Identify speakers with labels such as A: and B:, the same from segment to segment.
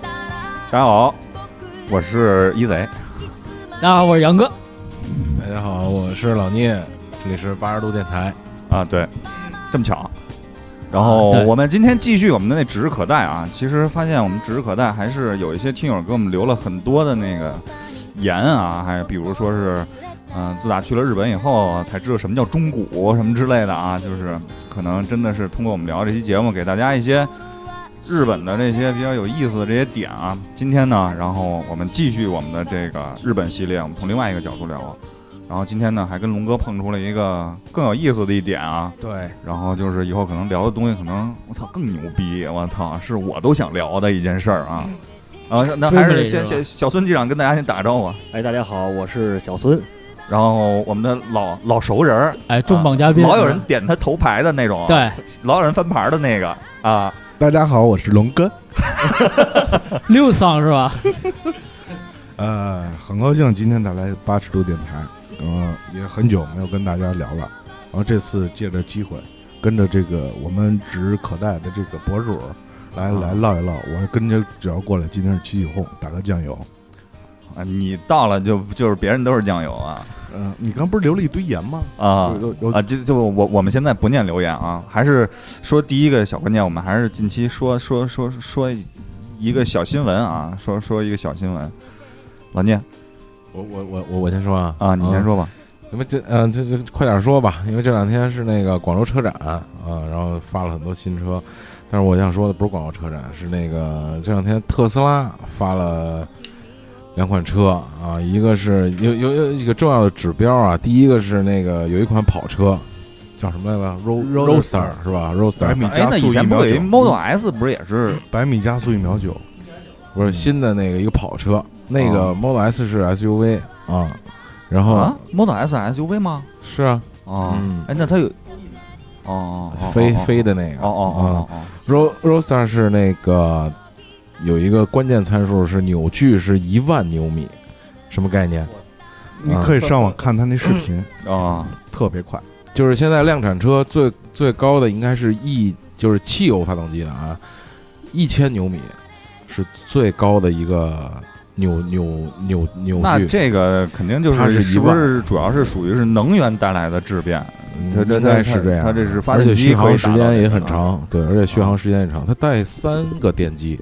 A: 大家好，我是一贼。
B: 大家好，我是杨哥。
C: 大家好，我是老聂，这里是八十度电台。
A: 啊，对，这么巧。然后
B: 啊对
A: 我们今天继续我们的那指日可待啊，其实发现我们指日可待还是有一些听友给我们留了很多的那个言啊，还比如说是，嗯、自打去了日本以后才知道什么叫中古什么之类的啊， 就是可能真的是通过我们聊这期节目给大家一些日本的这些比较有意思的这些点啊。今天呢，然后我们继续我们的这个日本系列，我们从另外一个角度聊。啊然后今天呢，还跟龙哥碰出了一个更有意思的一点啊，
C: 对，
A: 然后就是以后可能聊的东西，可能我操更牛逼，我操是我都想聊的一件事儿啊。啊，那还是先先小孙机长跟大家先打个招呼啊，
D: 哎，大家好，我是小孙。
A: 然后我们的老老熟人儿，
B: 哎，重磅嘉宾，
A: 啊老有人点他头牌的那种，，啊
B: 对
A: 老有人翻牌的那个啊，
C: 大家好，我是龙哥。
B: 六桑是吧？
E: 呃，很高兴今天打来八十度电台，嗯、也很久没有跟大家聊了，然后这次借着机会，跟着这个我们指日可待的这个博主
C: 啊
E: 来来唠一唠，我跟着只要过来，今天是起起哄，打个酱油。
A: 啊你到了就就是别人都是酱油啊
E: 嗯、你刚不是留了一堆言吗？
A: 啊
E: 有有
A: 啊，就就我我们现在不念留言啊，还是说第一个小观念，我们还是近期说说说说一个小新闻啊，说说一个小新闻，老聂
C: 我我我我我先说啊
A: 啊，你先，说吧。
C: 因为这嗯、这这快点说吧，因为这两天是那个广州车展啊，然后发了很多新车，但是我想说的不是广州车展，是那个这两天特斯拉发了两款车啊，一个是有有有一个重要的指标啊，第一个是那个有一款跑车。叫什么来着？Ro Roadster 是吧
E: 百
C: ？Roadster
E: 米
A: 哎，
E: 加
A: 那
E: 速
A: 以
E: 一
A: 前不
E: 秒
A: 有一
E: 九，
A: Model S 不是也是
E: 百米加速一秒九，
C: 不是新的那个一个跑车，那个 Model S 是 SUV 啊，然后、
A: 哦啊？Model S SUV 吗？
C: 是啊，
A: 啊，
C: 嗯
A: 哎，那它有哦哦哦，
C: 飞
A: 哦
C: 飞的啊那个
A: 哦哦哦哦
C: r o r o s t e r 是那个有一个关键参数是扭矩是一万牛米，什么概念？
E: 你可以上网看他那视频，
A: 哦
C: 嗯
A: 哦，
E: 特别快。
C: 就是现在量产车最最高的应该是 E，就是汽油发动机的啊，一千牛米是最高的一个扭扭扭扭
A: 那
C: 矩，
A: 这个肯定就
C: 它是
A: 是
C: 一
A: 是不
C: 万
A: 是主要是属于是能源带来的质变？
C: 嗯
A: 它它
C: 应
A: 它
C: 该是这样。
A: 它这是发
C: 而
A: 电
C: 且
A: 机
C: 续
A: 可以
C: 航时
A: 达到
C: 间
A: 这
C: 也
A: 个啊
C: 很长，对，而且续航时间也长，它带三个电机，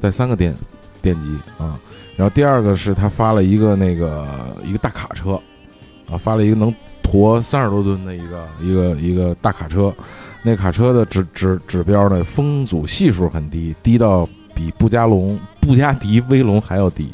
C: 带三个电电机啊。然后第二个是它发了一个那个一个大卡车，啊，发了一个能驮三十多吨的一个一个一个大卡车，那卡车的指指指标呢，风阻系数很低，低到比布加龙、布加迪威龙还要低。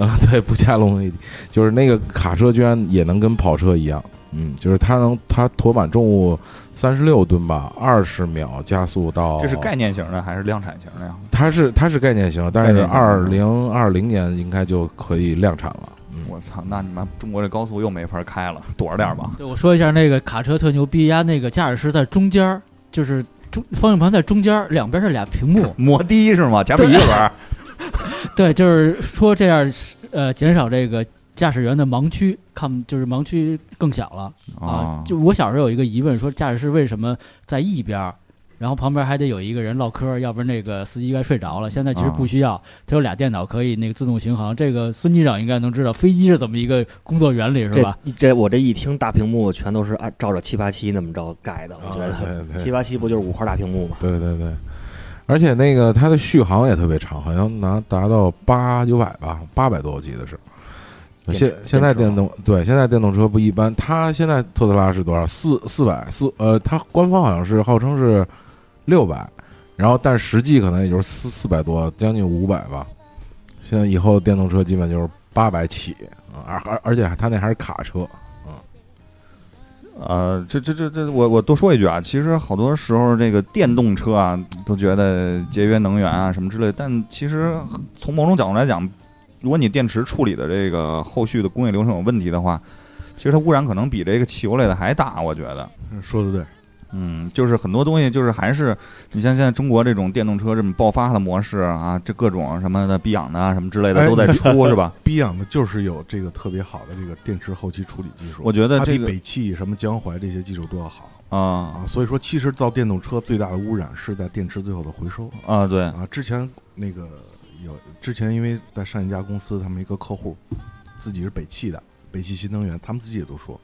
C: 啊，对，布加龙威就是那个卡车居然也能跟跑车一样，嗯，就是它能它驮满重物三十六吨吧，二十秒加速到，
A: 这是概念型的还是量产型的呀？
C: 它是它是概念型，但
A: 概
C: 是
A: 念型
C: 二零二零年应该就可以量产了，嗯，
A: 我操，那你妈中国这高速又没法开了， 躲着点吧。。
B: 对，我说一下那个卡车特牛逼，压那个驾驶室在中间儿，就是中方向盘在中间儿，两边是俩屏幕
A: 摩的是吗？前面一个轮儿
B: 对，就是说这样呃减少这个驾驶员的盲区，看就是盲区更小了啊。就我小时候有一个疑问，说驾驶室为什么在一边儿？然后旁边还得有一个人唠嗑儿，要不然那个司机应该睡着了。现在其实
A: 啊
B: 不需要，它有俩电脑可以那个自动巡航。这个孙机长应该能知道飞机是怎么一个工作原理，是吧？
D: 这这我这一听大屏幕全都是按照着七八七那么着改的，
A: 啊
D: 我觉得
C: 对对
D: 七八七不就是五块大屏幕吗？
C: 对对对，而且那个它的续航也特别长，好像拿达到八九百吧，八百多我记得是。
D: 电池
C: 现现在
D: 电
C: 电
D: 池
C: 动对现在电动车不一般，它现在特斯拉是多少？四四百四呃，它官方好像是号称是六百，然后但是实际可能也就是四四百多，将近五百吧。现在以后电动车基本就是八百起，啊而而而且它那还是卡车，
A: 呃，这这这这，我我多说一句啊，其实好多时候这个电动车啊，都觉得节约能源啊什么之类，但其实从某种角度来讲，如果你电池处理的这个后续的工业流程有问题的话，其实它污染可能比这个汽油类的还大，我觉得。
E: 说的对，
A: 嗯，就是很多东西，就是还是你像现在中国这种电动车这么爆发的模式啊，这各种什么的避氧的啊什么之类的
E: 哎
A: 都在出，是 吧？
E: 逼养的就是有这个特别好的这个电池后期处理技术。
A: 我觉得
E: 它
A: 这
E: 比
A: 个
E: 北汽、什么江淮这些技术都要好
A: 啊
E: 啊。所以说，其实到电动车最大的污染是在电池最后的回收
A: 啊，对，
E: 啊。之前那个有之前因为在上一家公司，他们一个客户自己是北汽的，北汽新能源，他们自己也都说，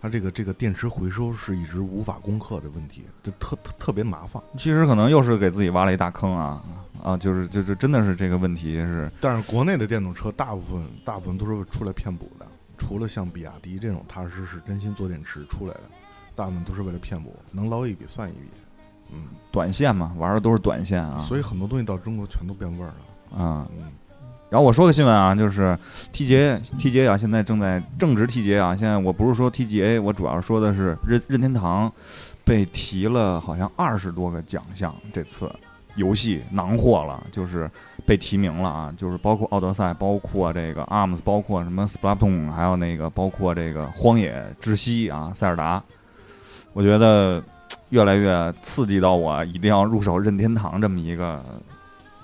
E: 他这个这个电池回收是一直无法攻克的问题，这特特特别麻烦。
A: 其实可能又是给自己挖了一大坑啊啊！就是就是真的是这个问题是
E: 但是国内的电动车大部分大部分都是出来骗补的，除了像比亚迪这种踏踏实实真心做电池出来的，大部分都是为了骗补，能捞一笔算一笔。嗯，
A: 短线嘛，玩的都是短线啊。
E: 所以很多东西到中国全都变味儿了。
A: 啊、
E: 嗯，
A: 然后我说个新闻啊，就是 TGA TGA 啊，现在正在正值 TGA 啊，现在我不是说 TGA，我主要说的是任任天堂被提了好像二十多个奖项，这次游戏囊获了，就是被提名了啊，就是包括奥德赛，包括这个 ARMS，包括什么 Splatoon，还有那个包括这个荒野之息啊，塞尔达，我觉得越来越刺激到我，一定要入手任天堂这么一个。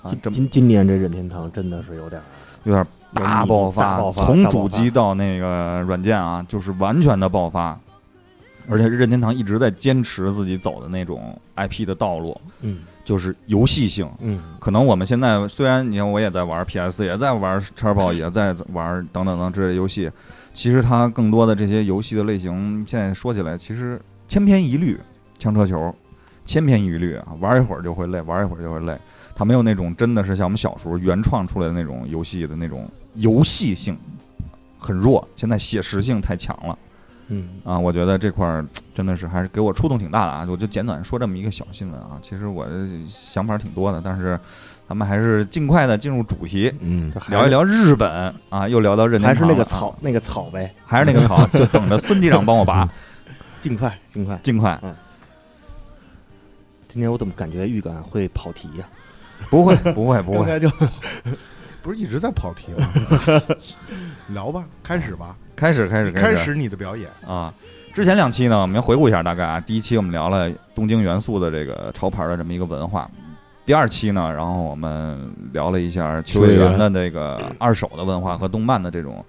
A: 啊，
D: 今
A: 这么
D: 今今年这任天堂真的是有点儿，
A: 有点大爆发，
D: 大爆发
A: 从
D: 大爆
A: 主
D: 发
A: 机到那个软件啊，就是完全的爆发。而且任天堂一直在坚持自己走的那种 IP 的道路，
D: 嗯
A: 就是游戏性。
D: 嗯，
A: 可能我们现在虽然你看我也在玩 PS，也在玩叉 b 也在玩等等等之类的游戏，其实它更多的这些游戏的类型，现在说起来其实千篇一律，枪车球，千篇一律啊，玩一会儿就会累，玩一会儿就会累。它没有那种真的是像我们小时候原创出来的那种游戏的那种游戏性很弱，现在写实性太强了。
D: 嗯
A: 啊，我觉得这块儿真的是还是给我触动挺大的啊！我就简短说这么一个小新闻啊，其实我的想法挺多的，但是咱们还是尽快的进入主题，
F: 嗯
D: 这还是
A: 聊一，聊日本啊，又聊到任天
D: 还是
A: 堂
D: 那个
A: 了啊
D: 草，那个草呗，
A: 还是那个 草，就等着孙机长帮我拔，
D: 尽快尽快。
A: 尽快
D: 今天我怎么感觉预感会跑题呀？
A: 不会不会不
D: 刚
A: 会，
D: 才就
E: 不是一直在跑题吗？聊吧，开始吧，
A: 开始开始
E: 开
A: 始
E: 始你的表演。
A: 啊！之前两期呢，我们回顾一下大概啊，第一期我们聊了东京元素的这个潮牌的这么一个文化。第二期呢，然后我们聊了一下秋叶原的这个二手的文化和动漫的这种，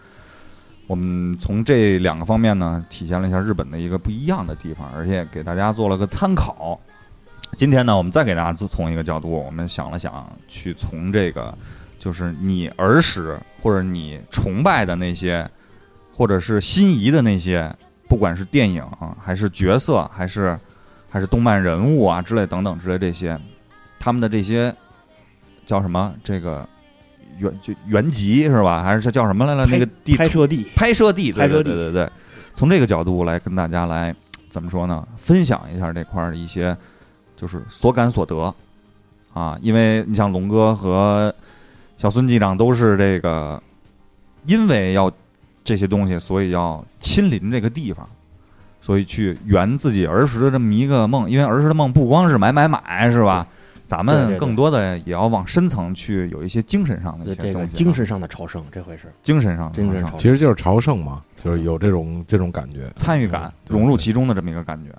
A: 我们从这两个方面呢，体现了一下日本的一个不一样的地方，而且给大家做了个参考。今天呢，我们再给大家做从一个角度，我们想了想，去从这个就是你儿时或者你崇拜的那些，或者是心仪的那些，不管是电影啊还是角色，还是还是动漫人物啊之类等等之类这些，他们的这些叫什么？这个原就原籍是吧？还是这叫什么来了？那个地
D: 拍摄地，
A: 拍摄地，对
D: 拍摄
A: 对
D: 地
A: 对对对，从这个角度来跟大家来怎么说呢？分享一下这块儿的一些就是所感所得啊，因为你像龙哥和小孙机长都是这个，因为要这些东西，所以要亲临这个地方。所以去圆自己儿时的这么一个梦，因为儿时的梦不光是买买买，是吧？咱
D: 对对
A: 们
D: 对
A: 更多的也要往深层去，有一些精神上的一
D: 对
A: 些
D: 这
A: 东
D: 个
A: 西啊、
D: 精神上的朝圣，这回是
A: 精神上的啊
D: 精神
A: 上
D: 朝
F: 其
D: 圣。
F: 实就是朝圣嘛，就是有这种这种感觉，
A: 参与感，
F: 对
A: 融入其中的这么一个感觉。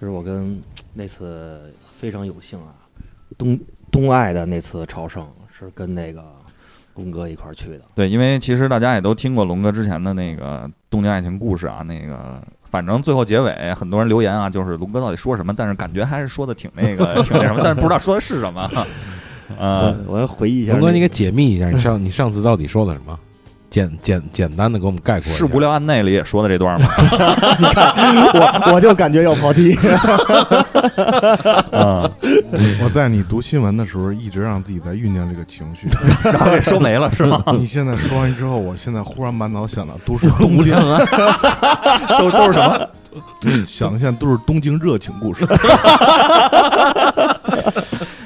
D: 这是我跟那次非常有幸啊，东东爱的那次朝圣是跟那个龙哥一块儿去的，
A: 对，因为其实大家也都听过龙哥之前的那个《东京爱情故事》啊，那个反正最后结尾很多人留言啊，就是龙哥到底说什么，但是感觉还是说的挺那个 挺那什么，但是不知道说的是什么。呃，
D: 我我要回忆一下
F: 龙
D: 那个。
F: 哥，你给解密一下，你 上你上次到底说了什么？简简简单的给我们概括一下。
A: 是《无聊案内》里也说的这段吗？
D: 我我就感觉要 跑题。
A: 啊，
E: 我在你读新闻的时候，一直让自己在酝酿这个情 绪。
A: 然后给说没了是吗？
E: 你现在说完之后，我现在忽然满脑想到都是东京，
A: 都都是什么？
E: 想象都是东京热情故 事。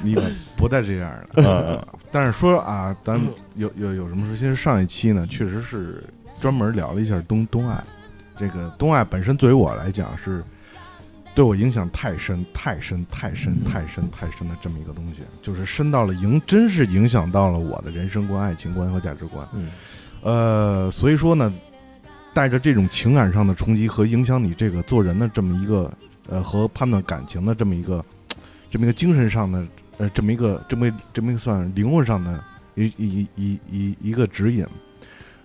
E: 你不带这样
A: 嗯
E: 的，但是说啊，咱们有有有什么事？其实上一期呢，确实是专门聊了一下东东爱。这个东爱本身对于我来讲是对我影响太深、太深、太深、太深、太深的这么一个东西，就是深到了影，真是影响到了我的人生观、爱情观和价值观。
D: 嗯，
E: 呃，所以说呢，带着这种情感上的冲击和影响你这个做人的这么一个呃和判断感情的这么一个这么一个精神上的呃这么一个这么一这么一个算灵魂上的呃一一一一一个指引，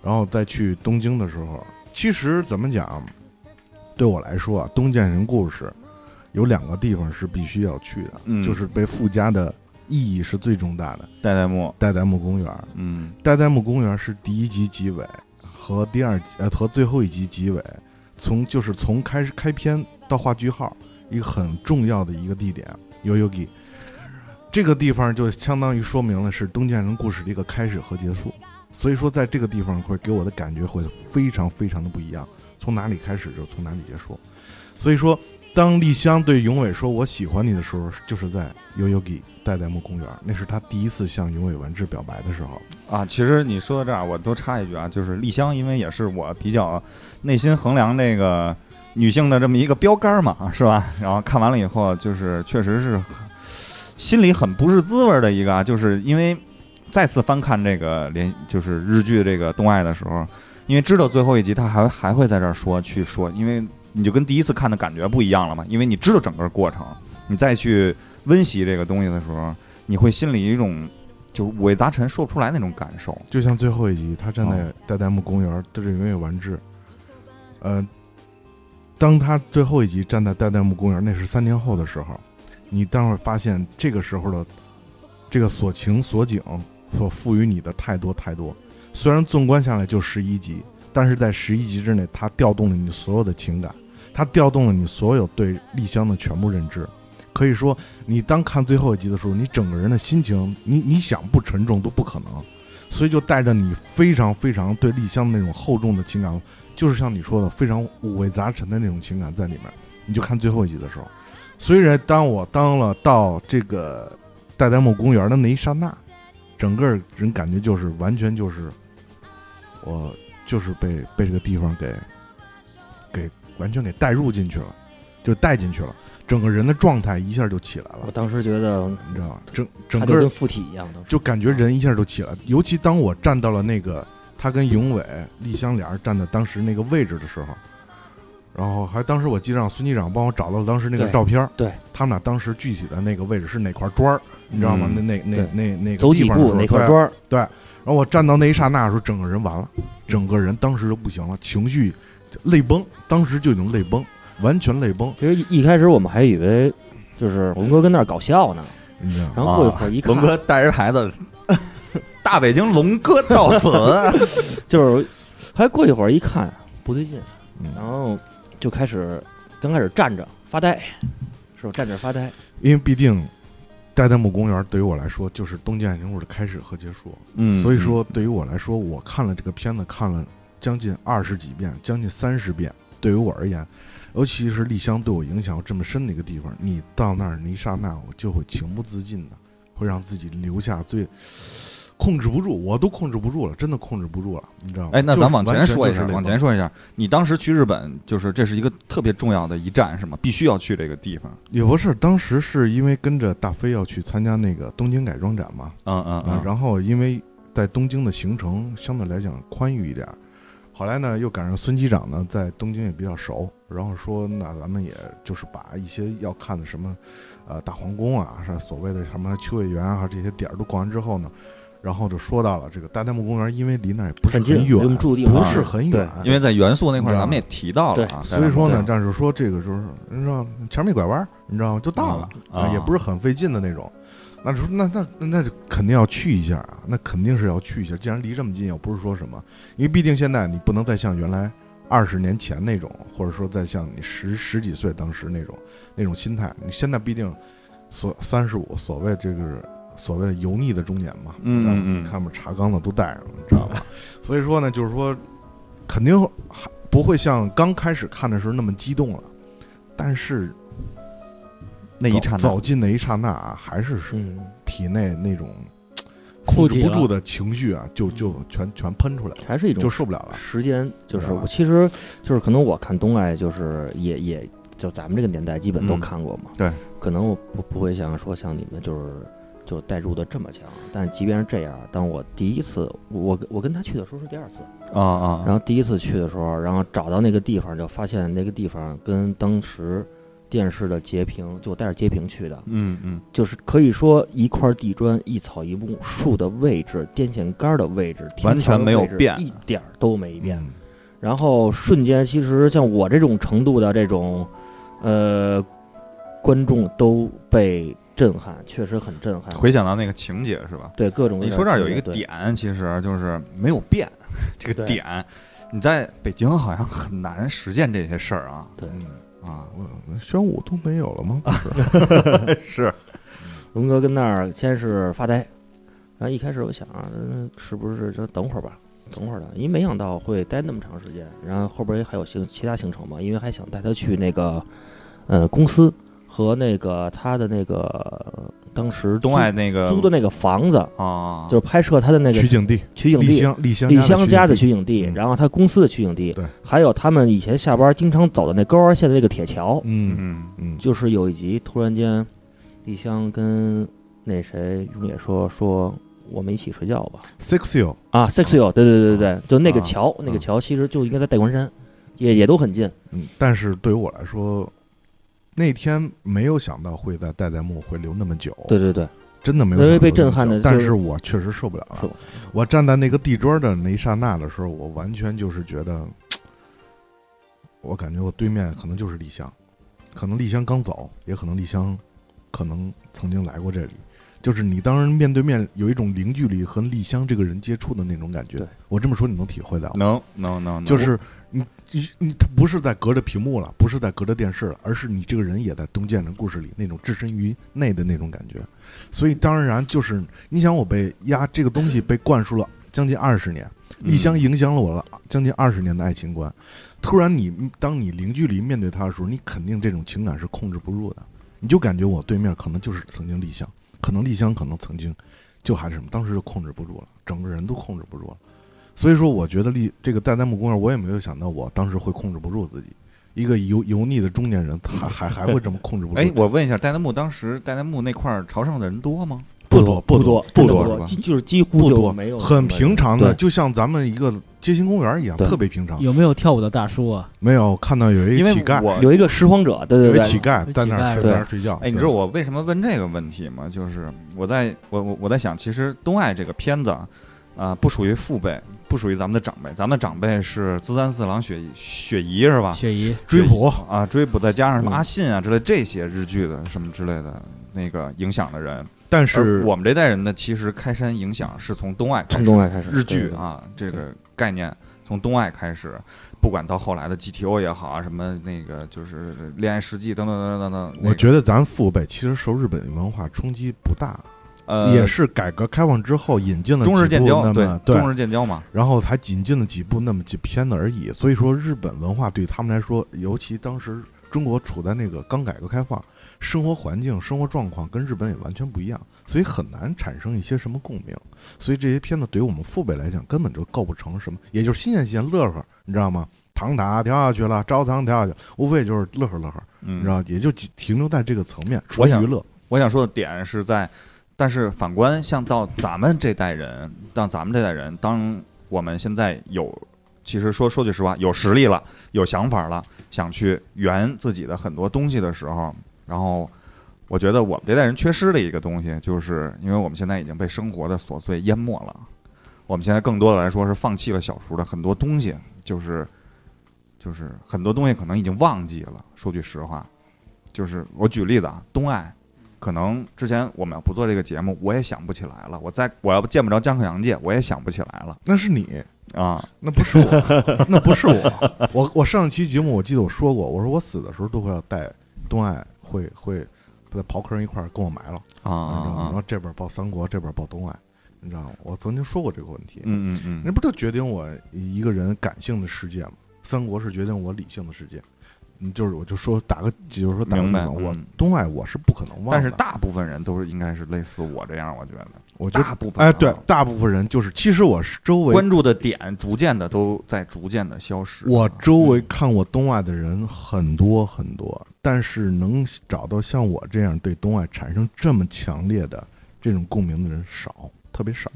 E: 然后再去东京的时候，其实怎么讲，对我来说啊，《东京人故事》有两个地方是必须要去的，
A: 嗯
E: 就是被附加的意义是最重大的。
A: 代代木，
E: 代代木公园，
A: 嗯
E: 代代木公园是第一集结尾和第二集呃和最后一集结尾，从就是从开始开篇到画句号，一个很重要的一个地点 y o y o g i 这个地方就相当于说明了是东建人故事的一个开始和结束，所以说在这个地方会给我的感觉会非常非常的不一样，从哪里开始就从哪里结束，所以说当丽香对永伟说我喜欢你的时候，就是在 y o y o g i 代代木公园，那是她第一次向永伟文志表白的时候。
A: 啊，其实你说到这儿，我多插一句啊，就是丽香，因为也是我比较内心衡量这个女性的这么一个标杆嘛，是吧？然后看完了以后，就是确实是很心里很不是滋味儿的一个啊，就是因为再次翻看这个连就是日剧这个《东爱》的时候，因为知道最后一集他还还会在这儿说去说，因为你就跟第一次看的感觉不一样了嘛，因为你知道整个过程，你再去温习这个东西的时候，你会心里一种。就是五味杂陈，说不出来那种感受。
E: 就像最后一集，他站在代代木公园，这是永远完治。呃，当他最后一集站在代代木公园，那是三年后的时候，你待会儿发现这个时候的这个所情所景所赋予你的太多太多。虽然纵观下来就十一集，但是在十一集之内，它调动了你所有的情感，它调动了你所有对丽香的全部认知。可以说，你当看最后一集的时候，你整个人的心情，你你想不沉重都不可能，所以就带着你非常非常对丽香的那种厚重的情感，就是像你说的非常五味杂陈的那种情感在里面。你就看最后一集的时候，虽然当我当了到这个代代木公园的那一刹那，整个人感觉就是完全就是我就是被被这个地方给给完全给带入进去了，就带进去了。整个人的状态一下就起来了
D: 我，当时觉得
E: 你知道吧？整整
D: 他就
E: 个
D: 跟附体一样，当时
E: 就感觉人一下就起来了。尤其当我站到了那个他跟永伟、丽香俩人站在当时那个位置的时候，然后还当时我记得让孙机长帮我找到了当时那个
D: 对
E: 照片儿，
D: 对
E: 他们俩当时具体的那个位置是哪块砖儿，你知道吗？那
A: 嗯
E: 那那
D: 对
E: 那那个
D: 走几
E: 地方的时
D: 步
E: 候
D: 哪
E: 对
D: 块砖儿，
E: 然后我站到那一刹那的时候，整个人完了，整个人当时就不行了，情绪泪崩，当时就已经泪崩，完全泪崩，
D: 其实一一开始我们还以为就是龙哥跟那儿搞笑呢，
E: 你知道吗？
D: 然后过一会儿
E: 啊
D: 一看，
A: 龙哥带着孩子， 大北京龙哥到此。
D: 就是还过一会儿一看不对劲，
E: 嗯
D: 然后就开始刚开始站着发呆，是吧？站着发呆，
E: 因为毕竟代代木公园对于我来说就是东京爱情故事的开始和结束，
A: 嗯
E: 所以说对于我来说，我看了这个片子看了将近二十几遍，将近三十遍。对于我而言，尤其是丽香对我影响这么深的一个地方，你到那儿那一刹那，我就会情不自禁的会让自己留下最。控制不住，我都控制不住了，真的控制不住了，你知道吗？
A: 哎，那
E: 就
A: 咱
E: 是
A: 往前
E: 完全
A: 说一
E: 就是
A: 下，
E: 泪
A: 往
E: 崩
A: 前说一下，你当时去日本，就是这是一个特别重要的一站，是吗？必须要去这个地方。
E: 也不是，当时是因为跟着大飞要去参加那个东京改装展嘛，
A: 嗯嗯
E: 啊，然后因为在东京的行程相对来讲宽裕一点儿，后来呢又赶上孙机长呢在东京也比较熟，然后说那咱们也就是把一些要看的什么，呃大皇宫啊，是所谓的什么秋叶原啊这些点儿都逛完之后呢，然后就说到了这个大代木公园，因为离那儿也不是
D: 很近
E: 远，
D: 我们住的地方
E: 不是很远，
A: 因为在元素那块儿，
E: 你知道
A: 咱们也提到了啊，
E: 所以说呢
A: 对，
E: 但是说这个就是你知道前面一拐弯儿，你知道吗？就到了。
A: 啊，
E: 也不是很费劲的那种。那说那那那那就肯定要去一下啊，那肯定是要去一下。既然离这么近，又不是说什么，因为毕竟现在你不能再像原来二十年前那种，或者说再像你十十几岁当时那种那种心态。你现在毕竟所三十五，所谓这个是所谓油腻的中年嘛，
A: 嗯
E: 然后
A: 嗯嗯
E: 看不茶缸子都带上了，你知道吧？ 所以说呢，就是说肯定还不会像刚开始看的时候那么激动了，但是
A: 那一刹那
E: 走，进那一刹那啊，还是是
D: 嗯，
E: 体内那种控
B: 附
E: 制
B: 体
E: 不住
B: 了，
E: 的情绪啊，就就全全喷出来了，
D: 还是一种
E: 就受不了了。
D: 时间，就是
E: 知道吧
D: 我其实就是可能我看东爱就是也也就咱们这个年代基本都
A: 嗯
D: 看过嘛，
A: 对，
D: 可能我不不会像说像你们就是就带入的这么强，但即便是这样，当我第一次我我跟他去的时候是第二次，
A: 啊啊，
D: 然后第一次去的时候，然后找到那个地方就发现那个地方跟当时电视的截屏，就我带着截屏去的，
A: 嗯嗯，
D: 就是可以说一块地砖、一草一木、树的位置、电线杆的位置，天
A: 完全
D: 桥的
A: 没有
D: 位置
A: 变
D: 一点儿都没变。
E: 嗯
D: 然后瞬间，其实像我这种程度的这种，呃，观众都被震撼，确实很震撼。
A: 回想到那个情节是吧？
D: 对各种，
A: 你说这儿有一个
D: 对，
A: 点，其实就是没有变，这个
D: 对
A: 点你在北京好像很难实现这些事儿啊
D: 对
E: 嗯，
A: 啊
E: 我宣武都没有了吗？不是
A: 是
D: 龙哥跟那儿先是发呆，然后一开始我想啊，嗯是不是就等会儿吧，等会儿的，因为没想到会待那么长时间。然后后边也还有行其他行程嘛，因为还想带他去那个呃公司和那个他的那个呃当时
A: 东
D: 租
A: 爱那个
D: 租的那个房子，
A: 啊，
D: 就是拍摄他的那个
E: 取景地，
D: 取景
E: 丽
D: 地。
E: 香丽香
D: 丽香家的
E: 取
D: 取景地，
E: 嗯
D: 然后他公司的取景地
E: 对，
D: 还有他们以前下班经常走的那高玩线的那个铁桥，
E: 嗯
A: 嗯
E: 嗯，
D: 就是有一集突然间，丽香跟那谁永野说说我们一起睡觉吧
E: Six You
D: 啊，sexy，对对对对，就那个
A: 啊
D: 桥，那个
E: 啊
D: 桥其实就应该在戴冠山，也也都很近，
E: 嗯，但是对于我来说，那天没有想到会在代代木会留那么久，
D: 对，对对，
E: 真的没有想到
D: 因为被
E: 留那么
D: 震撼
E: 久
D: 的就
E: 但
D: 是
E: 是我确实受不了
D: 是
E: 了
D: 吧。
E: 我站在那个地砖的那一刹那的时候，我完全就是觉得，我感觉我对面可能就是丽香，可能丽香刚走，也可能丽香可能曾经来过这里。就是你当时面对面有一种零距离和丽香这个人接触的那种感觉
D: 对，
E: 我这么说你能体会到吗？
A: 能能能，
E: 就是你你你，他不是在隔着屏幕了，不是在隔着电视了，而是你这个人也在东建的故事里那种置身于内的那种感觉。所以当然就是，你想我被压这个东西被灌输了将近二十年，丽香影响了我了将近二十年的爱情观。突然你当你零距离面对他的时候，你肯定这种情感是控制不住的，你就感觉我对面可能就是曾经丽香，可能丽香可能曾经就还是什么，当时就控制不住了，整个人都控制不住了。所以说，我觉得丽这个代代木公园，我也没有想到我当时会控制不住自己，一个油油腻的中年人，他还还会这么控制不住。
A: 哎，我问一下，戴代木当时戴代木那块儿朝圣的人多吗？
E: 不多
D: 不
E: 不多
D: 真的
A: 不
D: 不
A: 多是吧
D: 几就是几乎
E: 不
D: 就
E: 多
D: 没有，
E: 很平常的，
D: 对
E: 就像咱们一个街心公园一样，
D: 对
E: 特别平常。
B: 有没有跳舞的大叔啊？
E: 没有看到有一
A: 因
E: 个
A: 为
E: 乞丐，
A: 我
D: 有一个拾荒者，对
E: 有
D: 对
E: 一
D: 对，
E: 乞丐
B: 对
E: 在那儿
B: 有乞
E: 睡
D: 丐
E: 在那儿睡觉。
A: 哎，你
E: 对
A: 知道我为什么问这个问题吗？就是我在我我我在想，其实《东爱》这个片子啊、啊不属于父辈，不属于咱们的长辈，咱们的长辈是资三四郎雪雪姨是吧？
B: 雪姨，
E: 追捕
A: 啊，追捕再加上什么
D: 嗯
A: 阿信啊之类这些日剧的什么之类的那个影响的人，
E: 但
A: 而
E: 是
A: 我们这代人呢，其实开山影响是从《东爱》开
D: 从
A: 始
D: 东
A: 的，
D: 海开始
A: 日剧，啊这个概念。从东爱开始，不管到后来的 GTO 也好啊，什么那个就是恋爱实际等等等等等等，
E: 我觉得咱父辈其实受日本文化冲击不大，
A: 得呃
E: 也是改革开放之后引进了
A: 中日
E: 几
A: 建
E: 部
A: 交，
E: 那么对
A: 中日建交嘛，
E: 然后还仅进了几部那么几片子而已。所以说，日本文化对他们来说，尤其当时中国处在那个刚改革开放，生活环境、生活状况跟日本也完全不一样，所以很难产生一些什么共鸣。所以这些片子对于我们父辈来讲，根本就构不成什么，也就是新鲜新鲜乐呵，你知道吗？唐塔跳下去了，招堂跳下去，无非也就是乐呵乐呵，你
A: 嗯
E: 知道，也就仅停留在这个层面，
A: 我
E: 纯
A: 想
E: 娱乐。
A: 我想说的点是在，但是反观像到咱们这代人，当咱们这代人，当我们现在有，其实说说句实话，有实力了，有想法了，想去圆自己的很多东西的时候，然后我觉得我们这代人缺失的一个东西，就是因为我们现在已经被生活的琐碎淹没了，我们现在更多的来说是放弃了小时候的很多东西，就是就是很多东西可能已经忘记了。说句实话，就是我举例子啊，东爱。可能之前我们要不做这个节目，我也想不起来了。我再我要见不着江克洋介，我也想不起来了
E: 那是你，
A: 啊。
E: 那不是我， 那不是我。我我上期节目我记得我说过，我说我死的时候都会要带东爱会会在刨坑一块儿跟我埋了，
A: 啊
E: 你知道吗？
A: 啊
E: 然
A: 啊！
E: 后这边报三国，这边报东爱，你知道吗？我曾经说过这个问题，
A: 嗯嗯
E: 那
A: 嗯，
E: 不就决定我一个人感性的世界吗？三国是决定我理性的世界。嗯，就是我就说打个，就是说打个比
A: 明白
E: 方，我
A: 嗯
E: 东爱我是不可能忘的，
A: 但是大部分人都是应该是类似我这样，我觉得
E: 我觉
A: 大
E: 得
A: 部分
E: 哎，
A: 啊
E: 对，大部分人就是，其实我是周围
A: 关注的点逐渐的都在逐渐的消失。
E: 我周围看过东爱的人很多很多，但是能找到像我这样对东爱产生这么强烈的这种共鸣的人少，特别少。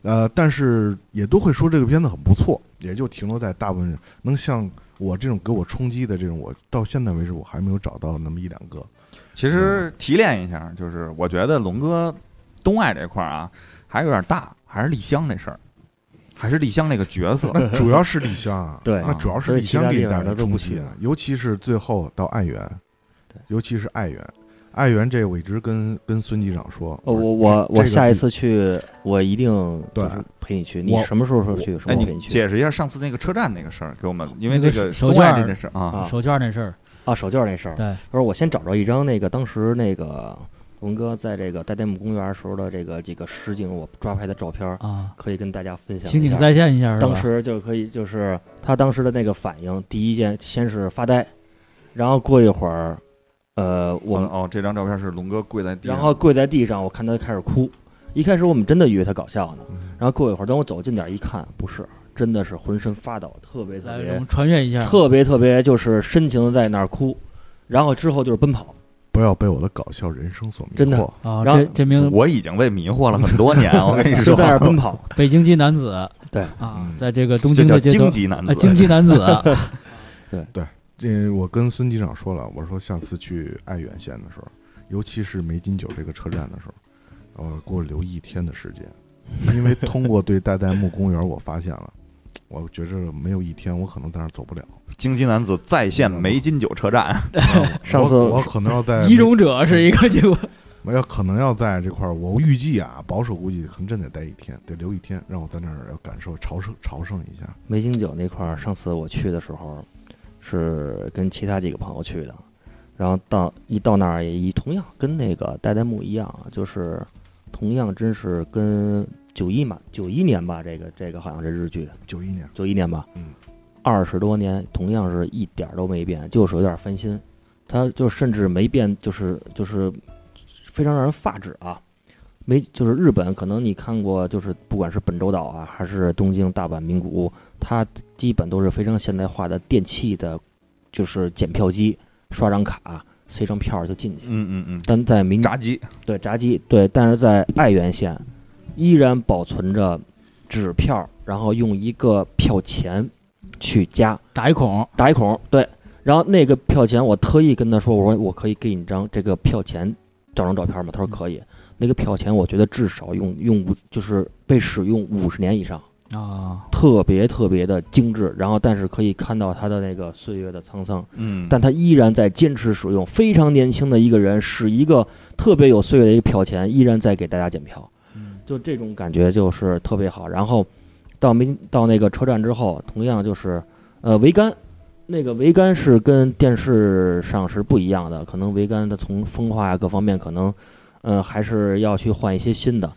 E: 呃，但是也都会说这个片子很不错，也就停留在大部分人能像我这种给我冲击的这种，我到现在为止我还没有找到那么一两个。
A: 其实提炼一下，就是我觉得龙哥东爱这块儿啊，还有点大，还是丽香这事儿，还是丽香这个角色。
E: 那主要是丽香啊，
D: 对
E: 那主要是丽香给你带来的冲击
D: 所以其他地方
E: 啊
D: 他，
E: 尤其是最后到爱媛
D: 对，
E: 尤其是爱媛，爱媛这我一直跟跟孙机长说，说
D: 呃，我我
E: 这
D: 我
E: 个
D: 下一
E: 地
D: 次去，我一定就
E: 对
D: 是陪你去。你
E: 我
D: 什么时候说去？什
A: 哎，
D: 么时候陪
A: 你
D: 你去？
A: 解释一下上次那个车站那个事儿给我们，因为
B: 那个
A: 这个
B: 手
A: 东外
B: 绢儿
A: 这件事啊
D: 啊
B: 手绢那事儿，
D: 啊，手绢那事儿。
B: 对，
D: 他说我先找着一张那个当时那个文哥在这个大代木公园时候的这个这个实景我抓拍的照片儿，
B: 啊，
D: 可以跟大家分享一下。
B: 情景再现一下是吧，
D: 当时就可以，就是他当时的那个反应，第一件先是发呆，然后过一会儿，呃，我们、
A: 哦哦，这张照片是龙哥跪在地上，
D: 然后跪在地上，我看他开始哭。一开始我们真的以为他搞笑
A: 嗯
D: 呢，然后过一会儿，等我走近点一看，不是，真的是浑身发抖，特别特
B: 来我
D: 别
B: 们穿越一下，
D: 特别特别，就是深情的在那儿哭，然后之后就是奔跑，
E: 不要被我的搞笑人生所迷惑。
D: 真的
B: 啊，
D: 然后
B: 这这名
A: 我已经被迷惑了很多年，我跟你
D: 就
A: 说，
D: 在那儿 奔跑。
B: 北京籍男子，
D: 对
B: 啊
A: 嗯，
B: 在这个东
A: 这
B: 京
A: 叫
B: 的街头
A: 荆，棘男
B: 啊，
A: 子，
B: 京籍男子，
E: 这我跟孙机长说了，我说下次去爱媛县的时候，尤其是梅津九这个车站的时候，呃，给我留一天的时 间，因为通过对代代木公园，我发现了，我觉着没有一天我可能在那儿走不了。
A: 荆棘男子在线梅津九车 站，
D: 上次
E: 我我可能要 在
B: 仪容者是一个结果，
E: 我要可能要在这块儿，我预计啊，保守估计可能真得待一天，得留一天，让我在那儿要感受朝圣朝圣一下。
D: 梅京九那块儿，上次我去的时候是跟其他几个朋友去的，然后到一到那儿也一同样跟那个代代木一样，啊就是同样真是跟九一嘛九一年吧，这个这个好像是日剧
E: 九一年，
D: 九一年吧，
E: 嗯，
D: 二十多年同样是一点儿都没变，就是有点翻新，它就甚至没变，就是就是非常让人发指啊。没，就是日本，可能你看过，就是不管是本州岛啊，还是东京、大阪、名古屋，它基本都是非常现代化的电器的，就是检票机，刷张卡，塞张票就进去。
A: 嗯嗯嗯，
D: 但在民
A: 炸鸡，
D: 对炸鸡对，但是在爱媛县依然保存着纸票，然后用一个票钱去加
B: 打一孔，
D: 打一孔，对。然后那个票钱，我特意跟他说，我说我可以给你张这个票钱，找张照片吗？他说可以。那个票钱，我觉得至少用用五，就是被使用五十年以上，
B: 啊，
D: 特别特别的精致。然后，但是可以看到他的那个岁月的沧桑，
A: 嗯，
D: 但他依然在坚持使用。非常年轻的一个人，使一个特别有岁月的一个票钱，依然在给大家检票，就这种感觉就是特别好。然后到民到那个车站之后，同样就是呃桅杆，那个桅杆是跟电视上是不一样的，可能桅杆它从风化呀各方面可能，呃还是要去换一些新的，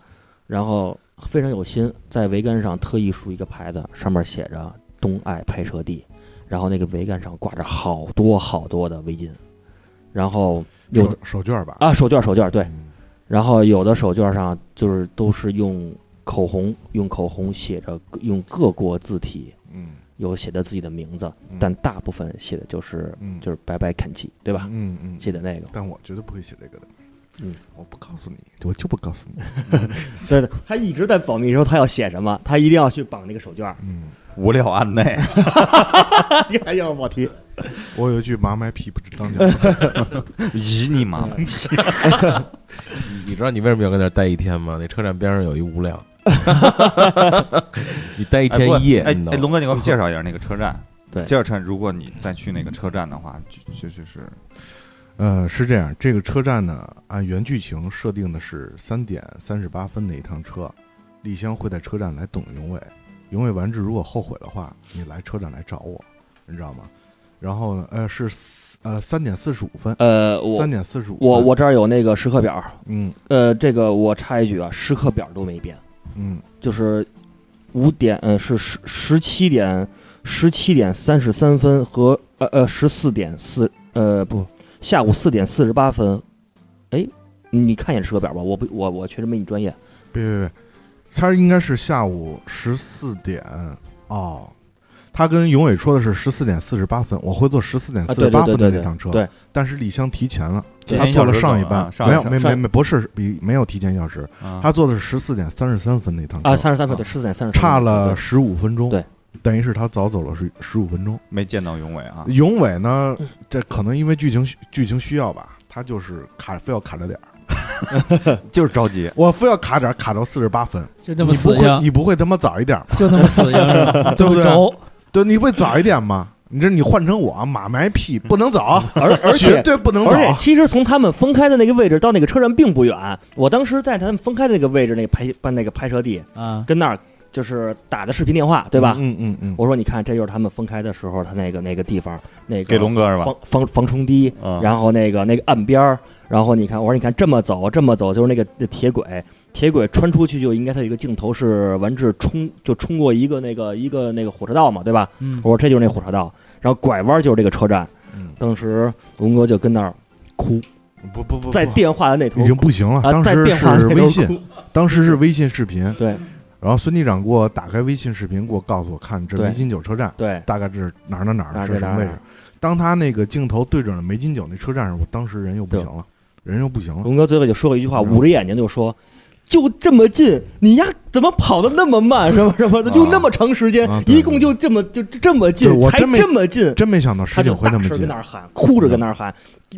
D: 然后非常有心，在桅杆上特意竖一个牌子，上面写着“东爱拍摄地”。然后那个桅杆上挂着好多好多的围巾，然后有的
E: 手手绢儿吧，
D: 啊手绢手绢对，
E: 嗯
D: 然后有的手绢上就是都是用口红用口红写着各用各国字体，
E: 嗯，
D: 有写着自己的名字，
E: 嗯
D: 但大部分写的就是
E: 嗯
D: 就是拜拜肯基，对吧？
E: 嗯嗯，
D: 写的那个，
E: 但我绝对不会写这个的。
D: 嗯，
E: 我不告诉你，我就不告诉你。
D: 对
E: 嗯
D: 的，他一直在保密说他要写什么，他一定要去绑那个手绢儿，
E: 嗯，
A: 无聊案内，
D: 你还要我提？
E: 我有一句麻麦屁不知当家，
A: 咦你妈！
D: 嗯
F: 你知道你为什么要跟那儿待一天吗？那车站边上有一无量， 你待一
A: 哎不过
F: 天一夜，
A: 哎
F: 你知道
A: 哎，
F: 吗
A: 龙哥，你给我 们介绍一下那个车站。
D: 对
A: 介绍车站，如果你再去那个车站的话，就就就是
E: 呃，是这样，这个车站呢，按原剧情设定的是三点三十八分的一趟车，丽香会在车站来等永伟，永伟完志如果后悔的话，你来车站来找我，你知道吗？然后呢，呃，是四呃三点四十五分，
D: 呃，我
E: 三点四十五，
D: 我我这儿有那个时刻表，
E: 嗯
D: 呃，这个我插一句啊，时刻表都没变。
E: 嗯
D: 就是五点，呃，是十十七点十七点三十三分和呃呃十四点四呃不，下午四点四十八分。哎，你看一眼时刻表吧，我不我我确实没你专业。
E: 别别别，他应该是下午十四点哦。他跟永伟说的是十四点四十八分，我会坐十四点
D: 啊
E: 四十
D: 对对
E: 八
D: 对
E: 分的
D: 对
E: 那趟车，
D: 对
E: 但是李湘提前了，
A: 提
E: 他
A: 前一
E: 坐
A: 小
E: 了
A: 时
E: 上一
A: 走
E: 班
A: 啊，上一
E: 没有
A: 小
E: 没
D: 上
E: 没没，不是比没有提前一小时，
A: 啊
E: 他坐的是十四点三十三分那趟车，
D: 啊，三十三分对，十四点三十，
E: 差了十五分钟，
D: 对，
E: 等于是他早走了十十五分钟。
A: 没见到永伟啊，
E: 永伟呢，这可能因为剧情剧情需要吧，他就是卡，非要卡着点儿，
A: 就是着急。
E: 我非要卡点儿，卡到四十八分，
B: 就
E: 你
B: 那么
E: 不
B: 死
E: 会
B: 性，
E: 你不会他妈早一点儿吗？
B: 就那么死性，是吧
E: 对
B: 这么
E: 不对
B: 轴，
E: 对，你会早一点吗？你这你换成我马埋屁不能走，
D: 而嗯而
E: 绝
D: 且
E: 对不能走
D: 而。且其实从他们分开的那个位置到那个车站并不远，我当时在他们分开的那个位置那个拍办那个拍摄地
B: 啊，
D: 跟那儿就是打的视频电话，对吧？
E: 嗯嗯嗯，
D: 我说你看，这就是他们分开的时候，他那个那个地方，那个
A: 给龙哥是吧？
D: 防防防冲堤，
A: 嗯，
D: 然后那个那个岸边儿，然后你看，我说你看这么走这么走，就是那个那铁轨，铁轨穿出去就应该它有一个镜头是完治冲就冲过一个那个一个那个火车道嘛，对吧？
B: 嗯
D: 我，说这就是那火车道，然后拐弯就是这个车站。当时龙哥就跟那儿哭，
E: 嗯不不不，
D: 在
E: 不
D: 电话的那头
E: 已经不行了。
D: 啊，
E: 当
D: 在
E: 时
D: 电话
E: 是
D: 的那
E: 微
D: 头
E: 信，
D: 哭，
E: 当时是微信视频。
D: 对
E: 然后孙机长给我打开微信视频，给我告诉我看这
D: 对
E: 梅津九车站
D: 对
E: 大概这是哪儿哪儿哪
D: 哪
E: 儿
D: 儿
E: 是什
D: 哪儿
E: 么位
D: 哪
E: 置
D: 儿。
E: 当他那个镜头对准了梅津九那车站时，我当时人又不行了，人又不行了。
D: 龙哥最后就说了一句话，
E: 嗯
D: 捂着眼睛就说：“就这么近，你呀怎么跑的那么慢？什么什么的，
A: 啊
D: 就那么长时间
E: 啊，对
D: 一共就这么就这么
E: 对
D: 近，
E: 我
D: 才
E: 真没
D: 这么近。”
E: 真没想到
D: 他
E: 十
D: 就
E: 九会那
D: 大
E: 么
D: 声
E: 近嗯
D: 跟那，儿喊，哭着跟那儿喊，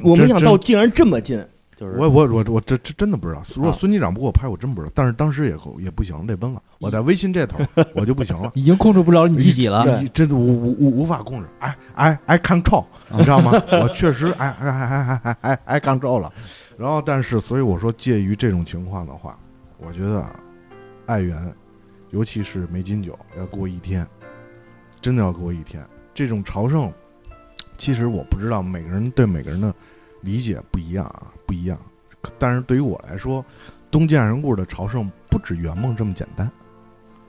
D: 我没想到竟然这么近，就是
E: 我我我我这这真的不知道。如果
D: 啊
E: 孙机长不给我拍，我真不知道。但是当时也也不行，泪奔了。我在微信这头 我就不行了。
B: 已经控制不了你自己了，
D: 对
E: 你真的无无无无法控制，I 哎 I I control，你知道吗？
B: 嗯
E: 我确实 I I I I I I control 了。然后，但是，所以我说，介于这种情况的话，我觉得爱媛，尤其是梅金九，要过一天，真的要过一天。这种朝圣，其实我不知道每个人对每个人的理解不一样啊，不一样。可但是对于我来说，东建人故的朝圣不止圆梦这么简单，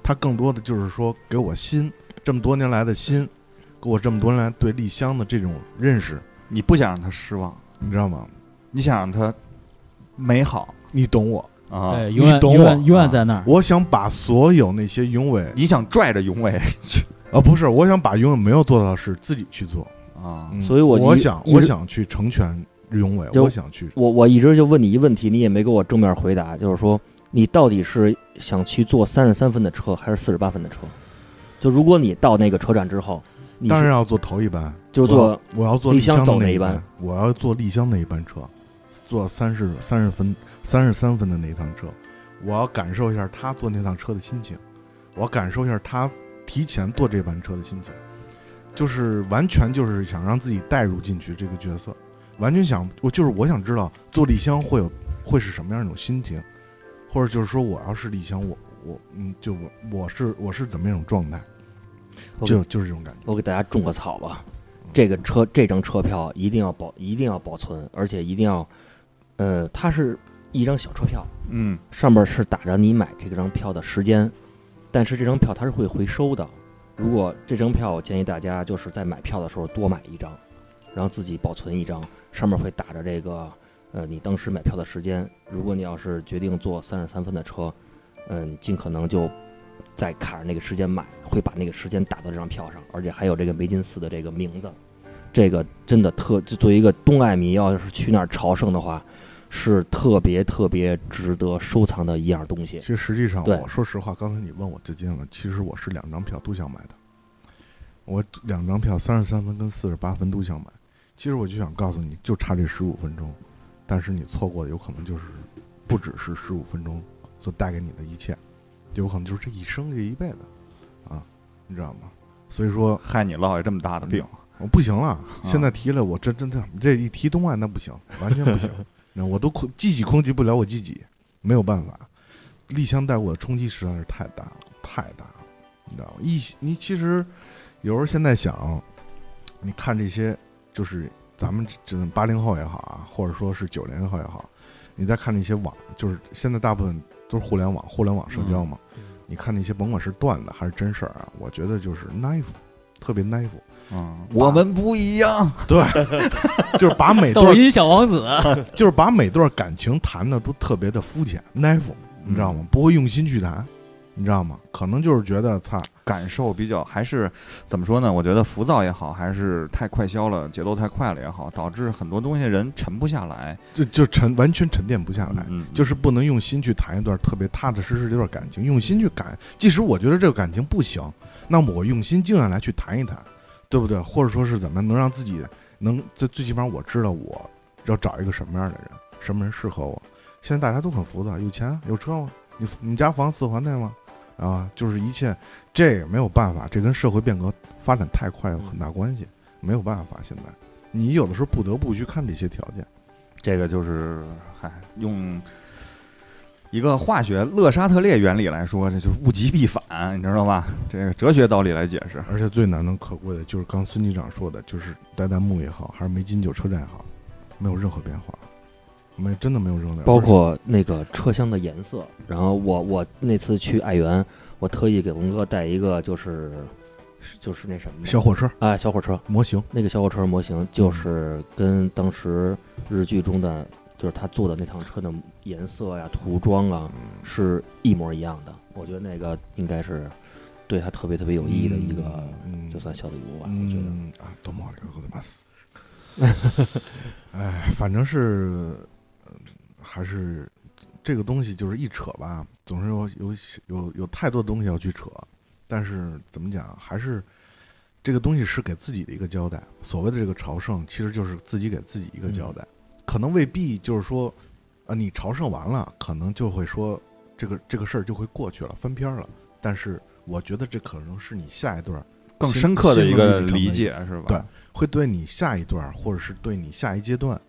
E: 它更多的就是说给我心这么多年来的心，给我这么多年来对丽香的这种认识，
A: 你不想让他失望，
D: 嗯
E: 你知道吗？
A: 你想让他美好
E: 你懂我，
A: 啊，
B: 对，永远
E: 懂
B: 永
E: 我
B: 远永远在那儿，
E: 我想把所有那些永伟
A: 你想拽着永伟
E: 啊，不是，我想把永伟没有做到的事自己去做。
A: 啊，
E: 嗯
D: 所以我
E: 我
D: 一
E: 想，
D: 一直
E: 我想去成全永伟，
D: 有
E: 我想去，
D: 我我一直就问你一问题，你也没给我正面回答，就是说你到底是想去坐三十三分的车还是四十八分的车？就如果你到那个车站之后，你是
E: 当然要坐头一班，
D: 就
E: 我
D: 是坐
E: 要我要坐
D: 丽
E: 香
D: 香走
E: 的
D: 那
E: 一
D: 一
E: 班
D: 班，
E: 我要坐丽香那一班车，坐三十三十分三十三分的那一趟车，我要感受一下他坐那趟车的心情，我要感受一下他提前坐这班车的心情，就是完全就是想让自己带入进去这个角色，完全想我就是我想知道坐丽香会有会是什么样一种心情，或者就是说我要是丽香，我我嗯就我我是我是怎么样一种状态，
D: 我
E: 就就是这种感觉。
D: 我给大家种个草吧，这个车这张车票一定要保，一定要保存，而且一定要，呃，它是一张小车票，
A: 嗯，
D: 上面是打着你买这张票的时间，但是这张票它是会回收的。如果这张票，我建议大家就是在买票的时候多买一张，然后自己保存一张，上面会打着这个呃你当时买票的时间。如果你要是决定坐三十三分的车，嗯，尽可能就在卡着那个时间买，会把那个时间打到这张票上，而且还有这个梅金寺的这个名字。这个真的特，就作为一个东爱迷，要是去那儿朝圣的话，是特别特别值得收藏的一样东西
E: 其。实实际上，
D: 对
E: 我说实话，刚才你问我最近了，其实我是两张票都想买的，我两张票三十三分跟四十八分都想买。其实我就想告诉你，就差这十五分钟，但是你错过的有可能就是不只是十五分钟所带给你的一切，有可能就是这一生这一辈子啊，你知道吗？所以说
A: 害你落下这么大的病，
E: 我不行了，现在提了我这真的这一提东岸那不行，完全不行，那我都控自己控制不了我自己，没有办法。丽香带给我的冲击实在是太大了，太大了，你知道吗？一你其实有时候现在想，你看这些就是咱们这八零后也好啊，或者说是九零后也好，你再看那些网，就是现在大部分都是互联网、互联网社交嘛，你看那些甭管是段子还是真事儿啊，我觉得就是 naive，特别 naive。
A: 嗯，
E: 我
A: 我们不一 样，
E: 就是把每
B: 抖
E: 段
B: 音小王子，
E: 就是把每段感情谈的都特别的肤浅 naive，你
A: 嗯
E: 知道吗？不会用心去谈，你知道吗？可能就是觉得他
A: 感受比较还是怎么说呢？我觉得浮躁也好，还是太快消了，节奏太快了也好，导致很多东西人沉不下来。
E: 就就沉完全沉淀不下来，
A: 嗯，
E: 就是不能用心去谈一段特别踏踏实实的一段感情，用心去感。即使我觉得这个感情不行，那么我用心静下来去谈一谈，对不对？或者说是怎么样能让自己能最最起码我知道我要找一个什么样的人，什么人适合我。现在大家都很浮躁，有钱有车吗？你你家房四环内吗？啊，就是一切这也没有办法，这跟社会变革发展太快有很大关系，没有办法。现在你有的时候不得不去看这些条件，
A: 这个就是，嗨，用一个化学勒沙特列原理来说，这就是物极必反，你知道吧？这个哲学道理来解释。
E: 而且最难能可贵的就是刚孙机长说的，就是代代木也好，还是梅津九车站也好，没有任何变化，没真的没有任何变化，
D: 包括那个车厢的颜色。然后我我那次去爱媛，我特意给文哥带一个就是就是那什么
E: 小火嗯车
D: 啊小火车，
E: 模型，
D: 那个小火车模型就是跟当时日剧中的就是他做的那趟车的颜色呀、涂装啊
E: 嗯
D: 是一模一样的。我觉得那个应该是对他特别特别有意义的一个，
E: 嗯，
D: 就算小礼物吧。我觉得
E: 嗯啊，多么好的ございます。 哎，反正是，嗯还是这个东西就是一扯吧，总是有有有有太多东西要去扯，但是怎么讲，还是这个东西是给自己的一个交代。所谓的这个朝圣，其实就是自己给自己一个交代，
D: 嗯
E: 可能未必就是说，啊，你朝圣完了，可能就会说这个这个事儿就会过去了，翻篇儿了。但是我觉得这可能是你下一段儿
A: 更
E: 心
A: 深刻的
E: 心
A: 一
E: 路
A: 个
E: 历程的
A: 理
E: 一
A: 解是吧？
E: 对会对你下一段，或者是对你下一阶段，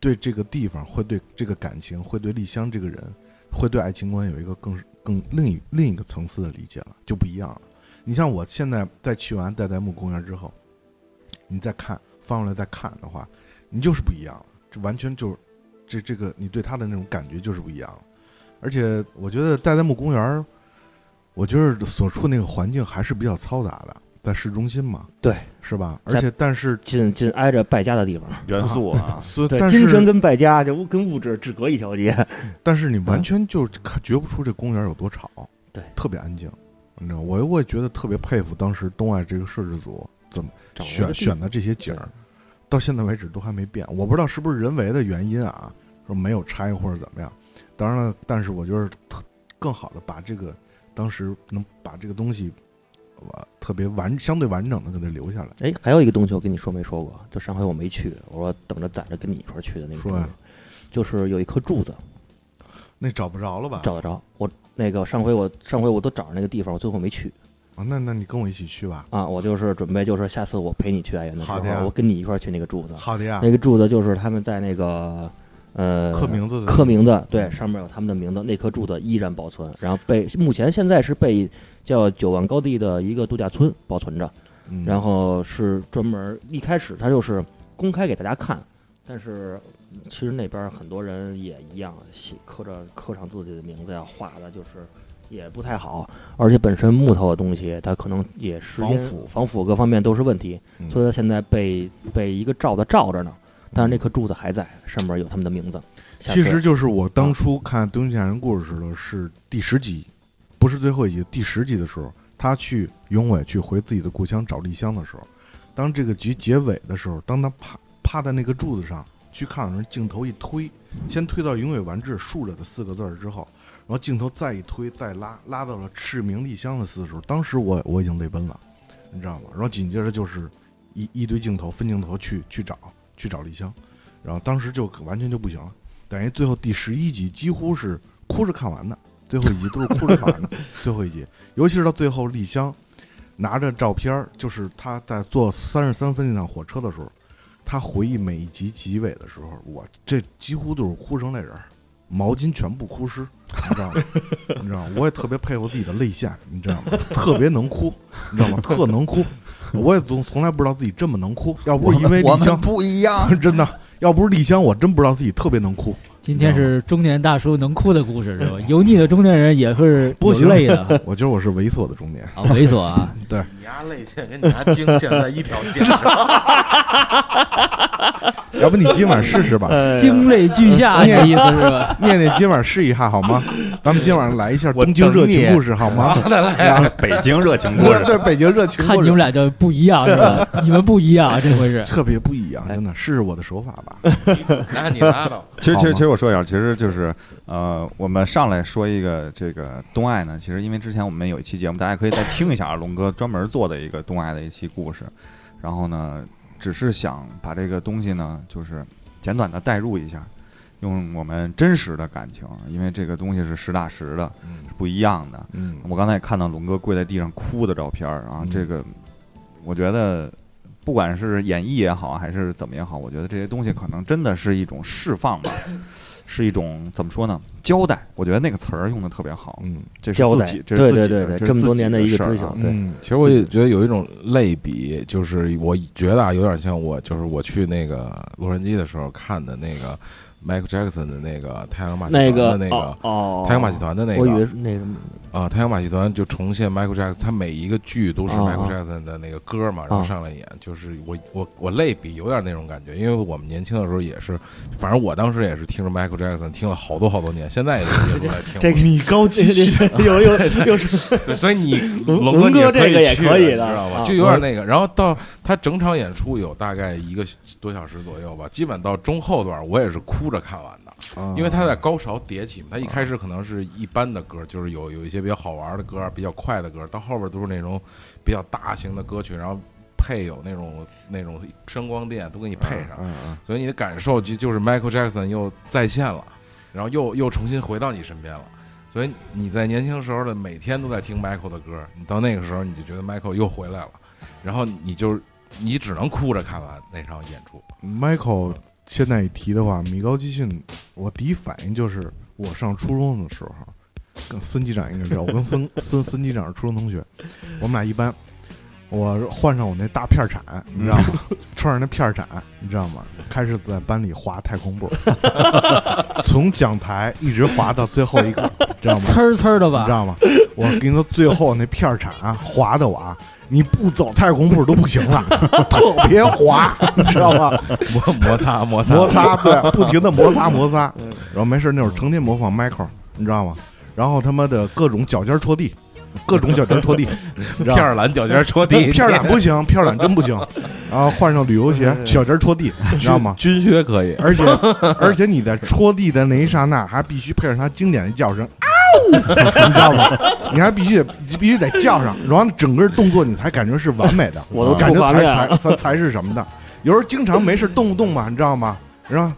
E: 对这个地方，会对这个感情，会对丽香这个人，会对爱情观有一个更更另一另一个层次的理解了，就不一样了。你像我现在在去完代代木公园之后，你再看翻过来再看的话，你就是不一样了，这完全就是这这个你对它的那种感觉就是不一样了。而且我觉得代代木公园儿，我觉得所处那个环境还是比较嘈杂的，在市中心嘛，
D: 对，
E: 是吧？
D: 在
E: 而且但是
D: 紧紧挨着败家的地方，
A: 元素啊，
E: 所以，
D: 对，
E: 但
D: 精神
E: 是
D: 跟败家就跟物质只隔一条街。
E: 但是你完
D: 嗯
E: 全就是看觉不出这公园有多吵，
D: 对
E: 特别安静。你知道，我我也觉得特别佩服当时东爱这个摄制组怎么
D: 找了个
E: 选
D: 地
E: 选的这些景儿，到现在为止都还没变。我不知道是不是人为的原因啊，说没有拆或者怎么样。当然了，但是我觉得特更好的把这个当时能把这个东西，我特别完相对完整的给它留下来。
D: 哎，还有一个东西我跟你说没说过，就上回我没去，我说等着攒着跟你一块儿去的那个
E: 说
D: 东西
E: 呀，啊
D: 就是有一颗柱子
E: 那找不着了吧？
D: 找得着。我那个上回我上回我都找着那个地方，我最后没去
E: 啊，那那你跟我一起去吧。
D: 啊。我就是准备就是下次我陪你去爱媛的时
E: 好的呀
D: 候，我跟你一块儿去那个柱子。
E: 好的呀，
D: 那个柱子就是他们在那个呃
E: 刻名字嗯的
D: 刻名字，对，上面有他们的名字，那颗柱子依然保存，然后被目前现在是被叫九万高地的一个度假村保存着。
E: 嗯，
D: 然后是专门一开始它就是公开给大家看，但是嗯其实那边很多人也一样写刻着刻上自己的名字呀，画的就是也不太好，而且本身木头的东西它可能也是
E: 防腐
D: 防腐各方面都是问题，
E: 嗯
D: 所以它现在被被一个罩子罩着呢。但是那颗柱子还在，上面有他们的名字。下
E: 其
D: 次
E: 实就是我当初看《东京夏人故事》的时候是第十集，不是最后一集，第十集的时候，他去永伟去回自己的故乡找丽香的时候，当这个局结尾的时候，当他趴趴在那个柱子上去看的时候，镜头一推，先推到永伟完治竖着的四个字儿之后，然后镜头再一推，再拉拉到了赤名丽香的字的时候，当时我我已经泪奔了，你知道吗？然后紧接着就是一一堆镜头分镜头去去找去找丽香，然后当时就完全就不行了。等于最后第十一集几乎是哭着看完的，最后一集都是哭着看 完的，最后一集，尤其是到最后丽香拿着照片儿，就是她在坐三十三分那趟火车的时候，她回忆每一集结尾的时候，我这几乎都是哭成泪人儿，毛巾全部哭湿，你知道吗？ 你知道吗？我也特别佩服自己的泪腺，你知道吗？特别能哭，你知道吗？特能哭，我也从从来不知道自己这么能哭，要不是因 为
A: 我
E: 丽
A: 们
E: 香，
A: 不一样。
E: 真的。要不是丽香，我真不知道自己特别能哭。
B: 今天是中年大叔能哭的故事是吧？油腻的中年人也是
E: 不
B: 有
E: 行
B: 泪的
E: 我觉得我是猥琐的中年。
B: 啊，猥琐 啊！
C: 你丫泪腺跟你丫经现在一条线上，
E: 要不你今晚试试吧，
B: 惊泪俱下，你的意思是 吧？
E: 念念今晚试一下好吗？咱们今晚来一下
C: 我
E: 东京
C: 等
E: 热情
C: 你
E: 故事好吗？
A: 北京热情故
E: 对
A: 事，
E: 对，北京热情
B: 看
E: 故
B: 你
E: 事
B: 们俩就不一样是吧？你们不一样啊，这回是
E: 特别不一样，真的试试我的手法吧。
C: 那你拉倒。
A: 其实，其
E: 好
A: 实，
E: 吗
A: 其实我说一下，其实就是，呃，我们上来说一个这个东爱呢，其实因为之前我们有一期节目，大家可以再听一下啊，龙哥专门做的一个东爱的一期故事，然后呢，只是想把这个东西呢，就是简短的带入一下，用我们真实的感情，因为这个东西是实打实的，
E: 嗯
A: 是不一样的。
E: 嗯
A: 我刚才也看到龙哥跪在地上哭的照片儿啊
E: 嗯，
A: 这个我觉得，不管是演绎也好，还是怎么也好，我觉得这些东西可能真的是一种释放 吧，是一种怎么说呢？交代，我觉得那个词儿用的特别好，
E: 嗯
A: 这是
D: 交
A: 自
D: 代
A: 己，，这是
D: 对
A: 自己
D: 对
A: 的
D: 对对，
A: 是
D: 这么
A: 自
D: 多
A: 己
D: 年
A: 的
D: 一个
A: 事儿
D: 追
A: 啊
D: 求，对，
E: 嗯，
C: 其实我也觉得有一种类比，就是我觉得啊，有点像我就是我去那个洛杉矶的时候看的那个 Michael Jackson 的那个太阳马戏
D: 那
C: 团
D: 个
C: 的那
D: 哦
C: 个
D: 哦，
C: 太阳马戏团的那
D: 我以为
C: 个
D: 是那什么，
C: 啊，太阳马戏团就重现 Michael Jackson，他每一个剧都是
D: 哦
C: Michael Jackson 的那个歌嘛，然后
D: 哦
C: 上来演，就是我我我类比有点那种感觉，因为我们年轻的时候也是，反正我当时也是听着 Michael Jackson 听了好多好多年，现在也都 在听。
D: 这个你高级，有有有是
G: 对，所以 你
D: 龙
G: 龙
D: 龙哥
G: 你
D: 这个也
G: 去
D: 可以
G: 你
D: 的
G: 知道吧
D: 啊？
C: 就有点那个。然后到他整场演出有大概一个多小时左右吧，基本到中后段我也是哭着看完的，
D: 啊
C: 因为他在高潮迭起嘛。他一开始可能是一般的歌，就是有有一些比较好玩的歌，比较快的歌，到后边都是那种比较大型的歌曲，然后配有那种那种声光电都给你配上，
E: 嗯嗯
C: 所以你的感受就就是 Michael Jackson 又再现了，然后又又重新回到你身边了。所以你在年轻时候的每天都在听 Michael 的歌，你到那个时候你就觉得 Michael 又回来了，然后你就你只能哭着看完那场演出。
E: Michael 现在一提的话，米高基逊，我第一反应就是我上初中的时候，跟孙机长应该知道，我跟孙 孙孙机长是初中同学，我们俩一班。我换上我那大片儿铲，你知道吗？穿上那片儿铲，你知道吗？开始在班里滑太空步， 从讲台一直滑到最后一个，知道吗？
B: 呲儿呲儿的
E: 你知
B: 吧？
E: 道吗？我跟你说，最后那片儿铲啊，滑的我啊，你不走太空步都不行 了，特别滑，你知道吗？
C: 摩摩擦摩擦嗯
E: 摩擦，对，不停的摩擦摩擦。然后没事，那会儿成天模仿 Michael，你知道吗？然后他妈的各种脚尖戳地，各种脚尖戳地，你知道
C: 片
E: 吗
C: 儿蓝脚尖戳地，
E: 片儿懒不行，片儿懒真不行。然后换上旅游鞋，
C: 嗯
E: 脚尖戳地，你知道吗？
C: 军靴可以，
E: 而且而且你在戳地的那一刹那，还必须配上他经典的叫声“嗷”， 你知道吗？你还必须得必须得叫上，然后整个动作你才感觉是完美的，
D: 我都
E: 感
D: 出
E: 觉
D: 房
E: 才
D: 去了
E: 才才才是什么的。有时候经常没事动不动吧，你知道吗？然后。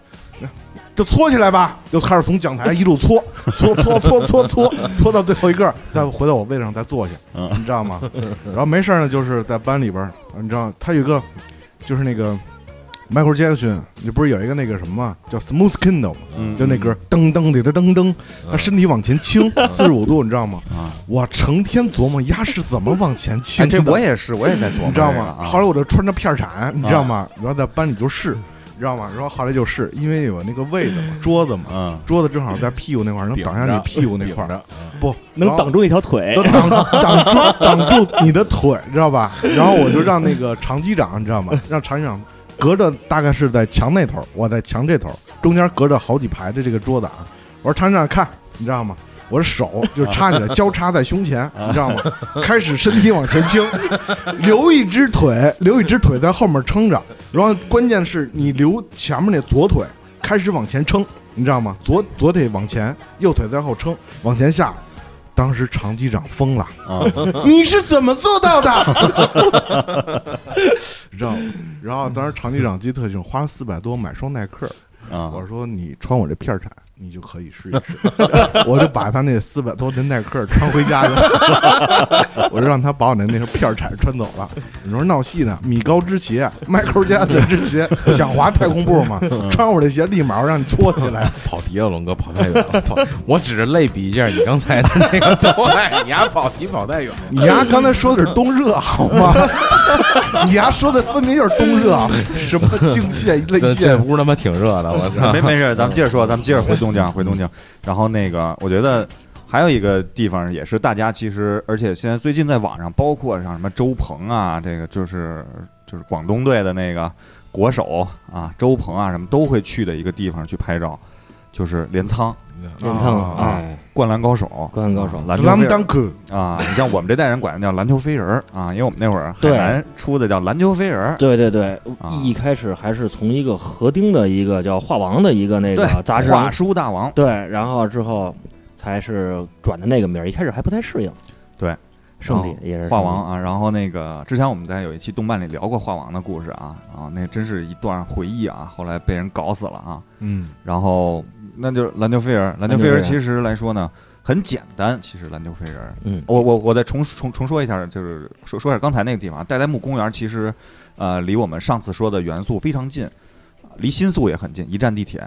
E: 就搓起来吧，就开始从讲台一路搓，搓搓搓搓搓，搓到最后一个，再回到我位置上再坐下，
A: 嗯
E: 你知道吗？然后没事儿呢，就是在班里边儿，你知道他有一个，就是那个 Michael Jackson，你不是有一个那个什么吗叫 Smooth Kindle 吗？
A: 嗯
E: 就那歌噔噔的噔噔，他身体往前 倾四十五度，你知道吗？
A: 啊，
E: 我成天琢磨鸭是怎么往前倾
A: 哎，
E: 的，
A: 这我也是，我也在琢磨，
E: 你知道吗？
A: 啊
E: 后来我就穿着片儿铲，你知道吗？然后在班里就试，你知道吗？然后后来就试，因为有那个位 子嘛，桌子嘛，
A: 嗯，
E: 桌子正好在屁股那块儿，能挡下你屁股那块
C: 顶
E: 儿
C: 着，
E: 不
D: 嗯能。
E: 然后
D: 挡住一条腿
E: 都，挡挡住 挡住你的腿，知道吧？然后我就让那个常机长，你知道吗？让常机长隔着大概是在墙那头，我在墙这头，中间隔着好几排的这个桌子啊。我说常机长看，你知道吗？我的手
C: 啊
E: 就插起来，交叉在胸前，你知道吗？开始身体往前倾，留一只腿，留一只腿在后面撑着，然后关键是你留前面那左腿开始往前撑，你知道吗？左左腿往前，右腿在后撑，往前下。当时常机长疯了，
A: 啊，
E: 你是怎么做到的？ 你知道吗？然后当时常机长记得特清，花了四百多买双耐克。
A: 啊
E: 我说你穿我这片儿铲，你就可以试一试。 我就把他那四百多的耐克穿回家去了， 我就让他把我那那个片儿铲穿走了。你说闹戏呢？米高之鞋，迈克尔·杰克逊之鞋，想滑太空步吗？
D: 嗯
E: 穿我这鞋，立马让你搓起来。
C: 跑题了，龙哥跑太远了。跑，我只是类比一下你刚才的那个对，你丫跑题跑太远了。
E: 你丫刚才说的是冬热好吗？ 你丫说的分明就是冬热，啊什么经线、泪
C: 这这
E: 腺。
C: 屋他妈挺热的，我 操！
A: 没没 事，咱们接着说，咱们接着回东江，回东江。然后那个，我觉得还有一个地方也是大家其实，而且现在最近在网上，包括像什么周鹏啊，这个就是就是广东队的那个国手啊，周鹏啊什么都会去的一个地方去拍照，就是镰仓
C: 嗯
D: 镰仓
E: 啊
A: 啊
D: 哎，
A: 灌篮高手。
D: 灌篮高手，
A: 篮球飞
E: Slam
A: 人
E: dunk，
A: 啊，你像我们这代人管它叫篮球飞人儿啊，因为我们那会儿海
D: 对
A: 南出的叫篮球飞人儿，
D: 对对对
A: 啊，
D: 一开始还是从一个河丁的一个叫画王的一个那个
A: 对
D: 杂志上
A: 画书大王，
D: 对，然后之后才是转的那个名儿，一开始还不太适应。
A: 对，
D: 圣
A: 然
D: 地也是
A: 画
D: 圣地
A: 王，啊，然后那个之前我们在有一期动漫里聊过画王的故事啊，啊，那真是一段回忆啊，后来被人搞死了啊。
E: 嗯，
A: 然后那就是兰德菲尔，兰德
D: 兰德
A: 菲尔
D: 菲尔
A: 其实来说呢很简单，其实兰德菲尔，
D: 嗯
A: 我我我再重重重说一下，就是说说一下刚才那个地方，代代木公园其实呃离我们上次说的元素非常近，离新宿也很近，一站地铁。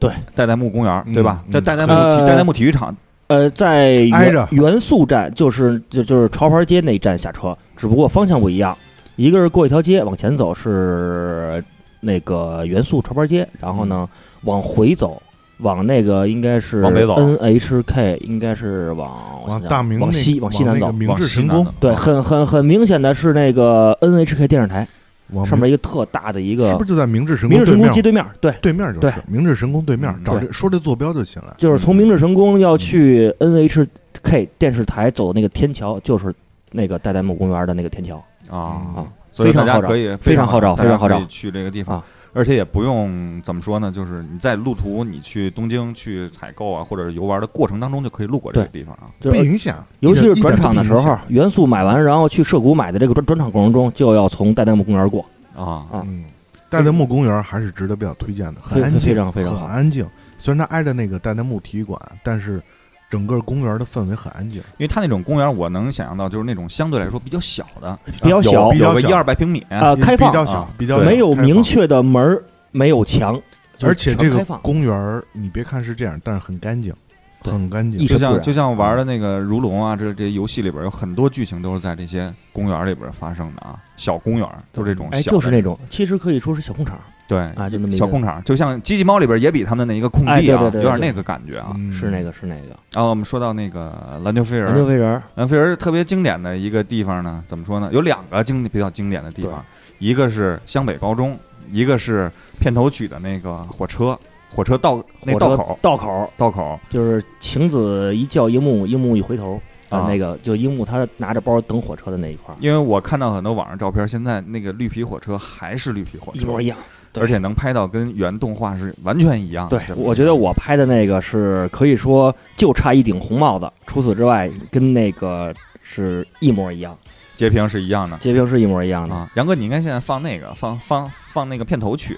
D: 对，
A: 代代木公园，
E: 嗯
A: 对吧？
E: 嗯
A: 这代代木体
D: 呃
A: 代代木体育场，
D: 呃，在元
E: 挨着
D: 元素站，就是就就是潮牌街那一站下车，只不过方向不一样，一个是过一条街往前走是那个元素潮牌街，然后呢往回走，往那个应该是
A: 嗯往北走
D: N H K 应该是往我想
E: 往
D: 想
E: 大明
D: 往
E: 那
D: 西
E: 往
D: 西南
E: 那个
D: 走。
E: 明
A: 往
E: 治
A: 西
E: 神
A: 南
E: 宫
A: 的，
D: 对，很很很明显的是那个 N H K 电视台
E: 往
D: 上面一个特大的一
E: 一
D: 个
E: 哦是不是就在明治神
D: 明
E: 宫
D: 治
E: 对
D: 神
E: 面啊
D: 宫？街对面，对，
E: 对面就
D: 对
E: 是明治神宫对面
A: 嗯，
E: 找
D: 对
E: 这说这坐标就行了。
D: 就是从明治神宫要去 NHK 电视台走的那个天桥，就是那个代代木公园的那个天桥。
A: 啊
D: 啊，
A: 所以
D: 非
A: 大
D: 常
A: 家
D: 号召
A: 可以
D: 非常号召
A: 大家
D: 非常号召
A: 可以去这个地方
D: 啊，
A: 而且也不用怎么说呢，就是你在路途你去东京去采购啊或者是游玩的过程当中就可以路过这个地方啊。
D: 就
E: 不
D: 是
E: 影响，
D: 尤其
E: 一
D: 是
E: 点一点
D: 转
E: 都
D: 场的
E: 不
D: 时
E: 影
D: 候
E: 响，
D: 元素买完，然后去涉谷买的这个转转场过程中，就要从代代木公园过。
A: 啊，
D: 啊
E: 嗯，代代木公园还是值得比较推荐的，很
D: 非
E: 安静，
D: 非常非常好
E: 很安静。虽然它挨着那个代代木体育馆，但是整个公园的氛围很安静。
A: 因为它那种公园，我能想象到就是那种相对来说比较小的，啊
D: 比较小
A: 有有个
E: 比较小
A: 一二百平米
D: 啊，开放
E: 比较小
A: 啊，
E: 比较
A: 对
E: 小
D: 没有
E: 开放
D: 明确的门儿，没有墙，就是
E: 而且
D: 全
E: 这个
D: 开放。
E: 公园儿，你别看是这样，但是很干净，
D: 对
E: 很干
D: 一
E: 净。
A: 就
D: 尘不啊
A: 像
D: 染
A: 就像玩的那个如龙啊，这这些游戏里边有很多剧情都是在这些公园里边发生的啊，小公园就这种小的，
D: 哎，就是那种，其实可以说是小空场
A: 对
D: 啊，就那么一个
A: 小空场，就像机器猫里边也比他们的那一个空地啊，
D: 哎对对对
A: 有点
D: 对
A: 那个感觉啊。
E: 嗯
D: 是那个是那个，
A: 然后我们说到那个兰德菲尔，
D: 安全为人儿
A: 兰菲尔特别经典的一个地方呢，怎么说呢？有两个经比较经典的地方，一个是湘北高中，一个是片头曲的那个火车，火车道那
D: 火
A: 道
D: 车啊
A: 口，
D: 道口
A: 道口
D: 就是晴子一叫樱木，樱木一回头
A: 啊
D: 啊，那个就樱木他拿着包等火车的那一块儿，
A: 因为我看到很多网上照片，现在那个绿皮火车还是绿皮火车，
D: 一模一样。啊对
A: 而且能拍到跟原动画是完全一样的。
D: 对，我觉得我拍的那个是可以说就差一顶红帽子，除此之外跟那个是一模一样，
A: 截屏是一样的
D: 截屏是一模一样的。
A: 啊。杨哥，你应该现在放那个，放放放那个片头曲。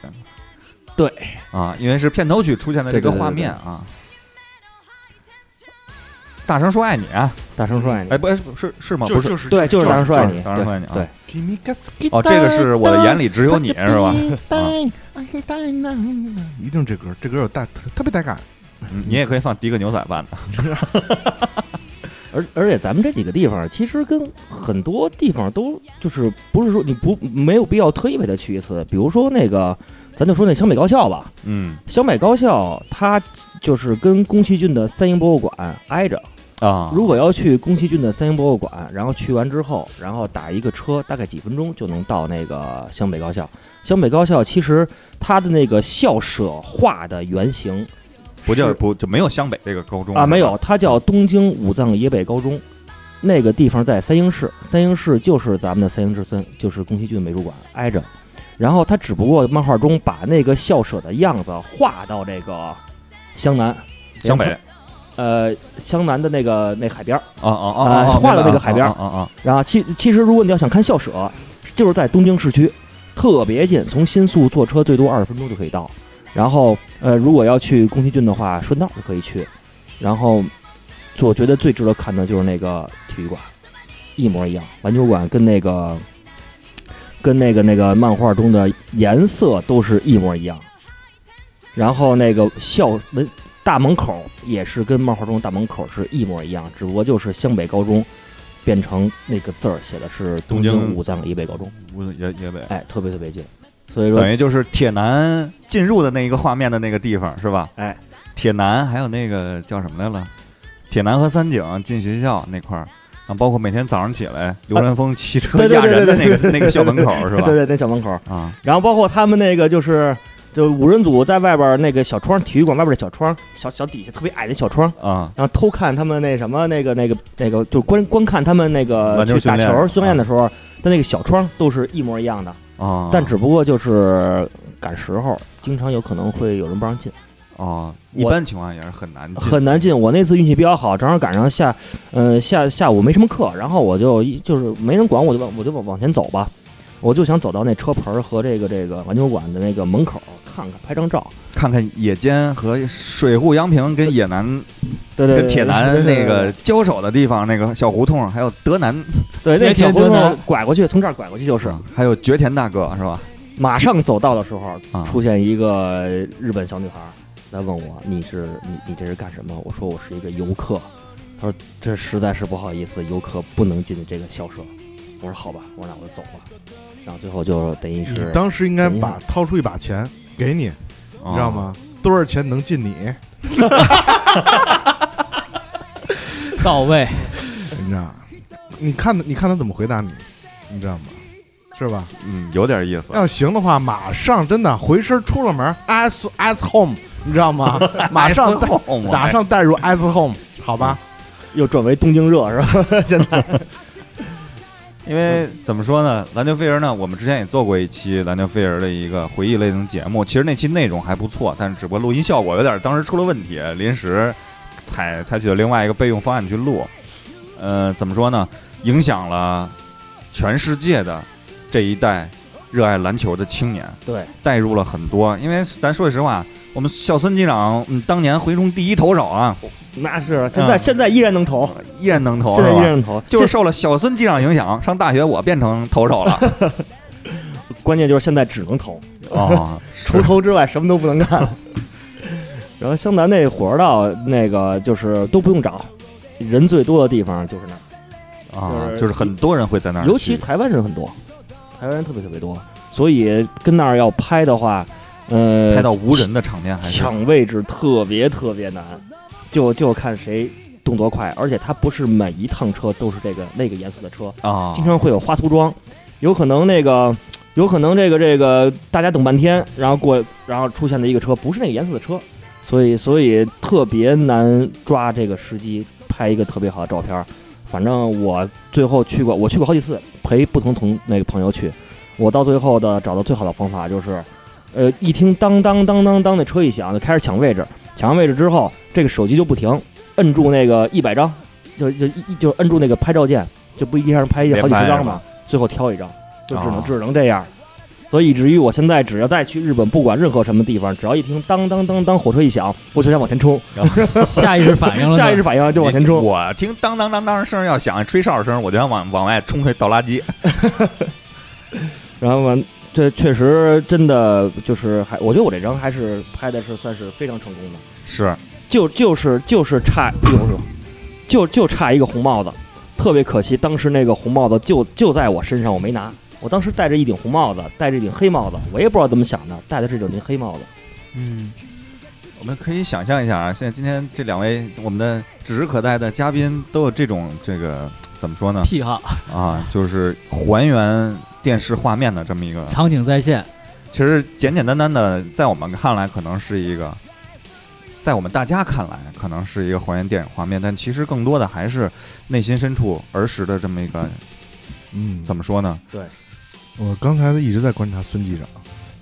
D: 对
A: 啊，因为是片头曲出现的这个
D: 对对对对
A: 画面啊。大声说爱你，
D: 大声说爱你，
A: 哎，不是是是吗？
E: 就
A: 不是，
E: 就是
D: 对，啊就是
A: 是
D: 大声说爱你，
A: 大声说爱你
D: 对
A: 啊。
D: 对，
E: Kimi Gatsuki
A: 哦，这个是我的眼里只有你是吧？ 啊，
E: 一定这歌，这歌有带特特别带感。
A: 嗯你也可以放迪克牛仔版的。
D: 而而且咱们这几个地方其实跟很多地方都就是不是说你不没有必要特意为它去一次，比如说那个，咱就说那湘北高校吧，
A: 嗯
D: 湘北高校它就是跟宫崎骏的三鹰博物馆挨着。
A: 啊，
D: 如果要去宫崎骏的三鹰博物馆，然后去完之后，然后打一个车，大概几分钟就能到那个湘北高校。湘北高校其实它的那个校舍画的原型
A: 不就是不就没有湘北这个高中
D: 啊，没
A: 是
D: 有，
A: 吧
D: 它叫东京武藏野北高中，那个地方在三鹰市，三鹰市就是咱们的三鹰之森，就是宫崎骏美术馆挨着。然后它只不过漫画中把那个校舍的样子画到这个湘南，
A: 湘北
D: 呃湘南的那个那海边儿。
A: 啊啊啊
D: 啊
A: 啊，
D: 画的
A: 明
D: 那
A: 白
D: 个海边
A: 啊啊啊啊，
D: 然后其其实如果你要想看校舍，就是在东京市区，特别近，从新宿坐车最多二十分钟就可以到。然后呃，如果要去宫崎骏的话，顺道就可以去。然后我觉得最值得看的就是那个体育馆，一模一样，篮球馆跟那个呃跟那个那个漫画中的颜色都是一模一样。然后那个校门大门口也是跟漫画中的大门口是一模一样，只不过就是湘北高中变成那个字儿写的是
A: 东
D: 东
A: 京
D: 京武藏野北高中，
A: 我也也北。
D: 哎，特别特别近。所以说
A: 等于就是铁男进入的那一个画面的那个地方是吧？
D: 哎，
A: 铁男还有那个叫什么来了？铁男和三井进学校那块儿，啊，包括每天早上起来，刘传峰骑车
D: 对对
A: 压
D: 对
A: 人的
D: 对
A: 那
D: 对
A: 个那个校门口是吧
D: 对？对，那小门口。
A: 啊，
D: 然后包括他们那个就是，就五人组在外边儿那个小窗，体育馆外边儿的小窗，小小底下特别矮的小窗，
A: 啊，
D: 然后偷看他们那什么那个那个那个，就观观看他们那个
A: 篮球
D: 去打
A: 训练
D: 球训练的时候，他那个小窗都是一模一样的，
A: 啊，
D: 但只不过就是赶时候，经常有可能会有人不让进，
A: 啊，一
D: 我
A: 般情况也是很难进，
D: 很难进。我那次运气比较好，正好赶上下，呃下下午没什么课，然后我就一就是没人管，我就往我就往往前走吧。我就想走到那车棚儿和这个这个篮球馆的那个门口儿看看，拍张照。
A: 看看野间和水户洋平跟野南
D: 对对，
A: 跟
D: 对
A: 铁男那，
D: 对对对
A: 个交手的地方，那个小胡同，还有德南，
D: 对对那
B: 铁
D: 小
B: 铁
D: 胡
B: 德
D: 同
B: 南
D: 拐过去，从这儿拐过去就是。
A: 还有绝田大哥是吧？
D: 马上走到的时候
A: 啊，
D: 出现一个日本小女孩儿来问我：“你是你你这是干什么？”我说：“我是一个游客。”她说：“这实在是不好意思，游客不能进这个校舍。”我说：“好吧。”我说：“那我就走了。”然后最后就等于
E: 你
D: 是
E: 当时应该把
D: 等
E: 掏出一把钱给你，你
A: 你
E: 知道？吗？多少钱能进你？
B: 到位，
A: 嗯
E: 你知道？你看他，你看他怎么回答你，你知道吗？是吧？
A: 嗯，有点意思。
E: 要行的话，马上真的回身出了门，as as home，你知 道吗？马上带，马上带入 as home，好吧？
D: 又转为东京热是 吧？
A: 因为怎么说呢，篮球飞人呢，我们之前也做过一期篮球飞人的一个回忆类型节目，其实那期内容还不错，但是只不过录音效果有点，当时出了问题，临时采采取了另外一个备用方案去录，呃，怎么说呢，影响了全世界的这一代热爱篮球的青年，
D: 对，
A: 带入了很多，因为咱说句实话，我们小森机长，嗯，当年回中第一投手啊，
D: 那是现在、
A: 嗯
D: 现在依然能投，
A: 依然能投，
D: 现在
A: 是
D: 依
A: 吧
D: 然能投，
A: 就是
D: 现
A: 受了小森机长影响，上大学我变成投手 了。
D: 关键就是现在只能 投，
A: 哦，
D: 除投之外什么都不能干。 然后湘南那火车道那个就是都不用找，人最多的地方就是那儿。
A: 啊，
D: 就是
A: 就是很多人会在那儿去，
D: 尤其台湾人很多，台湾人特别特别多，所以跟那儿要拍的话，呃，
A: 拍到无人的场面还是
D: 抢位置特别特别难，就就看谁动作快，而且它不是每一趟车都是这个那个颜色的车，
A: 啊，
D: 经常会有花涂装，有可能那个。有可能这个这个大家等半天，然后过，然后出现的一个车不是那个颜色的车，所以所以特别难抓这个时机拍一个特别好的照片儿。反正我最后去过，我去过好几次，陪不同同那个朋友去。我到最后的找到最好的方法就是，呃，一听当当当当当，那车一响就开始抢位置，抢完位置之后，这个手机就不停，摁住那个一百张，就就一就摁住那个拍照键，就不一天拍好几十
A: 连拍
D: 张
A: 是
D: 嘛
A: 吧，
D: 最后挑一张，就只能、
A: 哦
D: 只能这样。所以以至于我现在只要再去日本，不管任何什么地方，只要一听当当当当火车一响，我就想往前冲，
B: 下意识反应了呢，
D: 下意识反应就往前冲。
A: 我听当当当当声要响，吹哨声，我就想往往外冲去倒垃圾。
D: 然后完，这确实真的就是还，我觉得我这张还是拍的是算是非常成功的，
A: 是，
D: 就就是就是差，哎呦呦，就就差一个红帽子，特别可惜，当时那个红帽子就就在我身上，我没拿。我当时戴着一顶红帽子，戴着一顶黑帽子，我也不知道怎么想的，戴的是这顶黑帽子。
B: 嗯，
A: 我们可以想象一下啊，现在今天这两位我们的指日可待的嘉宾都有这种这个怎么说呢
B: 癖好，
A: 啊，就是还原电视画面的这么一个，
B: 场景再现，
A: 其实简简单单的，在我们看来可能是一个。在我们大家看来，可能是一个还原电影画面，但其实更多的还是内心深处儿时的这么一个
E: 嗯，
A: 怎么说呢？
E: 我刚才一直在观察孙机长，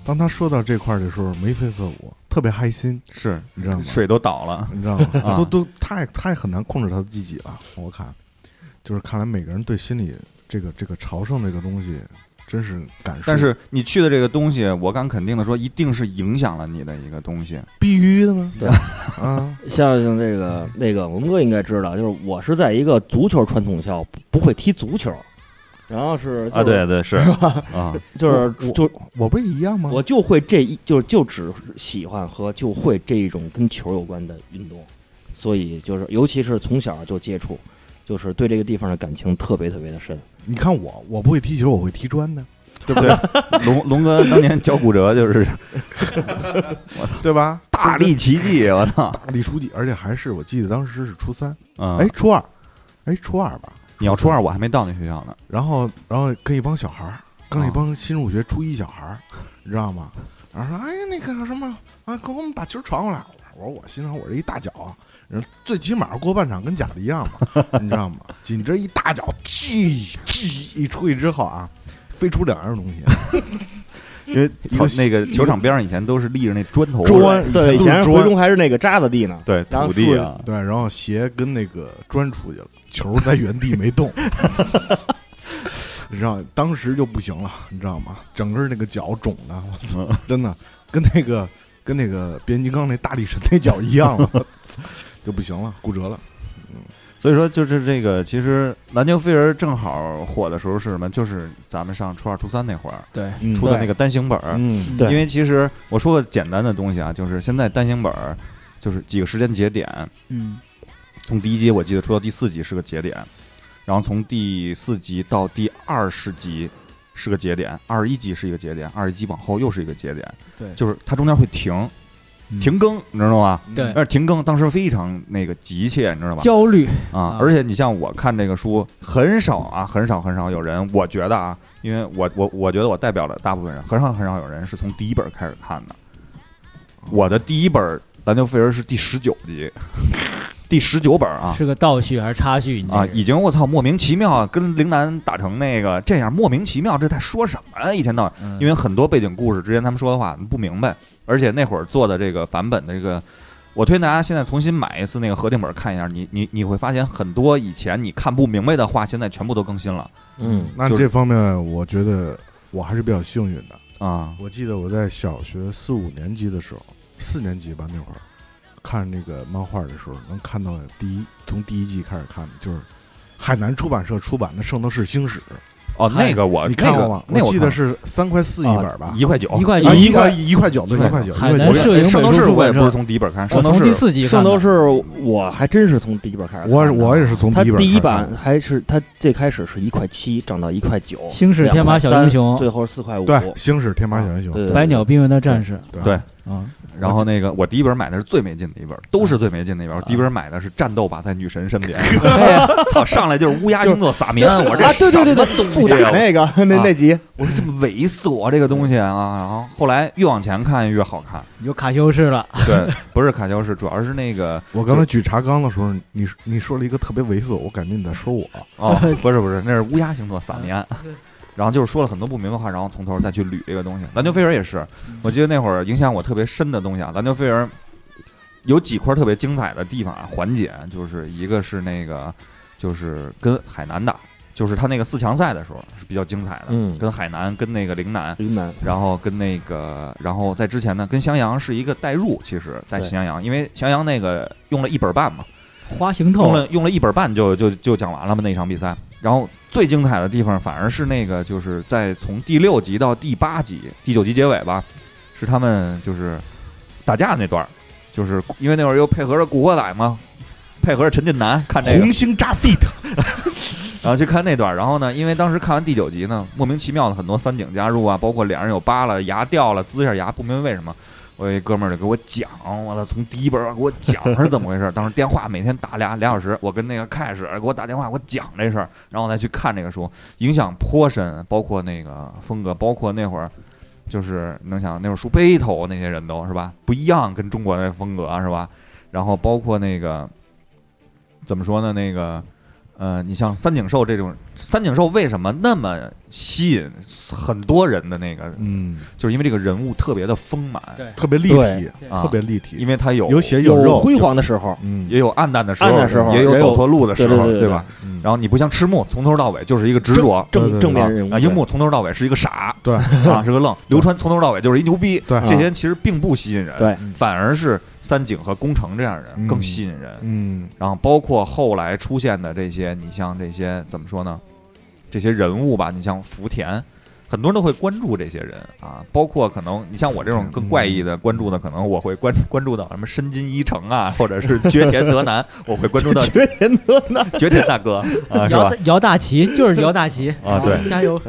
E: 当他说到这块儿的时候，眉飞色舞，特别嗨心，
A: 是
E: 你知道吗？
A: 水都倒了，
E: 你知道吗？
A: 啊
E: 都都太太很难控制他自己了。我看，就是看来每个人对心理这个这个朝圣这个东西，真是感受。
A: 但是你去的这个东西，我敢肯定的说，一定是影响了你的一个东西。
E: 必须的吗？
D: 对
E: 啊，
D: 像像这个那个文哥应该知道，就是我是在一个足球传统校，不不会踢足球，然后是就是
A: 啊对是 啊，
D: 就是就
E: 我不也一样吗？
D: 我就会这一就是就只喜欢和就会这一种跟球有关的运动，所以就是尤其是从小就接触，就是对这个地方的感情特别特别的深。
E: 你看我，我不会踢球，我会踢砖的，
A: 对不对？ 龙龙哥当年脚骨折就是
E: 对吧？
A: 大力奇 迹，我操！
E: 大力出击，而且还是我记得当时是初三，
A: 嗯，
E: 哎，，初二，哎，初二吧。
A: 你要初二，我还没到那学校呢。
E: 然后然后跟一帮小孩儿，跟
A: 啊
E: 一帮新入学初一小孩儿，你知道吗？然后说，哎，那个什么啊，给我们把球传过来。我说我心想，我这一大脚，人最起码过半场跟假的一样嘛，你知道吗？紧这一大脚，叽叽一出去之后啊，飞出两样东西，
A: 因为操那个球场边上以前都是立着那砖头，
E: 砖
D: 对，以
E: 都是
D: 前回
E: 砖，
D: 中还是那个渣子地呢，
A: 对
D: 然后
A: 土地啊，
E: 对，然后鞋跟那个砖出去了，球在原地没动。 你知道，当时就不行了，你知道吗？整个那个脚肿的，我操，真的跟那个跟那个变形金刚那大力神那脚一样了，我操就不行了，骨折了。
A: 所以说，就是这个，其实篮球飞人正好火的时候是什么？就是咱们上初二、初三那会儿
B: 对，
E: 嗯
A: 出的那个单行本儿。
E: 嗯
D: 对
A: 因为其实我说个简单的东西啊，就是现在单行本儿，就是几个时间节点，
B: 嗯，
A: 从第一集我记得出到第四集是个节点，然后从第四集到第二十集是个节点，二十一集是一个节点，二十集往后又是一个节点，
B: 对
A: 就是它中间会停
B: 嗯
A: 停更，你知道吗？
B: 对
A: 但是停更当时非常那个急切，你知道吗？
B: 焦虑，
A: 啊
B: 啊！
A: 而且你像我看这个书，很少啊，很少很少有人，我觉得啊，因为我我我觉得我代表了大部分人，很少很少有人是从第一本开始看的。我的第一本篮球飞人是第十九集，第十九本啊
B: 是个倒叙还是插叙？你这
A: 啊，
B: 是
A: 已经我操莫名其妙跟陵南打成那个这样，莫名其妙这在说什么呀？一天到晚，因为很多背景故事之前他们说的话你不明白，而且那会儿做的这个版本的这个。呃我推荐大家现在重新买一次那个核定本看一下，你你你会发现很多以前你看不明白的话，现在全部都更新了
D: 嗯，
E: 那
A: 就是
E: 这方面我觉得我还是比较幸运的。
A: 啊！
E: 我记得我在小学四五年级的时候，四年级吧那会儿，看那个漫画的时候，能看到第一从第一季开始看的就是海南出版社出版的《圣斗士星矢》，
A: 哦，
B: 嗨
A: 那个我
E: 你看
A: 那
E: 过
A: 个
E: 吗？
A: 那
E: 记
A: 看
E: 得
A: 了
E: 是三块四一本
A: 啊，
E: 吧
A: 一块九
B: 一块
E: 啊
B: 九，
E: 一块一块九对
A: 一
E: 一
A: 块
E: 块
A: 九
E: 九，
B: 海
E: 一块
B: 南
E: 九
B: 摄影
A: 圣斗
B: 美术
A: 士
B: 出
A: 我也
B: 版
A: 不是
B: 社，
A: 从第一本看，圣
B: 我
A: 斗
B: 从
A: 士
B: 第四集
D: 圣
B: 看的
D: 斗士我还真是从第一本开始看的，
E: 我是我也是从
D: 它
E: 第一本开
D: 第一
E: 始看
D: 版
E: 的
D: 还是它最开始是一块七，涨到一块九，
B: 星矢天马小英雄
D: 2.3最后四块五，
E: 对《星矢天马小英雄》
D: 对
B: 百鸟冰原的战士，
A: 对
B: 啊，
A: 然后那个我第一本买的是最没劲的一本，都是最没劲的一本。我第一本买的是《战斗吧，在女神身 边》，操，上来就是乌啊鸦星座撒棉，我说这什么东西啊？
D: 那个
A: 啊
D: 集，
A: 我说这么猥琐这个东西啊！然后后来越往前看越好 看，
B: 有卡西欧式了，
A: 对，不是卡西欧是，主要是那个
E: 我刚才举茶缸的时候，你你说了一个特别猥琐，我感觉你在说我。
A: 哦，不是不是，那是乌鸦星座撒棉。然后就是说了很多不明白的话，然后从头再去捋这个东西。篮球飞人也是，我记得那会儿影响我特别深的东西啊，篮球飞人有几块特别精彩的地方啊环节，就是一个是那个就是跟海南打，就是他那个四强赛的时候是比较精彩的，
D: 嗯
A: 跟海南跟那个陵南。
D: 云南，
A: 然后跟那个，然后在之前呢，跟襄阳是一个代入，其实带
D: 对
A: 襄阳，因为襄阳那个用了一本半嘛，
B: 花行
A: 用
B: 透，
A: 了用了一本半就就就讲完了嘛那场比赛。然后最精彩的地方反而是那个，就是在从第六集到第八集、第九集结尾吧，是他们就是打架那段儿，就是因为那会儿又配合着《古惑仔》嘛，配合着陈近南 看这个，
E: 红星炸 fit，
A: 然后去看那段儿。然后呢，因为当时看完第九集呢，莫名其妙的很多三井加入啊，包括脸上有疤了、牙掉了、呲一下牙，不明白为什么。我有一哥们儿就给我讲，我操，从第一本儿给我讲是怎么回事儿。当时电话每天打俩俩小时，我跟那个开始给我打电话，给我讲这事儿，然后我再去看这个书，影响颇深，包括那个风格，包括那会儿。就是能想那会儿梳背头那些人都是吧，不一样，跟中国的风格啊是吧？然后包括那个怎么说呢？那个呃，你像三井寿这种，三井寿为什么那么吸引很多人的那个，
E: 嗯，
A: 就是因为这个人物特别的丰满，
B: 对，
E: 特别立体
B: 对，
A: 啊
E: 特别立体，
A: 因为他有
E: 有血
D: 有
E: 肉，
D: 辉煌的时候，
E: 嗯，
A: 也有暗淡的时候，
D: 暗淡时候
A: 也有
D: 也有
A: 走错路的时候，
D: 对对对对
A: 吧？
E: 嗯
A: 然后你不像赤木，从头到尾就是一个执着。
E: 对对对
D: 正正面
A: 啊
D: 人物
A: 啊，樱木从头到尾是一个 傻，
E: 对
A: 啊，是个愣。流川从头到尾就是一牛逼，
E: 对
A: 这些人其实并不吸引人，
D: 对
A: 反而是三井和宫城这样的人
E: 嗯
A: 更吸引人。
E: 嗯
A: 然后包括后来出现的这些，你像这些怎么说呢？这些人物吧，你像福田，很多人都会关注这些人啊。包括可能你像我这种更怪异
E: 嗯
A: 的关注的，可能我会关关注到什么深津一成啊，或者是绝田德男，我会关注到
D: 绝田德男，
A: 绝田大哥啊，是
B: 姚
A: 吧
B: 大？姚大旗就是姚大旗
A: 啊对
B: 加油，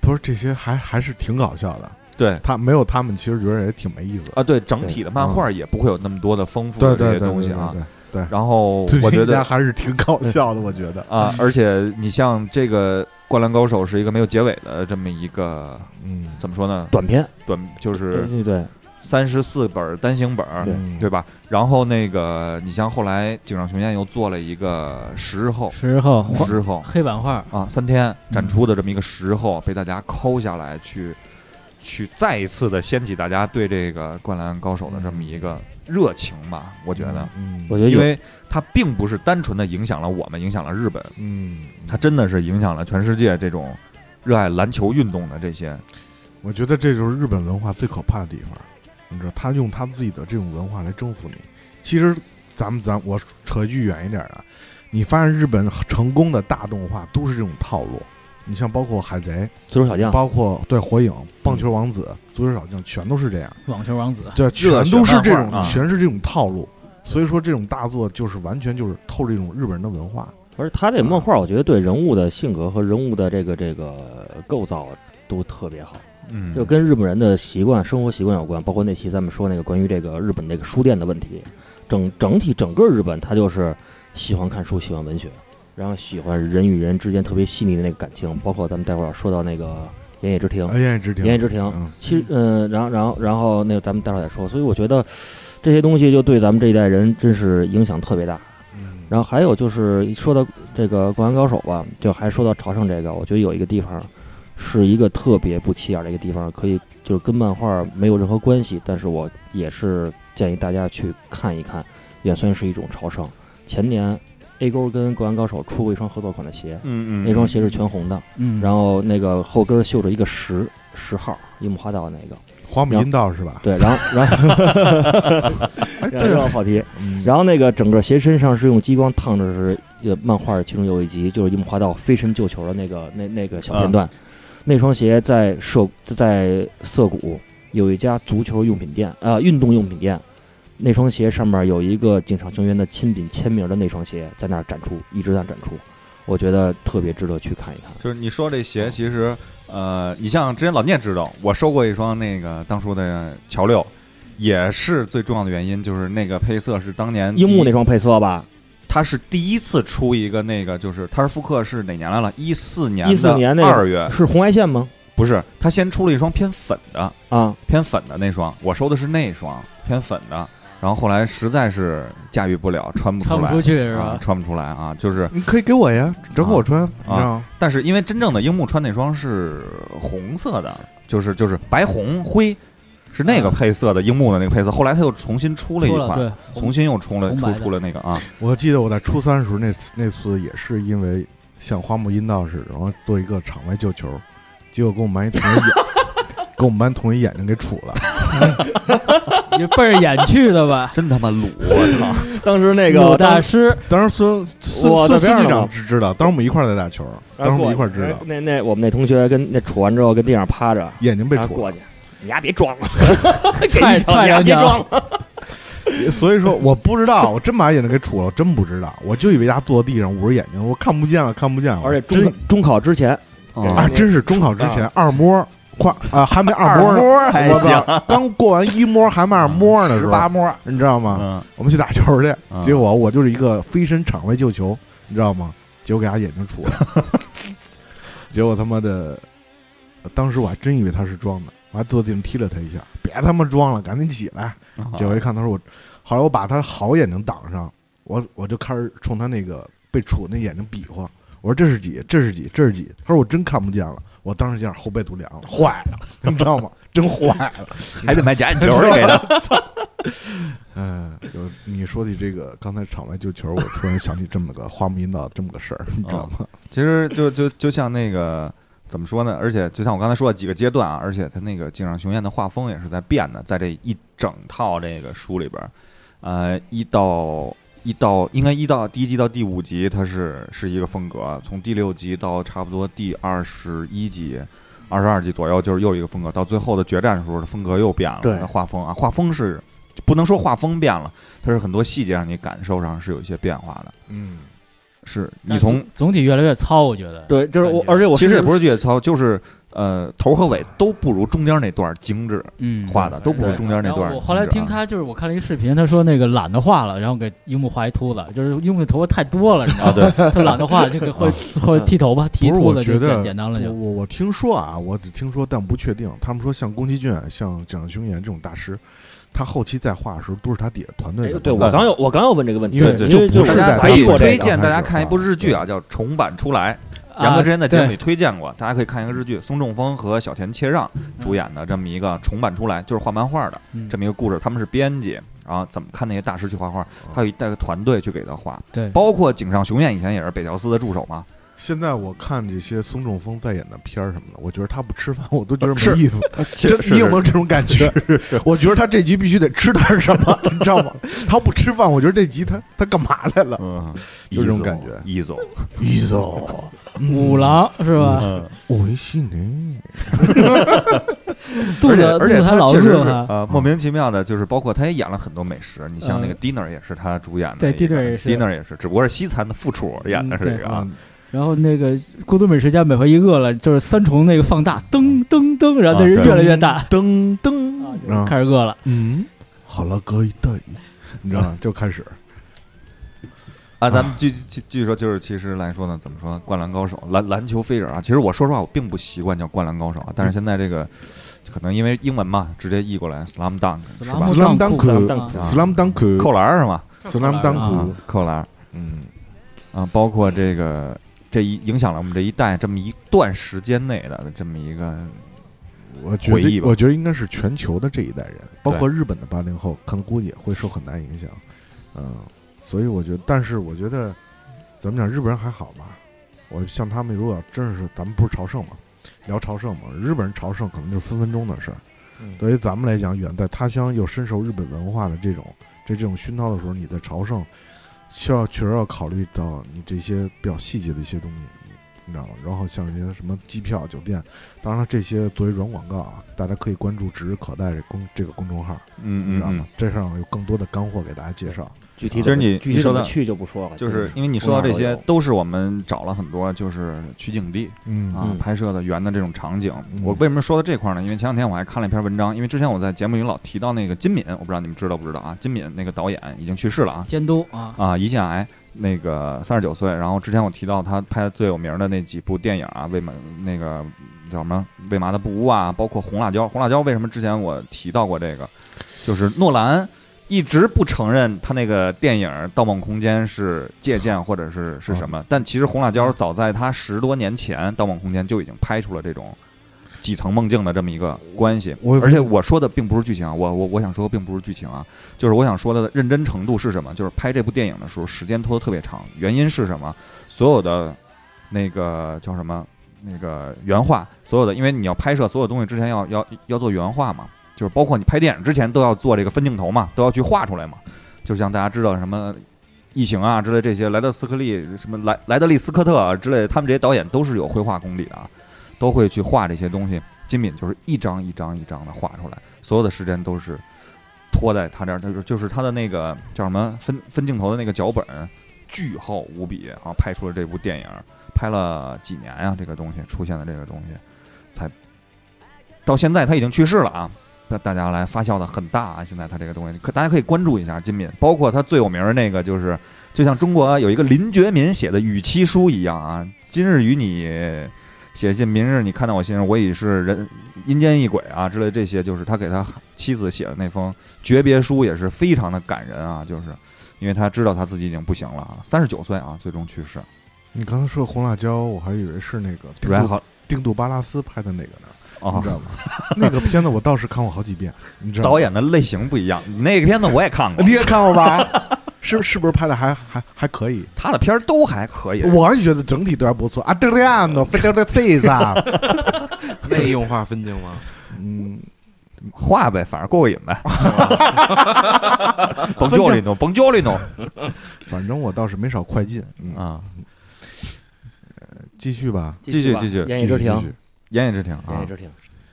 E: 不是这些还还是挺搞笑的。
A: 对
E: 他没有他们，其实觉得也挺没意思的。
A: 啊，对，整体的漫画也不会有那么多的丰富的
E: 嗯对
A: 这
E: 对
A: 些
E: 对，
A: 东
E: 对
A: 西
E: 对
A: 啊。
E: 对，
A: 然后
E: 对
A: 我觉
E: 人家
A: 得
E: 还是挺搞笑的，我觉得。
A: 啊，而且你像这个《灌篮高手》是一个没有结尾的这么一个
E: 嗯，
A: 怎么说呢？
D: 短片，
A: 短就是
D: 对对，
A: 三十四本单行本，儿，
E: 嗯
A: 对吧？然后那个，你像后来井上雄彦又做了一个十日后，
B: 十后黄
A: 十日后
B: 黑板画，
A: 啊，三天展出的这么一个十日后，被大家抠下来去，去再一次的掀起大家对这个《灌篮高手》的这么一个热情吧，我觉得，
E: 嗯
D: 我觉得
A: 因
D: 有
A: 为它并不是单纯的影响了我们，影响了日本，
E: 嗯，
A: 它真的是影响了全世界这种热爱篮球运动的这些，
E: 我觉得这就是日本文化最可怕的地方，你知道，他用他自己的这种文化来征服你。其实，咱们咱我扯一句远一点的，你发现日本成功的大动画都是这种套路。你像包括海贼，
D: 足球小将，
E: 包括对火影、棒球王子、足球小将，全都是这样，
B: 网球王子，
E: 对，
A: 热
E: 全
A: 血
E: 都是这
A: 漫画
E: 种，
A: 啊
E: 全是这种套路。所以说，这种大作就是完全就是透这种日本人的文化。
D: 而且他这漫画，我觉得对人物的性格和人物的这个这个构造都特别好，
A: 嗯，
D: 就跟日本人的习惯、生活习惯有关，包括那期咱们说那个关于这个日本那个书店的问题，整整体整个日本，他就是喜欢看书，喜欢文学，然后喜欢人与人之间特别细腻的那个感情，包括咱们待会儿要说到那个言叶之庭，
A: 嗯
E: 哎，言叶之
D: 言叶
E: 庭，
D: 之庭，
E: 嗯，
D: 其实，嗯、然后，然后，然后，那个咱们待会儿再说。所以我觉得这些东西就对咱们这一代人真是影响特别大。
E: 嗯
D: 然后还有就是说到这个《灌篮高手》吧，就还说到朝圣这个，我觉得有一个地方是一个特别不起眼的一个地方，可以就是跟漫画没有任何关系，但是我也是建议大家去看一看，也算是一种朝圣。前年 A 勾跟《灌篮高手》出过一双合作款的鞋，
A: 嗯嗯，
D: 那双鞋是全红的，
B: 嗯，
D: 然
B: 后
D: 后那个后跟儿绣着一个十十号樱木花道那个。
E: 黄米阴道是吧？哎
D: 对，然后然 后然后绕跑题，
E: 嗯
D: 然后那个整个鞋身上是用激光烫着，是呃漫画其中有一集就是樱木花道飞身救球的那个那那个小片段，那双鞋在涩在涩谷有一家足球用品店啊、运动用品店，那双鞋上面有一个井上雄彦的亲笔签名的那双鞋在那儿展出，一直在展出，我觉得特别值得去看一看。
A: 就是你说这鞋，其实呃，你像之前老聂知道，我收过一双那个当初的乔六，也是最重要的原因，就是那个配色是当年
D: 樱木那
A: 第一，
D: 双配色吧，
A: 他是第一次出一个那个，就是他是复刻是哪年来了？一四年
D: 14年那
A: 的
D: 个
A: 二月，
D: 是红外线吗？
A: 不是他先出了一双偏粉的，
D: 啊，
A: 偏粉的那双，我收的是那双偏粉的，然后后来实在是驾驭不了，穿不
B: 穿
A: 出
B: 不
A: 来
B: 出。去是
A: 啊
B: 吧，？
A: 穿不出来啊，就是，
E: 你可以给我呀，整
A: 啊
E: 给我穿，你知道吗？
A: 但是因为真正的樱木穿那双是红色的，就是就是白红灰，是那个配色的樱木的那个配色。后来他又重新出了一
B: 出了
A: 款，
B: 对，
A: 重新又出了
B: 红
A: 出
B: 白的
A: 出了那个啊，？
E: 我记得我在初三的时候，那次那次也是因为像花木阴道似的，然后做一个场外救球，结果跟我们班一同学眼， 跟我们班同学眼睛给杵了。
B: 你倍儿演去的吧
A: 真他妈鲁！我操，
D: 当时那
B: 鲁
D: 个当
B: 大师
E: 当时孙孙
D: 我在
E: 孙
D: 边
E: 孙
D: 上
E: 局
D: 呢
E: 长知知道，当时我们一块儿在打球，
A: 啊
E: 当时我们一块儿知
A: 哎
E: 道，
D: 哎那那我们那同学跟那杵完之后跟地上趴着，
E: 眼睛被
A: 啊
D: 然后
E: 杵
D: 过
E: 了。
D: 去，你丫别装了，
B: 踹踹两脚，
E: 所以说我不知道，我真把眼睛给杵了，真不知道，我就以为他坐地上捂着眼睛，我看不见了，看不见了。
D: 而且
E: 真
D: 中中考之前，
E: 啊，
D: 嗯
E: 真是中考之前二摸，夸啊还没二摸呢，
A: 摸哎
E: 我操，刚过完一摸还没二摸呢，
A: 十八
E: 摸，你知道吗？
A: 嗯，
E: 我们去打球去，
A: 嗯
E: 结果我就是一个飞身场外救球，你知道吗？结果给他眼睛杵了，结果他妈的，当时我还真以为他是装的，我还坐地上踢了他一下，别他妈装了，赶紧起来！
B: 啊
E: 结果一看，他说我，后来我把他好眼睛挡上，我我就开始冲他那个被杵那眼睛比划，我说这是几，这是几，这是几？他说我真看不见了，我当时一下后背都凉了，坏了， 你知道吗？真坏
B: 嗯
E: 了。
A: 还得买假眼球儿 给他。
E: 嗯，有你说起这个刚才场外救球，我突然想起这么个花木引导这么个事儿，你知道
B: 哦
E: 吗？
A: 其实就就就像那个怎么说呢？而且就像我刚才说的几个阶段啊，而且他那个井上雄彦的画风也是在变的，在这一整套这个书里边儿，呃，一到一到应该一到第一集到第五集，它是是一个风格，啊从第六集到差不多第二十一集。二十二集左右就是又一个风格，到最后的决战的时候，风格又变了。
D: 对
A: 它画风啊，画风是不能说画风变了，它是很多细节让你感受上是有一些变化的。
E: 嗯，
A: 是你从
B: 总体越来越糙，我觉得。
D: 对，就是我，
B: 感觉
D: 而且我
A: 其实也不
D: 是
A: 是越糙，就是呃头和尾都不如中间那段精致。
B: 嗯，
A: 画的都不
B: 对
A: 如中间那
B: 然后
A: 段儿
B: 我后来
A: 精致啊
B: 听他就是我看了一视频，他说那个懒得画了，然后给樱木画一秃子，就是樱木头发太多了，你知道吗？
A: 啊对， 啊
B: 他懒得画，这个会会剃头发，剃
E: 不是
B: 秃
E: 我
B: 子
E: 觉
B: 就
E: 得
B: 简简单了
E: 我
B: 就。
E: 我我听说啊，我只听说但不确定。他们说像宫崎骏、像蒋雄彦这种大师，他后期在画的时候都是他底下团队
D: 哎
E: 的。
D: 对我刚有我刚要问这个问题，
E: 因为
A: 对
D: 因为
E: 就
D: 就
E: 不是
A: 大家
E: 在咱
A: 可
E: 们
A: 以
E: 做
D: 过
E: 这
A: 推
D: 这
E: 个
A: 荐大家
E: 还是啊
A: 看一部日剧啊，叫《重版出来》，
B: 啊
A: 杨哥之前在节目里推荐过，大家可以看一个日剧，松重丰和小田切让
E: 嗯
A: 主演的这么一个重版出来，就是画漫画的
B: 嗯
A: 这么一个故事，他们是编辑。然后怎么看那些大
E: 哦
A: 师去画画？他有一带个团队去给他画，
B: 对
A: 包括井上雄彦以前也是北条司的助手嘛，
E: 现在我看这些松中峰在演的片儿什么的，我觉得他不吃饭， 我都觉
A: 是
E: 得没意思。
A: 这
E: 真，你有没有这种感觉？ 我觉得他这集必须得吃点什么，你知道 吗？他不吃饭，我觉得这集他他干嘛来了？
A: 嗯，
E: 有这种感觉
A: 一 总，
E: 伊总，
B: 五郎是吧？
A: 嗯，
E: 我信你。
B: 肚子肚
A: 嗯而且
B: 子还老
A: 确实是
B: 饿还。
A: 呃莫名其妙的，就是包括他也演了很多美食，你像那个
B: 嗯
A: Dinner 也是他主演的
B: 对
A: 一个
B: Dinner 也是
A: Dinner 也是，只不过是西餐的副厨演的是这
B: 嗯对
A: 个啊
E: 啊，，
B: 然后那个孤独美食家每回一饿了，就是三重那个放大，噔噔噔，然后那
A: 啊
B: 人
A: 对嗯
B: 越来越大，
E: 噔噔
B: 啊，
E: 啊
B: 就开始饿了。
E: 嗯，好了，哥一对，你知道吗？就开始
A: 啊， 咱们继继继续说，就是其实来说呢，怎么说，《灌篮高手》篮篮球飞人啊，其实我说实话，我并不习惯叫《灌篮高手》啊，但
B: 嗯
A: 是现在这个可能因为英文嘛，直接译过来 “slam dunk” 是吧？
E: Slam Dunk
D: Dunk
A: 啊
E: ，slam dunk，
A: 扣篮儿是吗？
E: slam
A: 啊
E: dunk，，
A: 扣篮儿
E: 嗯，
A: 啊，包括这个这一影响了我们这一代这么一段时间内的这么一个
B: 嗯
E: 我觉
A: 回忆
E: 得
A: 吧
E: 我觉得应该是全球的这一代人，包
A: 对
E: 括日本的八零后，可能估计也会受很大影响，嗯，所以我觉得，但是我觉得怎么讲，日本人还好吧？我像他们，如果真是咱们不是朝圣嘛，聊朝圣嘛，日本人朝圣可能就是分分钟的事儿。
D: 嗯
E: 对于咱们来讲，远在他乡又深受日本文化的这种这这种熏陶的时候，你在朝圣，需要确实要考虑到你这些比较细节的一些东西，你你知道吗？然后像一些什么机票、酒店，当然了这些作为软广告啊，大家可以关注“指日可待”这公这个公众号，你
A: 嗯
E: 知道吗？这上有更多的干货给大家介绍。
D: 具体
A: 其实你
D: 具
A: 你
D: 体
A: 说
D: 怎
A: 的
D: 么去就不说了，
A: 就是因为你说到这
D: 公
A: 些
D: 园都有
A: 都是我们找了很多就是取景地
E: 嗯
A: 啊
D: 嗯
A: 拍摄的原的这种场景。
E: 嗯
A: 我为什么说到这块儿呢？因为前两天我还看了一篇文章，因为之前我在节目里老提到那个金敏，我不知道你们知道不知道啊？金敏那个导演已经去世了啊
B: 监督啊，
A: 啊，胰腺癌。那个三十九岁，然后之前我提到他拍的最有名的那几部电影啊，为嘛那个叫什么《为嘛的不污》啊，包括《红辣椒》。红辣椒为什么之前我提到过这个？就是诺兰一直不承认他那个电影《盗梦空间》是借鉴或者是是什么，但其实《红辣椒》早在他十多年前，《盗梦空间》就已经拍出了这种几层梦境的这么一个关系。
E: 我
A: 嗯而且我说的并不是剧情啊，我我我想说并不是剧情啊，就是我想说的认真程度是什么？就是拍这部电影的时候时间拖得特别长，原因是什么？所有的那个叫什么？那个原画，所有的，因为你要拍摄所有东西之前要要要做原画嘛，就是包括你拍电影之前都要做这个分镜头嘛，都要去画出来嘛。就像大家知道什么异形啊之类这些，莱德斯克利什么莱莱德利斯科特啊之类的，他们这些导演都是有绘画功底的啊，都会去画这些东西。金敏就是一张一张一张的画出来，所有的时间都是拖在他这儿，就是就是他的那个叫什么分分镜头的那个脚本巨厚无比，然后拍出了这部电影，拍了几年呀、这个东西出现的这个东西，才到现在他已经去世了啊，大大家来发酵的很大啊！现在他这个东西，可大家可以关注一下金敏，包括他最有名的那个，就是就像中国有一个林觉民写的《与妻书》一样啊，今日与你写信，明日你看到我信上，我已是人阴间一鬼啊之类这些，就是他给他妻子写的那封诀别书，也是非常的感人啊，就是因为他知道他自己已经不行了啊，三十九岁啊，最终去世。
E: 你刚才说红辣椒，我还以为是那个定
A: 然
E: 度
A: 后
E: 定度巴拉斯拍的那个呢，你
A: 啊
E: 知，道吗？那个片子我倒是看过好几遍，你知道吗
A: 导演的类型不一样，那个片子我也看过
E: 你，也看过吧？是是不是拍的还还还可以？
A: 他的片儿都还可以。
E: 我还是觉得整体都还不错。阿德里亚诺·费德勒·塞萨，
C: 那用画分镜吗？
E: 嗯，
A: 画呗，反正过过瘾呗。甭叫里头，甭叫里头
E: 反正我倒是没少快进。嗯，
A: 啊！
E: 继续吧，
A: 继续
D: 吧
A: 继续
D: 言语之
E: 继续
D: 庭，
E: 继续
A: 言语之庭
D: 言
A: 啊
D: 语，之庭，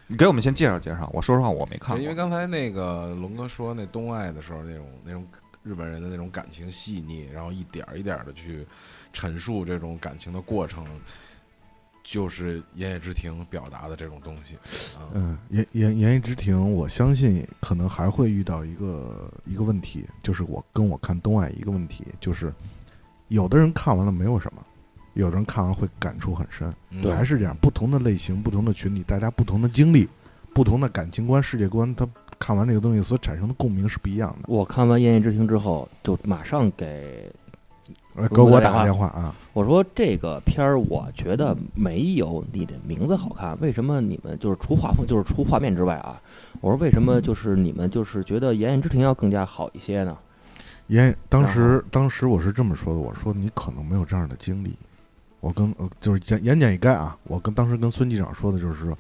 A: 你给我们先介绍介绍。我说实话，我没看
C: 对，因为
A: 过。
C: 刚才那个龙哥说那东爱的时候，那种那种日本人的那种感情细腻，然后一点儿一点的去陈述这种感情的过程，就是言叶之庭表达的这种东西。啊、
E: 嗯，言言言语之庭，我相信可能还会遇到一个一个问题，就是我跟我看东爱一个问题，就是有的人看完了没有什么，有的人看完会感触很深。
C: 嗯，
E: 还是这样，不同的类型、不同的群体，大家不同的经历、不同的感情观、世界观，他看完这个东西所产生的共鸣是不一样的。
D: 我看完《言叶之庭》之后，就马上给
E: 呃，给我打个电话啊！
D: 我说这个片儿，我觉得没有你的名字好看。为什么你们就是除画风，就是除画面之外啊？我说为什么就是你们就是觉得《言叶之庭》要更加好一些呢？
E: 言，当
D: 然
E: 啊时当时我是这么说的，我说你可能没有这样的经历，我跟呃就是言言简意赅啊，我跟当时跟孙机长说的就是说，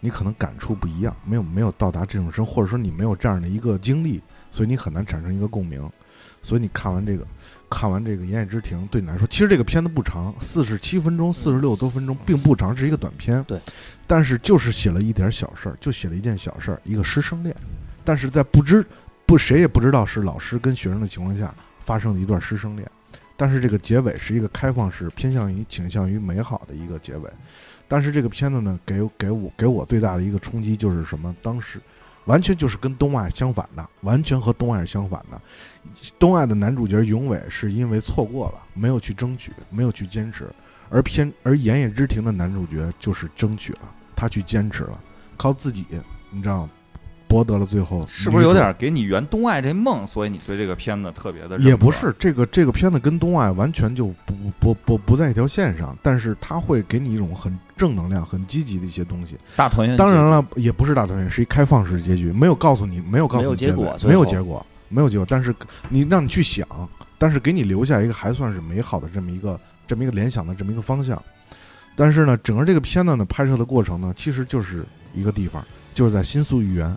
E: 你可能感触不一样，没有没有到达这种深，或者说你没有这样的一个经历，所以你很难产生一个共鸣。所以你看完这个，看完这个《言叶之庭》，对你来说，其实这个片子不长，四十七分钟，四十六多分钟，并不长，是一个短片。
D: 对，
E: 但是就是写了一点小事儿，就写了一件小事儿，一个师生恋，但是在不知不谁也不知道是老师跟学生的情况下发生的一段师生恋，但是这个结尾是一个开放式，偏向于倾向于美好的一个结尾。但是这个片子呢，给给我给我最大的一个冲击就是什么？当时完全就是跟东爱相反的，完全和东爱是相反的。东爱的男主角永伟是因为错过了，没有去争取，没有去坚持，而偏而言叶之庭的男主角就是争取了，他去坚持了，靠自己，你知道吗，博得了最后
A: 是不是有
E: 女主
A: 点给你圆东爱这梦？所以你对这个片子特别的
D: 啊
E: 也不是这个这个片子跟东爱完全就不不不不在一条线上，但是它会给你一种很正能量、很积极的一些东西。
D: 嗯
A: 大团圆。
E: 当然，了，也不是大团圆，是一开放式结局，没有告诉你，没有告诉
D: 没有
E: 你
D: 结果
E: 尾
D: 最后
E: 没有结果，没有结果。但是你让你去想，但是给你留下一个还算是美好的这么一个这么一个联想的这么一个方向。但是呢，整个这个片子呢，拍摄的过程呢，其实就是一个地方，就是在新宿御园，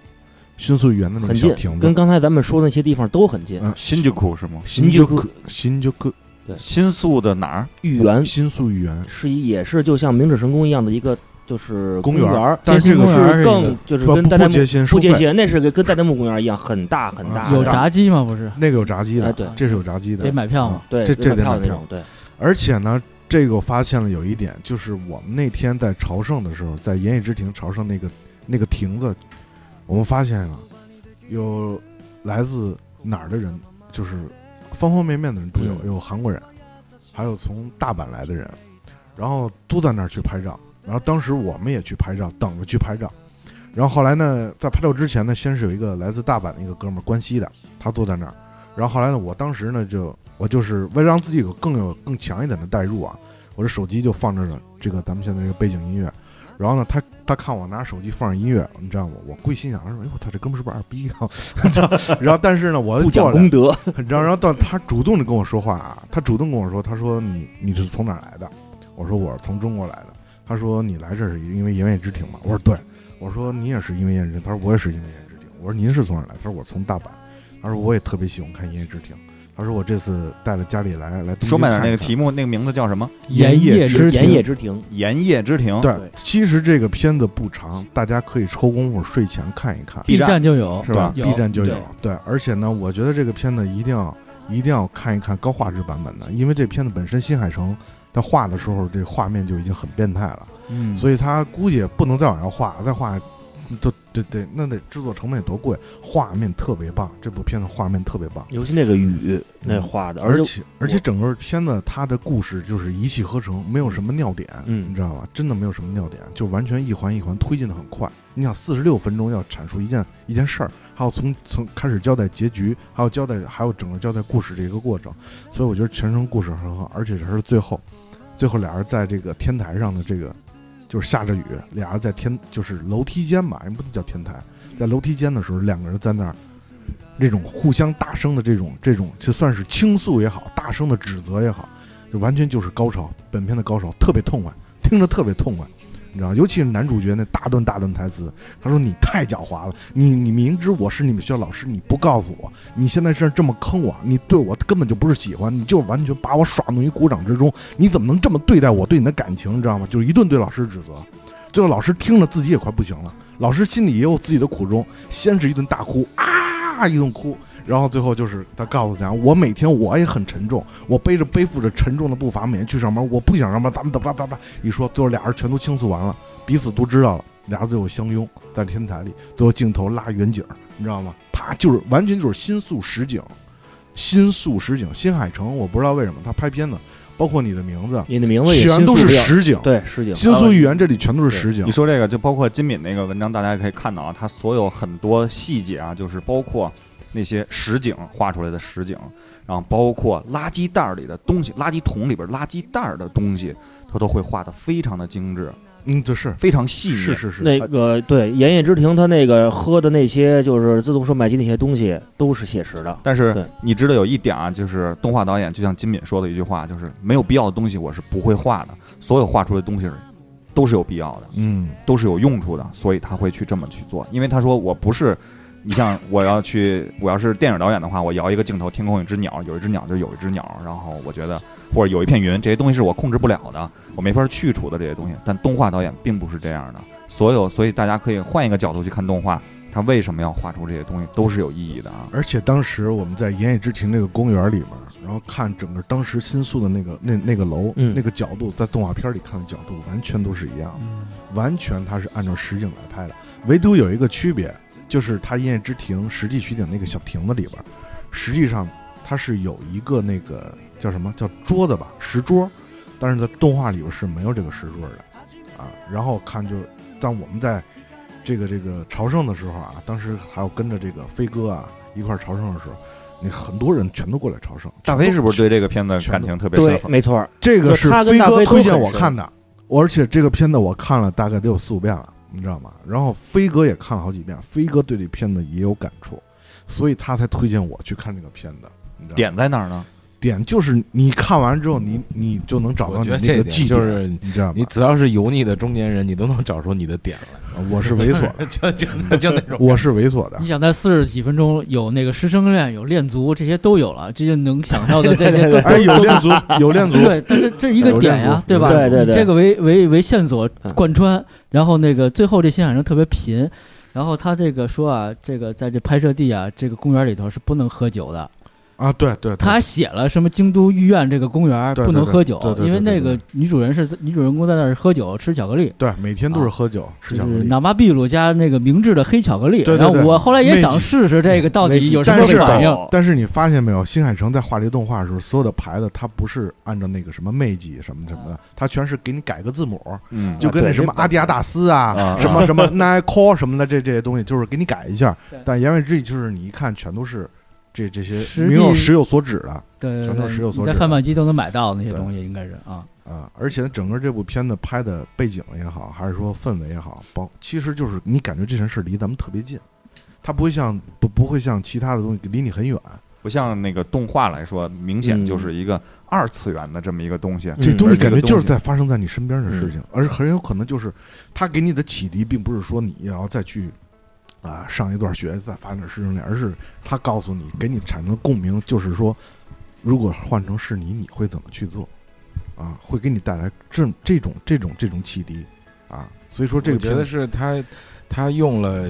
E: 新宿御园的那
D: 很
E: 个小
D: 近
E: 亭，子
D: 跟，刚才咱们说的那些地方都很近。
E: 嗯，
A: 新就库是吗？
E: 新
D: 宿
E: 宿新宿
A: 新宿的哪儿？
D: 豫园
E: 新宿御园，
D: 是一也是就像明治神宫一样的一个就是
E: 公园
D: 园儿，
E: 但是这个
B: 公园儿
D: 是
B: 是一
D: 更
B: 个
D: 就是
E: 不
D: 跟
E: 不
D: 代代
E: 不
D: 木
E: 接新，
D: 不
E: 收
D: 接
E: 费
D: 线，那是跟跟代代木公园一样很大很大
E: 啊
D: 的，
B: 有炸鸡吗？不是
E: 那个有炸鸡的，
D: 哎对
E: 这是有炸鸡的，啊
B: 得买票
A: 嗯
B: 吗？
D: 对
E: 这这
D: 买
E: 得
D: 票
E: 买
D: 的那
E: 票
D: 种对，
E: 而且呢，这个我发现了有一点，就是我们那天在朝圣的时候，在言语之庭朝圣那个那个亭子，我们发现了有来自哪儿的人，就是方方面面的人都有，有韩国人，还有从大阪来的人，然后都在那儿去拍照。然后当时我们也去拍照，等着去拍照。然后后来呢，在拍照之前呢，先是有一个来自大阪的一个哥们儿，关西的，他坐在那儿。然后后来呢，我当时呢就我就是为了让自己有更有更强一点的代入啊，我这手机就放着呢这个咱们现在这个背景音乐。然后呢，他他看我拿手机放着音乐，你知道吗？我故意心想说：“哎呦，我操，这哥们儿是不是二逼啊？” 然后，但是呢，我
D: 不
E: 过
D: 讲
E: 来
D: 功德，
E: 然后，然后到他主动的跟我说话啊，他主动跟我说，他说你你是从哪儿来的？我说我是从中国来的。他说你来这儿是因为言叶之庭嘛？我说对。我说你也是因为言叶之庭？他说我也是因为言叶之庭。我说您是从哪儿来？他说我从大阪。他说我也特别喜欢看言叶之庭。他说我这次带了家里来来东京
A: 说白了，
E: 看
A: 那
E: 一
A: 个
E: 看
A: 题目那个名字叫什么？
E: 言
B: 言叶之
D: 盐
B: 庭
D: 野之庭，
A: 盐业之庭。
E: 对
D: 对，
E: 其实这个片子不长，大家可以抽功夫睡前看一看。
A: B
B: ，B
A: 站
B: 站就有
E: 是吧
B: 有
E: ？B 站就有
D: 对
E: 对，而且呢，我觉得这个片子一定要一定要看一看高画质版本的，因为这片子本身新海诚在画的时候，这画面就已经很变态了，
A: 嗯
E: 所以他估计也不能再往下画，再画都得得那得制作成本也多贵，画面特别棒，这部片子画面特别棒。
D: 尤其那个雨那画的，
E: 嗯而
D: 且
E: 且而且整个片子它的故事就是一气呵成，没有什么尿点，
D: 嗯
E: 你知道吧？真的没有什么尿点，就完全一环一环推进的很快。你想，四十六分钟要阐述一件一件事儿，还有从从开始交代结局，还有交代还有整个交代故事这个过程，所以我觉得全程故事很好，而且还是最后，最后俩人在这个天台上的这个就是下着雨，俩人在天就是楼梯间吧，人不能叫天台，在楼梯间的时候，两个人在那儿。这种互相大声的这种这种，就算是倾诉也好，大声的指责也好，就完全就是高潮，本片的高潮特别痛快，听着特别痛快，你知道，尤其是男主角那大段大段台词，他说你太狡猾了，你你明知我是你们学校老师，你不告诉我，你现在是这么坑我，你对我根本就不是喜欢，你就完全把我耍弄于股掌之中，你怎么能这么对待我对你的感情，你知道吗？就是一顿对老师指责，最后老师听了自己也快不行了，老师心里也有自己的苦衷，先是一顿大哭啊一顿哭，然后最后就是他告诉大家，我每天我也很沉重，我背着背负着沉重的步伐每天去上班，我不想上班，咱们等吧吧吧，一说最后俩人全都倾诉完了，彼此都知道了，俩人最后相拥在天台里，最后镜头拉远景，你知道吗？他就是完全就是新宿实景，新宿实景，新海诚，我不知道为什么他拍片子，包括你的名字，
D: 你的名字也
E: 全都
D: 新
E: 是
D: 宿料
E: 实景，
D: 对实景，
E: 新宿御园这里全都是实景
A: 你，说这个就包括金敏那个文章，大家也可以看到啊，他所有很多细节啊，就是包括那些实景画出来的实景，然后包括垃圾袋儿里的东西，垃圾桶里边垃圾袋儿的东西，他都会画的非常的精致，
E: 嗯，这是
A: 非常细腻。啊
E: 是是是，
D: 那个对盐野之庭，他那个喝的那些就是自动售卖机那些东西都是写实的，
A: 但
D: 对
A: 是你知道有一点啊，就是动画导演就像金敏说的一句话，就是没有必要的东西我是不会画的。所有画出的东西都是有必要的，
E: 嗯
A: 都是有用处的，所以他会去这么去做。因为他说我不是，你像我要去，我要是电影导演的话，我摇一个镜头，天空有一只鸟，有一只鸟就有一只鸟，然后我觉得或者有一片云，这些东西是我控制不了的，我没法去除的这些东西。但动画导演并不是这样的，所有所以大家可以换一个角度去看动画，他为什么要画出这些东西都是有意义的啊。
E: 而且当时我们在言语之庭那个公园里面，然后看整个当时新宿的那个那那个楼、
D: 嗯
E: 那个角度，在动画片里看的角度完全都是一样的，
D: 嗯
E: 完全它是按照实景来拍的，唯独有一个区别，就是它言语之庭实际取景那个小亭子里边，实际上它是有一个那个叫什么叫桌子吧，石桌，但是在动画里边是没有这个石桌的啊。然后看就，但我们在这个这个朝圣的时候啊，当时还有跟着这个飞哥啊一块儿朝圣的时候，那很多人全都过来朝圣。
A: 大飞是不是对这个片子
E: 全
A: 感
E: 都嗯
A: 情特别深
D: 对，
A: 厚？
D: 没错 儿，
E: 这个呃是
D: 他跟
E: 飞
D: 大
E: 哥
D: 飞都
E: 推荐
D: 很
E: 我
D: 熟
E: 看的，我而且这个片子我看了大概得有四五遍了，你知道吗？然后飞哥也看了好几遍，飞哥对这片子也有感触，所以他才推荐我去看这个片子。你知道吗
A: 点在哪儿呢？
E: 点就是你看完之后你，你就能找到
C: 我
E: 你
C: 觉得
E: 那
C: 这
E: 个
C: 点
E: 记忆，
C: 就是
E: 你知道吗？
C: 你只要是油腻的中年人，你都能找出你的点
E: 啊我是猥琐的，
C: 来， 就就就那种。
E: 我是猥琐的
B: 你。想在四十几分钟有那个师生恋，有恋足，这些都有了，这就能想到的这 些都
E: 哎，有恋足，有恋足，
B: 对，但是这是一个点呀、对吧？
D: 对对对
B: 以这个为为为线索
D: 嗯
B: 贯穿，然后那个最后这新海诚特别贫，然后他这个说啊，这个在这拍摄地啊，这个公园里头是不能喝酒的。
E: 啊，对对，对
B: 他还写了什么京都御苑这个公园
E: 对对
B: 不能
E: 对
B: 喝酒
E: 对对，对
B: 因为
E: 对
B: 那
E: 对
B: 个女主人是在女主人公在那儿喝酒吃巧克力。
E: 对，每天都是
B: 啊
E: 喝酒、吃巧克力。
B: 纳玛秘鲁加那个明治的黑巧克力，
E: 对对
B: 然后
E: 对
B: 我后来也
E: 那
B: 想
E: 几
B: 试试这个到
E: 那几
B: 底有什
E: 但
B: 么
E: 是
B: 反应，
E: 但是你发现没有，新海诚在画这动画的时候，所有的牌子它不是按照那个什么魅记什么什么的，它全是给你改个字母，
A: 嗯
E: 就跟那什么阿迪亚达斯啊
A: 啊，
E: 什么什么 Nike 什么的这这些东西，就是给你改一下
B: 对。
E: 但言外之意就是你一看全都是这这些
B: 实际
E: 名有实有所指的
B: 对对
E: 全都是有
B: 对，
E: 所
B: 你在
E: 指
B: 贩
E: 的
B: 卖机都能买到那些
E: 对
B: 东西，应该是啊，
E: 啊。而且整个这部片子拍的背景也好，还是说氛围也好，包其实就是你感觉这件事离咱们特别近，它不会像不不会像其他的东西离你很远。
A: 不像那个动画来说，明显就是一个二次元的这么一个东西。
E: 嗯这
D: 嗯
E: 东
A: 而
E: 西
A: 这
E: 感
A: 个
E: 觉就
A: 东
E: 是
A: 西
E: 在发生在你身边的事
C: 嗯
E: 情，而很有可能就是他给你的启迪，并不是说你要再去啊上一段学再发生点事情来，而是他告诉你，给你产生共鸣，就是说，如果换成是你，你会怎么去做啊？会给你带来这这种这种这种启迪啊。所以说这个
C: 我觉
E: 片
C: 得
E: 子
C: 是他他用了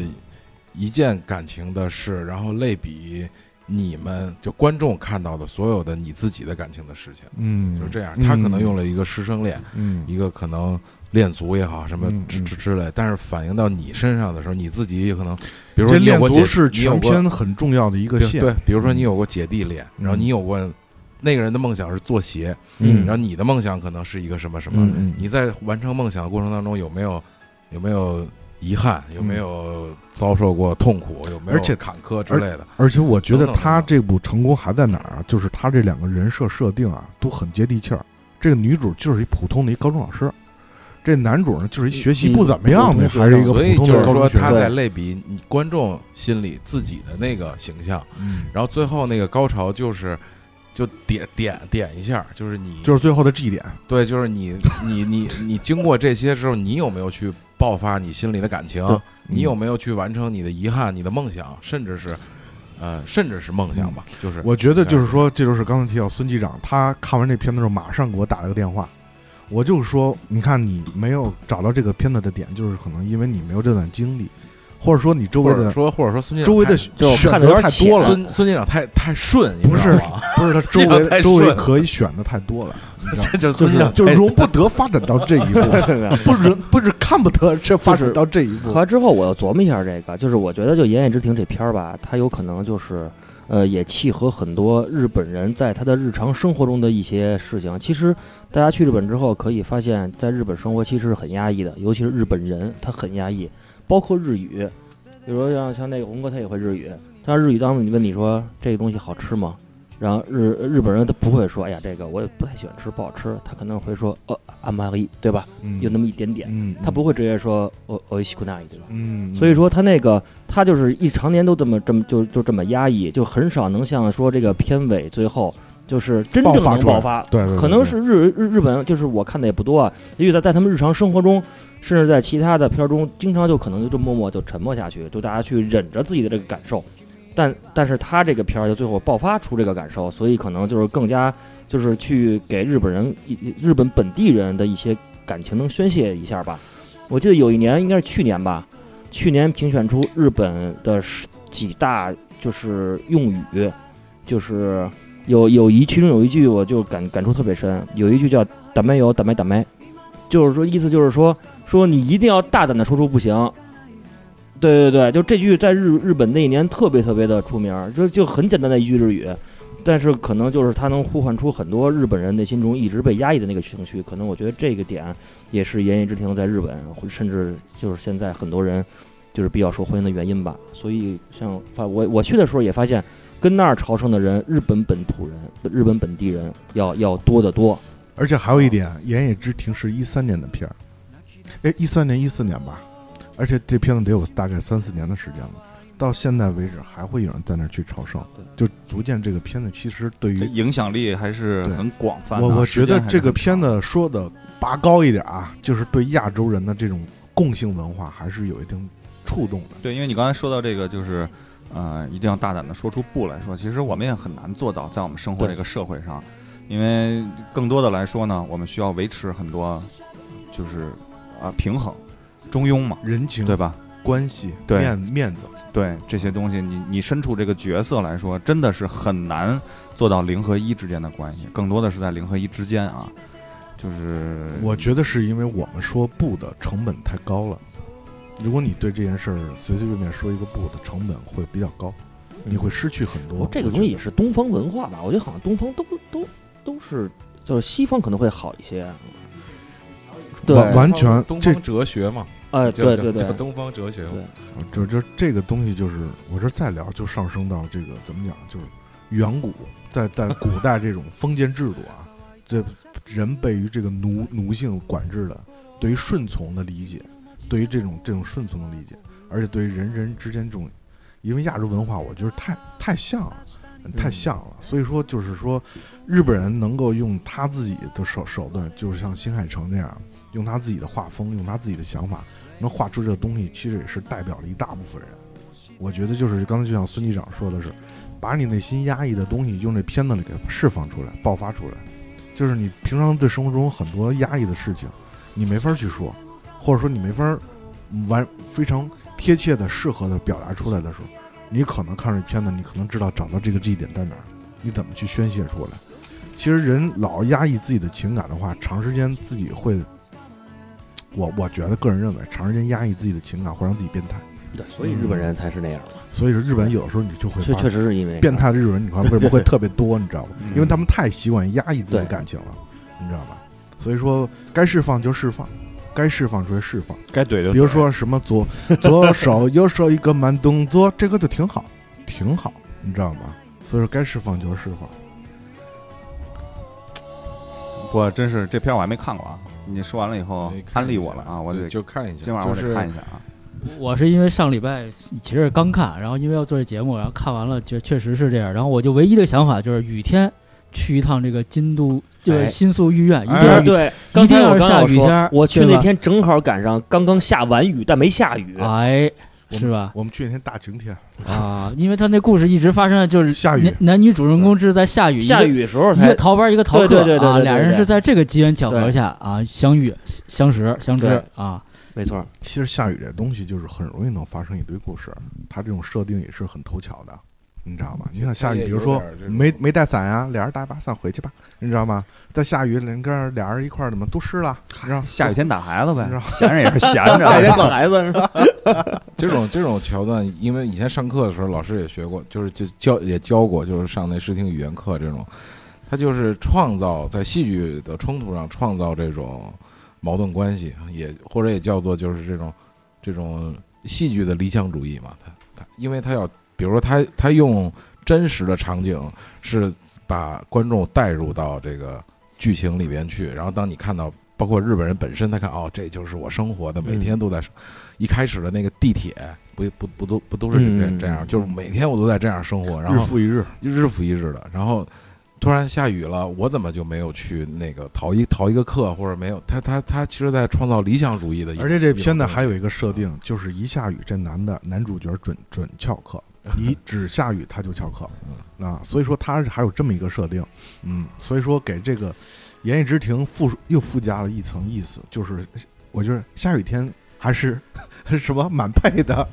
C: 一件感情的事，然后类比你们就观众看到的所有的你自己的感情的事情，
E: 嗯，
C: 就是这样。
E: 嗯
C: 他可能用了一个师生恋，
E: 嗯
C: 一个可能恋足也好，什么
E: 嗯
C: 之
E: 嗯
C: 之之类，但是反映到你身上的时候，你自己也可能，比如
E: 这
C: 说你有
E: 恋
C: 过姐
E: 足是
C: 你有
E: 全
C: 过
E: 片很重要的一个
C: 对
E: 线，
C: 对，比如说你有过姐弟恋，然后
E: 嗯
C: 你有过那个人的梦想是做鞋，
E: 嗯
C: 然后你的梦想可能是一个什么什么，
E: 嗯嗯，
C: 你在完成梦想的过程当中有没有有没有遗憾，有没有遭受过痛苦，有没有
E: 嗯而且
C: 坎坷之类的？
E: 而且我觉得
C: 等等
E: 他
C: 等等
E: 这部成功还在哪儿啊？就是他这两个人设设定啊，都很接地气儿。这个女主就是一普通的一高中老师，这男主呢就是一学习不怎么样的，
D: 嗯嗯
E: 还是一个
C: 所以
E: 普通
C: 就
E: 的
C: 是
E: 高
C: 说，
E: 中学
C: 他
E: 生。
C: 在类比你观众心里自己的那个形象，
E: 嗯
C: 然后最后那个高潮就是就点点点一下，就是你
E: 就是最后的 G 点，
C: 对，就是你你你你经过这些之后，你有没有去爆发你心里的感情
E: 对？嗯
C: 你有没有去完成你的遗憾、你的梦想，甚至是呃，甚至是梦想吧？就是
E: 嗯我觉得就是说，这就是刚才提到孙机长，他看完这片子之后马上给我打了个电话，我就说，你看你没有找到这个片子的点，就是可能因为你没有这段经历，或者说你周围
C: 或者
E: 的
C: 说或者说孙局长
E: 周围的
C: 太
D: 就
E: 选
D: 看得有
E: 择
D: 点
E: 太多了，
C: 孙孙局长太太顺，你
E: 不
C: 知
E: 是
C: 道吗？
E: 不是他周
C: 孙机长
E: 围
C: 太
E: 周围
C: 顺
E: 可以选的太多了，你知道吗
C: 这 就是
E: 就
C: 孙局
E: 是
C: 长
E: 就
C: 太
E: 容不得发展到这 一步，不容不是看不得这发展到这一步
D: 后。来之后，我又琢磨一下这个，就是我觉得就《言叶之庭》这片儿吧，它有可能就是，呃，也契合很多日本人在他的日常生活中的一些事情。其实大家去日本之后，可以发现，在日本生活其实是很压抑的，尤其是日本人，他很压抑，包括日语。比如说像像那个红哥他也会日语，但是日语当中你问你说这个东西好吃吗？然后日日本人他不会说，哎呀，这个我也不太喜欢吃，不好吃。他可能会说，呃，阿玛伊，对吧？有那么一点点。
E: 嗯，
D: 他不会直接说哦“我我西库纳伊”对吧？
E: 嗯，
D: 所以说他那个他就是一常年都这么这么就就这么压抑，就很少能像说这个片尾最后就是真
E: 爆
D: 正
E: 发
D: 能
E: 出来
D: 爆发，
E: 对对对
D: 可能是日日日本，就是我看的也不多啊，也许在在他们日常生活中，甚至在其他的片儿中，经常就可能就默默就沉默下去，就大家去忍着自己的这个感受，但但是他这个片儿就最后爆发出这个感受，所以可能就是更加就是去给日本人一日本本地人的一些感情能宣泄一下吧。我记得有一年应该是去年吧，去年评选出日本的十几大就是用语，就是有有一其中有一句我就感感触特别深，有一句叫“打麦油打麦打麦”，就是说意思就是说说你一定要大胆的说出不行。对对对，就这句在日日本那一年特别特别的出名儿，就就很简单的一句日语，但是可能就是它能呼唤出很多日本人内心中一直被压抑的那个情绪。可能我觉得这个点也是言叶之庭在日本，或甚至就是现在很多人就是比较受欢迎的原因吧。所以像发我我去的时候也发现，跟那儿朝圣的人，日本本土人、日本本地人要要多得多。
E: 而且还有一点，《岩野之庭》是一三年的片儿，哎，一三年、一四年吧，而且这片子得有大概三四年的时间了，到现在为止还会有人在那儿去朝圣，就足见这个片子其实对于
A: 影响力还是
E: 对
A: 很广泛的
E: 我
A: 啊。
E: 我
A: 时
E: 觉
A: 间
E: 得
A: 还是
E: 这个
A: 很
E: 片
A: 长，
E: 子说的拔高一点啊，就是对亚洲人的这种共性文化还是有一定触动的。
A: 对，因为你刚才说到这个，就是呃，一定要大胆的说出不来说，其实我们也很难做到，在我们生活
D: 对
A: 这个社会上，因为更多的来说呢，我们需要维持很多就是啊、平衡、中庸嘛，
E: 人情
A: 对吧？
E: 关系、
A: 对
E: 面面子，
A: 对这些东西，你你身处这个角色来说，真的是很难做到零和一之间的关系，更多的是在零和一之间啊。就是
E: 我觉得是因为我们说不的成本太高了。如果你对这件事儿随随便便说一个不的成本会比较高，你会失去很多。
D: 嗯哦这个
E: 我觉
D: 东西也
E: 得
D: 是东方文化吧？我觉得好像东方都都都是，就是西方可能会好一些。对，
E: 完完全
C: 东
E: 这
C: 方哲学嘛，
A: 呃
D: 哎，
C: 叫
D: 对
C: 叫
D: 对
C: 叫
D: 对，
C: 东方哲学嘛
D: 对
E: 就就这个东西就是，我这再聊就上升到这个怎么讲，就是远古在在古代这种封建制度啊，这人被于这个奴奴性管制的，对于顺从的理解，对于这种这种顺从的理解，而且对于人人之间这种，因为亚洲文化，我觉得太太像了。太像了，所以说就是说，日本人能够用他自己的手手段，就是像新海诚那样，用他自己的画风，用他自己的想法，能画出这个东西，其实也是代表了一大部分人。我觉得就是刚才就像孙机长说的是，把你内心压抑的东西用这片子里给释放出来、爆发出来。就是你平常对生活中很多压抑的事情，你没法去说，或者说你没法嗯完非常贴切的、适合的表达出来的时候，你可能看这片子，你可能知道找到这个记忆点在哪儿，你怎么去宣泄出来。其实人老压抑自己的情感的话，长时间自己会，我我觉得个人认为，长时间压抑自己的情感会让自己变态。
D: 对，所以日本人才是那样嘛。
E: 所以说，日本有的时候你就会
D: 确
E: 发
D: 确实是因为
E: 嗯变。态的日本人，你看为什么会特别多？你知道吗？
A: 嗯
E: 因为他们太习惯压抑自己的
D: 对
E: 感情了，你知道吧？所以说，该释放就释放，该释放就释放。
A: 该怼就
E: 比如说什么左 左手右手一个慢动作，这个就挺好，挺好，你知道吗？所以说，该释放就释放。
A: 我真是这片儿我还没看过啊，你说完了以后
C: 你看
A: 安
C: 一
A: 利
C: 下
A: 我了啊，我
C: 就
A: 得
C: 就看一下。
A: 今晚上我
C: 就
A: 得
C: 是
A: 看一下啊。
B: 我是因为上礼拜其实刚看，然后因为要做这节目，然后看完了，觉得确实是这样。然后我就唯一的想法就是雨天去一趟这个京都，就是
D: 哎
B: 新宿御苑，一定
E: 哎
B: 要
D: 对
B: 雨
D: 对，刚才
B: 一定
D: 我
B: 要
D: 刚
B: 下
D: 要
B: 雨天儿
D: 说，我去
B: 对吧
D: 那天正好赶上刚刚下完雨，但没下雨。
B: 哎，是吧？
E: 我们去那天大晴天，
D: 嗯
B: 啊，因为他那故事一直发生的就是
E: 下雨
B: 男男女主人公是在下雨，
D: 下
B: 一个
D: 雨的时候
B: 一个
D: 才
B: 逃班一个逃课，
D: 对对对对
B: 啊，
D: 对对
B: 俩人
D: 对
B: 是在这个机缘巧合
D: 对
B: 下啊相遇、相识、相知
D: 对
B: 啊。
D: 没错。
E: 其实下雨这东西就是很容易能发生一堆故事，它这种设定也是很凑巧的，你知道吗？你想下
C: 它
E: 雨，
C: 也
E: 比如
C: 有
E: 说
C: 点儿这种
E: 没没带伞呀、俩人打一把伞回去吧，你知道吗？再下雨，连个俩人一块儿怎么都湿了，你知道？
A: 下雨天打孩子呗
E: 是吧，
A: 闲着也是闲
D: 夏天
A: 着。
D: 管孩子是吧？
C: 这种这种桥段，因为以前上课的时候老师也学过，就是就教也教过，就是上那视听语言课这种，他就是创造在戏剧的冲突上创造这种矛盾关系，也或者也叫做就是这种这种戏剧的理想主义嘛。他他因为他要，比如说他他用真实的场景是把观众带入到这个剧情里边去，然后当你看到。包括日本人本身，他看哦，这就是我生活的，每天都在一开始的那个地铁，不不不都不都是这
D: 嗯
C: 这样，就是每天我都在这样生活，然
E: 日
C: 后
E: 复一日，
C: 日复一日的，然后突然下雨了，我怎么就没有去那个逃一逃一个课，或者没有他他他其实在创造理想主义哎的一种，
E: 而且这
C: 种
E: 片子
C: 东西
E: 还有一个设定，就是一下雨，这男的男主角准准翘课， 一只下雨他就翘课，
C: 嗯
E: 啊，所以说他还有这么一个设定，嗯，所以说给这个《言叶之庭》附又附加了一层意思，就是我觉得下雨天还是 什么满配的，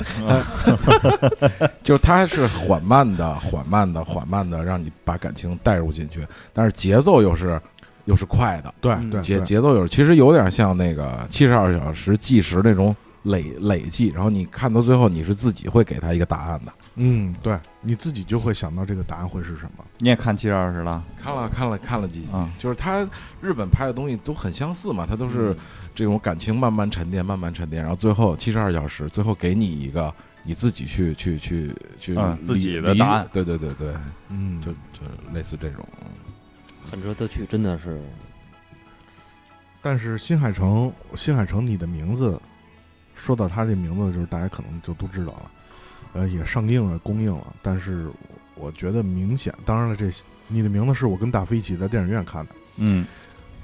C: 就是它是缓慢的、缓慢的、缓慢的，让你把感情带入进去，但是节奏又是又是快的，
E: 对
D: 嗯
E: 对
C: 节
E: 对
C: 节奏又是其实有点像那个七十二小时计时那种累累计，然后你看到最后你是自己会给他一个答案的。
E: 嗯，对，你自己就会想到这个答案会是什么。
A: 你也看七十二时了
C: 看了看了看了几集，
A: 啊？
C: 就是他日本拍的东西都很相似嘛，他都
A: 嗯
C: 是这种感情慢慢沉淀、慢慢沉淀，然后最后七十二小时，最后给你一个你自己去去去去
A: 嗯
C: 理
A: 自己的
C: 理
A: 答案
C: 对对对对，
E: 嗯，
C: 就就类似这种。
D: 很值得去，真的是
E: 但是新海诚，新海诚，你的名字，说到他这名字，就是大家可能就都知道了，呃，也上映了，公映了。但是我觉得明显，当然了，这你的名字是我跟大飞一起在电影院看的，
A: 嗯，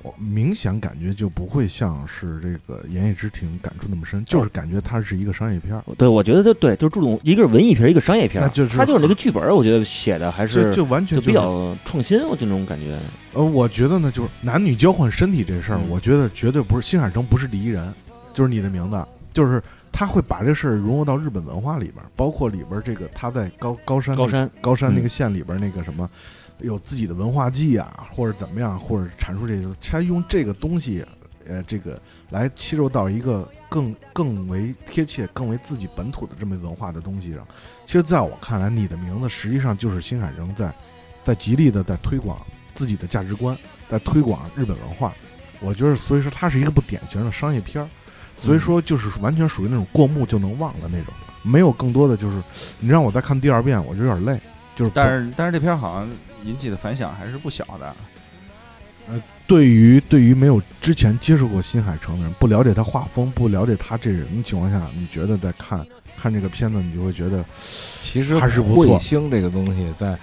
E: 我明显感觉就不会像是这个《言叶之庭》感触那么深，就是感觉它是一个商业片儿，
D: 对，我觉得就对，就注重一个是文艺片，一个商业片
E: 那，就是
D: 他就是那个剧本儿，我觉得写的还
E: 这
D: 是
E: 就完全
D: 就
E: 就是
D: 比较创新，我就那种感觉。
E: 呃，我觉得呢，就是男女交换身体这事儿，
D: 嗯
E: 我觉得绝对不是新海诚不是第一人，就是你的名字，就是他会把这事儿融入到日本文化里边儿，包括里边儿这个他在高高山
D: 高山，
E: 高山那个
D: 嗯
E: 县里边儿那个什么，有自己的文化祭啊，或者怎么样，或者阐述这个，他用这个东西，呃，这个来切入到一个更更为贴切、更为自己本土的这么文化的东西上。其实，在我看来，你的名字实际上就是新海诚在在极力的在推广自己的价值观，在推广日本文化。我觉得，所以说它是一个不典型的商业片儿，所以说就是完全属于那种过目就能忘的那种，没有更多的就是你让我再看第二遍，我就有点累。就是不，
A: 但是但是这片儿好像引起的反响还是不小的，
E: 对于对于没有之前接触过新海诚的人，不了解他画风，不了解他这人的情况下，你觉得在看看这个片子，你就会觉得
C: 其实
E: 还是不错
C: 彗星这个东西在，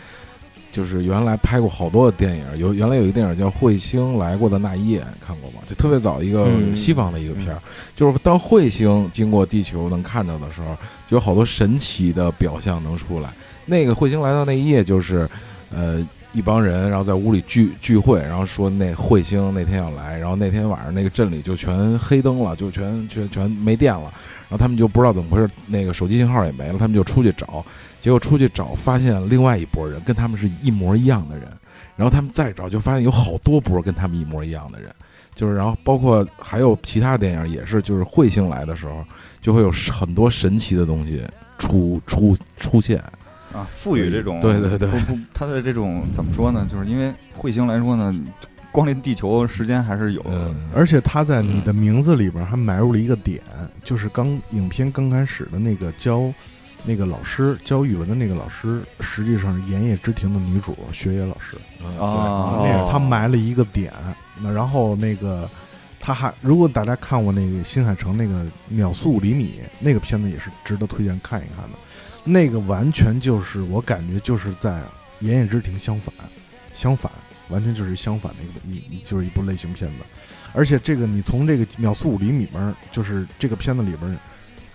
C: 就是原来拍过好多的电影，有原来有一个电影叫《彗星来过的那一夜》，看过吗？就特别早一个
D: 嗯
C: 西方的一个片儿，
E: 嗯
C: 就是当彗星经过地球能看到的时候，就有好多神奇的表象能出来。那个彗星来到那一夜就是，呃。一帮人，然后在屋里聚聚会，然后说那彗星那天要来，然后那天晚上那个镇里就全黑灯了，就全全全没电了，然后他们就不知道怎么回事，那个手机信号也没了，他们就出去找，结果出去找，发现另外一拨人跟他们是一模一样的人，然后他们再找就发现有好多拨跟他们一模一样的人，就是然后包括还有其他电影也是，就是彗星来的时候就会有很多神奇的东西出出出现，
A: 啊，赋予这种
C: 对对对
A: 不不，它的这种怎么说呢？就是因为彗星来说呢，光临地球时间还是有的，
C: 嗯，
E: 而且他在你的名字里边还埋入了一个点，就是刚影片刚开始的那个教那个老师教语文的那个老师，实际上是《言叶之庭》的女主雪野老师。
C: 嗯
A: 啊
E: 那
D: 哦
E: 个他埋了一个点，那然后那个他还如果大家看过那个新海诚那个《秒速五厘米》那个片子，也是值得推荐看一看的。那个完全就是我感觉就是在《言叶之庭》相反，相反，完全就是相反的一个一一就是一部类型片子。而且这个你从这个《秒速五厘米》里边儿，就是这个片子里边儿，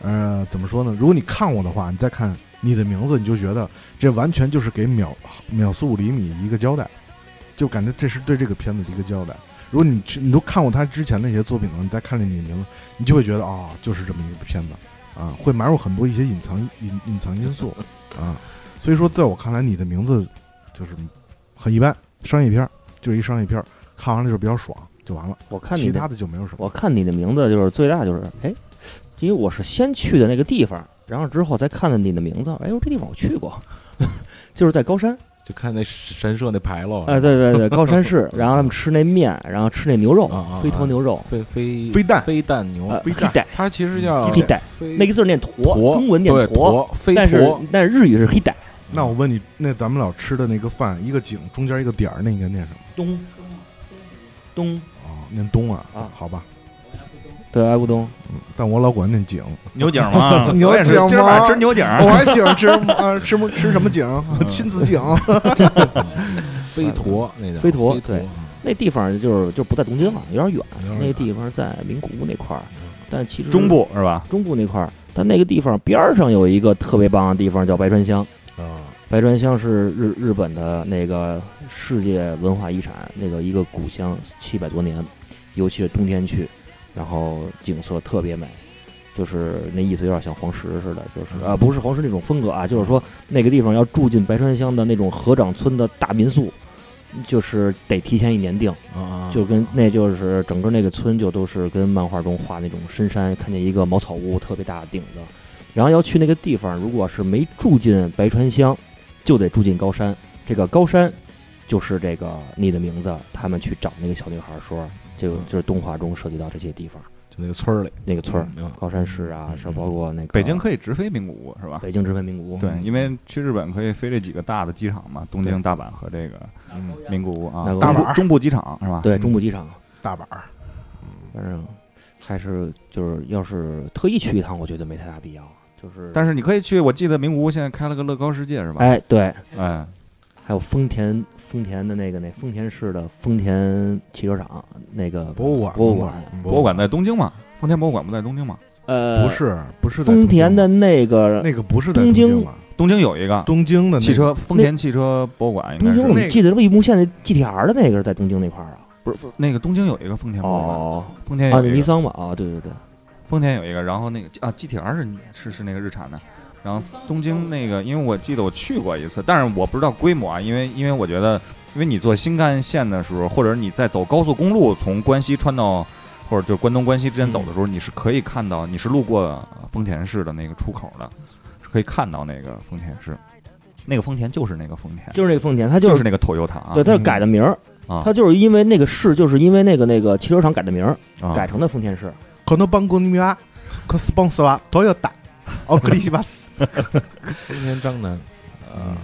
E: 呃，怎么说呢？如果你看过的话，你再看你的名字，你就觉得这完全就是给秒 秒速五厘米一个交代，就感觉这是对这个片子的一个交代。如果你去你都看过他之前那些作品了，你再看这你的名字，你就会觉得啊、就是这么一个片子啊，会埋入很多一些隐藏隐隐藏因素啊。所以说，在我看来，你的名字就是很一般，商业片儿就是一商业片儿，看完了就比较爽就完了，
D: 我看你
E: 其
D: 的
E: 他的就没有什么。
D: 我看你的名字就是最大就是，哎，因为我是先去的那个地方，然后之后再看的你的名字，哎呦，这地方我去过， 就是在高山，
C: 就看那神社那牌楼，
D: 哎，对对对，高山市，然后他们吃那面，然后吃那牛肉
C: 啊啊啊，
D: 飞头牛肉，
C: 飞飞
E: 飞弹
C: 飞弹牛，
D: 呃，
E: 飞
D: 黑带，
C: 它其实叫
D: 黑带，
C: 飞
D: 那个字儿念
C: 驼，
D: 驼，中文念
C: 对
D: 驼，
C: 驼，飞
D: 但是
C: 驼，
D: 但是日语是黑带，
E: 那我问你，那咱们老吃的那个饭，一个井中间一个点儿，那应该念什么？
D: 东东，
E: 哦，念东啊，
D: 啊
E: 好吧。
D: 对，爱乌东，
E: 但我老管念 井，，
A: 牛井嘛
E: 牛井吗
A: 我也是今儿晚上吃
E: 哦
A: 牛井，
E: 啊 嗯我还喜欢吃呃吃么吃什么井，亲子井。
F: 飞陀那叫
D: 飞陀
F: 飞陀
D: 对那地方就是就不在东京了，有点远，
C: 有点
D: 那
C: 远
D: 地方在名古屋那块儿，但其实
A: 嗯中部是吧？
D: 中部那块儿，但那个地方边儿上有一个特别棒的地方叫白川乡。
C: 啊，
D: 白川乡是日日本的那个世界文化遗产，那个一个古乡，七百多年，尤其是冬天去，然后景色特别美，就是那意思有点像黄石似的，就是
A: 嗯
D: 啊、不是黄石那种风格啊，就是说那个地方要住进白川乡的那种合掌村的大民宿，就是得提前一年订，
C: 啊
D: 就跟那就是整个那个村就都是跟漫画中画那种深山，看见一个茅草屋特别大的顶子，然后要去那个地方，如果是没住进白川乡，就得住进高山。这个高山就是这个你的名字，他们去找那个小女孩说，这
C: 嗯
D: 个就是动画中涉及到这些地方，
C: 就那个村儿里
D: 那个村儿，
C: 嗯
D: 高山市啊，是包括那个
A: 北京可以直飞名古屋是吧？
D: 北京直飞名古屋，
A: 对，因为去日本可以飞这几个大的机场嘛，东京、大阪和这个名古屋啊
D: 那，个
A: 中
E: 大
A: 部
E: 阪
A: 中部机场是吧？
D: 对中部机场，
E: 大阪儿，
D: 反正还是就是要是特意去一趟，我觉得没太大必要，就是
A: 但是你可以去，我记得名古屋现在开了个乐高世界是吧？
D: 哎对，
A: 哎，
D: 还有丰田丰田的那个那丰田市的丰田汽车厂那个
E: 博物馆，
D: 博物馆，
E: 嗯
A: 博物馆在东京嘛，丰田博物馆不在东京嘛？
D: 呃
E: 不是不是在
D: 丰田的
E: 东
D: 那个
E: 京那个不是在
D: 东
E: 东
D: 京
E: 京了，
A: 东京有一个
E: 东京的那个
A: 汽车丰田汽车博物馆，应
D: 东
A: 该
D: 京，我
A: 是
E: 那
D: 们
E: 个
D: 记得是不是一木线的 GTR 的那个是在东京那块儿啊？
A: 不是那个东京有一个丰田博物馆，
D: 哦，
A: 丰田
D: 啊，
A: 有
D: 尼
A: 一个
D: 桑吧？啊，对对对，
A: 丰田有一个，然后那个啊 GTR 是是是那个日产的。然后东京那个，因为我记得我去过一次，但是我不知道规模啊，因为因为我觉得，因为你坐新干线的时候，或者你在走高速公路从关西穿到，或者就关东关西之间走的时
D: 嗯
A: 候，你是可以看到，你是路过丰田市的那个出口的，是可以看到那个丰田市，那个丰田就是那个丰田，
D: 就是那个丰田，它
A: 就是是那个 Toyota 啊
D: 对，，它是
E: 嗯
D: 改的名儿
A: 啊，
D: 它就是因为那个市，就是因为那个那个汽车厂改的名儿，
A: 啊
D: 改成的丰田市。
E: 可能帮过你们啊，可是帮死吧，都要 打。奥克利西巴斯，
F: 丰田张南
C: 呃
E: 嗯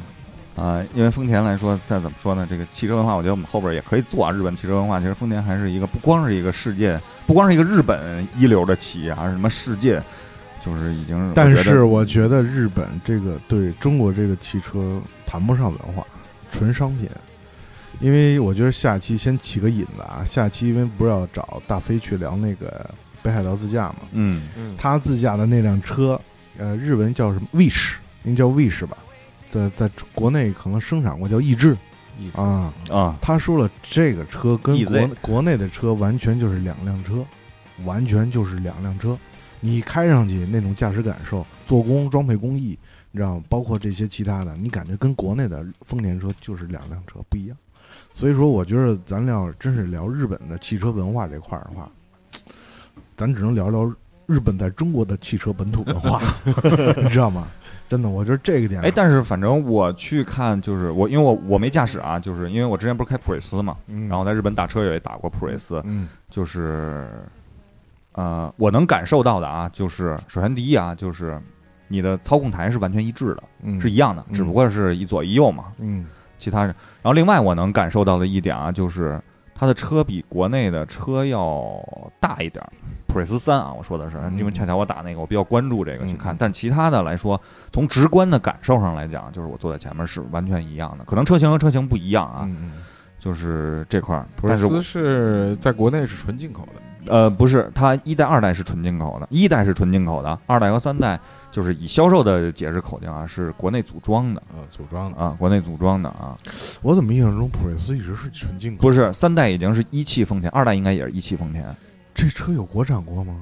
A: 啊、因为丰田来说，再怎么说呢，这个汽车文化，我觉得我们后边也可以做啊。日本汽车文化，其实丰田还是一个不光是一个世界，不光是一个日本一流的企业，还啊是什么世界，就是已经。
E: 但
A: 我觉得
E: 是我觉得日本这个对中国这个汽车谈不上文化，纯商品。因为我觉得下期先起个引子啊，下期因为不是要找大飞去聊那个北海道自驾嘛，
A: 嗯，
C: 嗯
E: 他自驾的那辆车，呃，日文叫什么 Wish，应该叫 Wish 吧，在在国内可能生产过叫逸致
C: 逸致
E: 啊。
A: 啊，
E: 他说了，这个车跟
A: EZ
E: 国国内的车完全就是两辆车，完全就是两辆车。你开上去那种驾驶感受、做工、装配工艺，你知道吗，包括这些其他的，你感觉跟国内的丰田车就是两辆车不一样。所以说，我觉得咱聊真是聊日本的汽车文化这块儿的话，咱只能聊聊日本在中国的汽车本土文化， 你知道吗？真的，我觉得这个点儿，
A: 哎，但是反正我去看，就是我因为我我没驾驶啊，就是因为我之前不是开普锐斯嘛，
E: 嗯
A: 然后在日本打车也打过普锐斯，
E: 嗯
A: 就是，呃，我能感受到的啊，就是首先第一啊，就是你的操控台是完全一致的，
E: 嗯
A: 是一样的，
E: 嗯
A: 只不过是一左一右嘛，
E: 嗯
A: 其他人。然后另外我能感受到的一点啊，就是它的车比国内的车要大一点儿，普锐斯三啊，我说的是，
E: 嗯
A: 因为恰巧我打那个，我比较关注这个去看。
E: 嗯
A: 但其他的来说，从直观的感受上来讲，就是我坐在前面是完全一样的，可能车型和车型不一样啊，
E: 嗯嗯
A: 就是这块儿。
F: 普锐
A: 但是
F: 斯是在国内是纯进口的，
A: 呃，不是，它一代、二代是纯进口的，一代是纯进口的，二代和三代就是以销售的解释口径啊，是国内组装的
C: 呃组装的
A: 啊，国内组装的啊，
E: 我怎么印象中普锐斯一直是纯进口？
A: 不是三代已经是一汽丰田，二代应该也是一汽丰田，
E: 这车有国产过吗？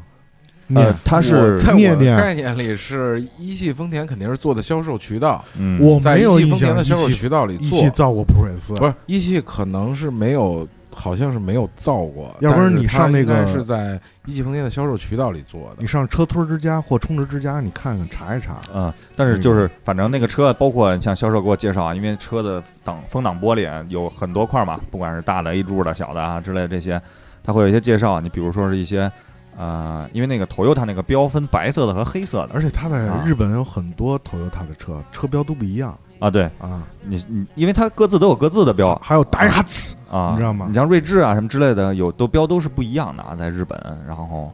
A: 呃
E: 念，
A: 它
C: 我
A: 是
C: 在我
E: 念
C: 的
E: 念
C: 概念里是一汽丰田肯定是做的销售渠道，
A: 嗯，
E: 我
C: 在
E: 没
C: 一
E: 有
C: 汽
E: 印
C: 丰田
E: 象
C: 的销售
E: 一汽
C: 渠道里
E: 一
C: 做
E: 汽，造过普锐斯，
C: 不是一汽可能是没有，好像是没有造过，
E: 要不
C: 但
E: 然
C: 是
E: 你
C: 它
E: 上那
C: 应该
E: 个
C: 是在一汽丰田的销售渠道里做的
E: 你。上车托之家或充值之家，你看看查一查。
A: 嗯，但是就是反正那个车，包括像销售给我介绍啊，因为车的挡风挡玻璃啊有很多块嘛，不管是大的 A 柱的、小的啊之类的这些，它会有一些介绍。你比如说是一些，呃，因为那个 Toyota 那个标分白色的和黑色的
E: 而且它在
A: 啊
E: 日本有很多 Toyota 的车，车标都不一样
A: 啊，对
E: 啊，
A: 你你，因为它各自都有各自的标
E: 还有达哈茨，
A: 啊，
E: 你知道吗
A: 你像锐志啊什么之类的，有都标都是不一样的啊，在日本，然后。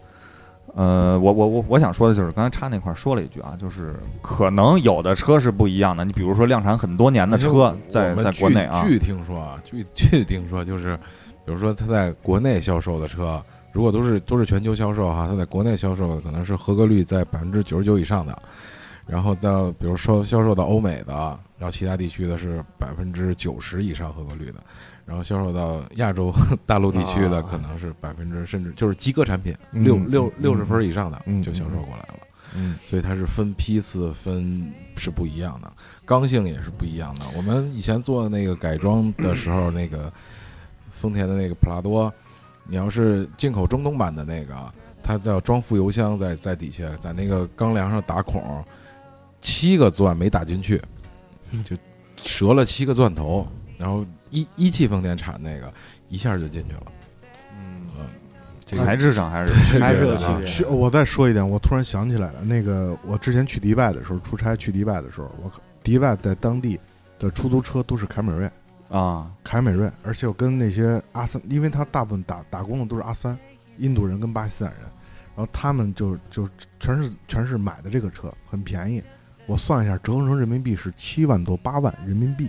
A: 呃，我我我我想说的就是，刚才插那块儿说了一句啊，就是可能有的车是不一样的。你比如说量产很多年的车在，
C: 我
A: 在
C: 们
A: 国
C: 据
A: 内啊，
C: 据听说啊，据据 听说就是，比如说它在国内销售的车，如果都是都是全球销售哈，它在国内销售的可能是合格率在百分之九十九以上的，然后在比如说销售到欧美的，然后其他地区的是百分之九十以上合格率的，然后销售到亚洲 大陆地区的
D: 啊
C: 可能是百分之甚至就是及格产品六
E: 嗯
C: 六
E: 嗯
C: 六十分以上的
E: 嗯
C: 就销售过来了。
E: 嗯，
C: 所以它是分批次分是不一样的，刚性也是不一样的。我们以前做那个改装的时候，那个丰田的那个普拉多，你要是进口中东版的那个，它叫装副油箱在在底下，在那个钢梁上打孔，七个钻没打进去，
E: 嗯
C: 就折了七个钻头。然后一一汽丰田产那个，一下就进去了。嗯，这
A: 材
C: 个
A: 质上还是
D: 还是有
C: 区
D: 区
C: 别的啊
D: 别。
E: 去，我再说一点，我突然想起来了，那个我之前去迪拜的时候，出差去迪拜的时候，我迪拜在当地的出租车都是凯美瑞，
A: 啊，
E: 凯美瑞，而且我跟那些阿三，因为他大部分打打工的都是阿三，印度人跟巴基斯坦人，然后他们就就全是全是买的这个车，很便宜，我算一下，折合成人民币是七万多八万人民币，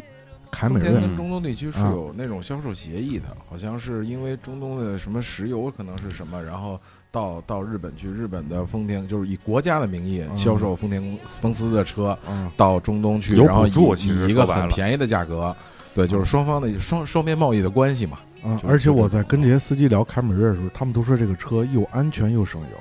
E: 凯美
C: 丰田
E: 瑞
A: 嗯
C: 跟中东地区是
E: 啊
C: 有那种销售协议的，好像是因为中东的什么石油可能是什么，然后到到日本去，日本的丰田就是以国家的名义
E: 嗯
C: 销售丰田公公司的车
E: 啊，
C: 到中东去，
A: 有
C: 然后
A: 补助
C: 以
A: 其实
C: 以一
A: 说
C: 个
A: 白
C: 很
A: 了
C: 便宜的价格，对，就是双方的双双边贸易的关系嘛。
E: 啊！
C: 就
E: 而且
C: 就
E: 我
C: 这
E: 在
C: 种
E: 跟这些司机聊凯美瑞的时候，他们都说这个车又安全又省油。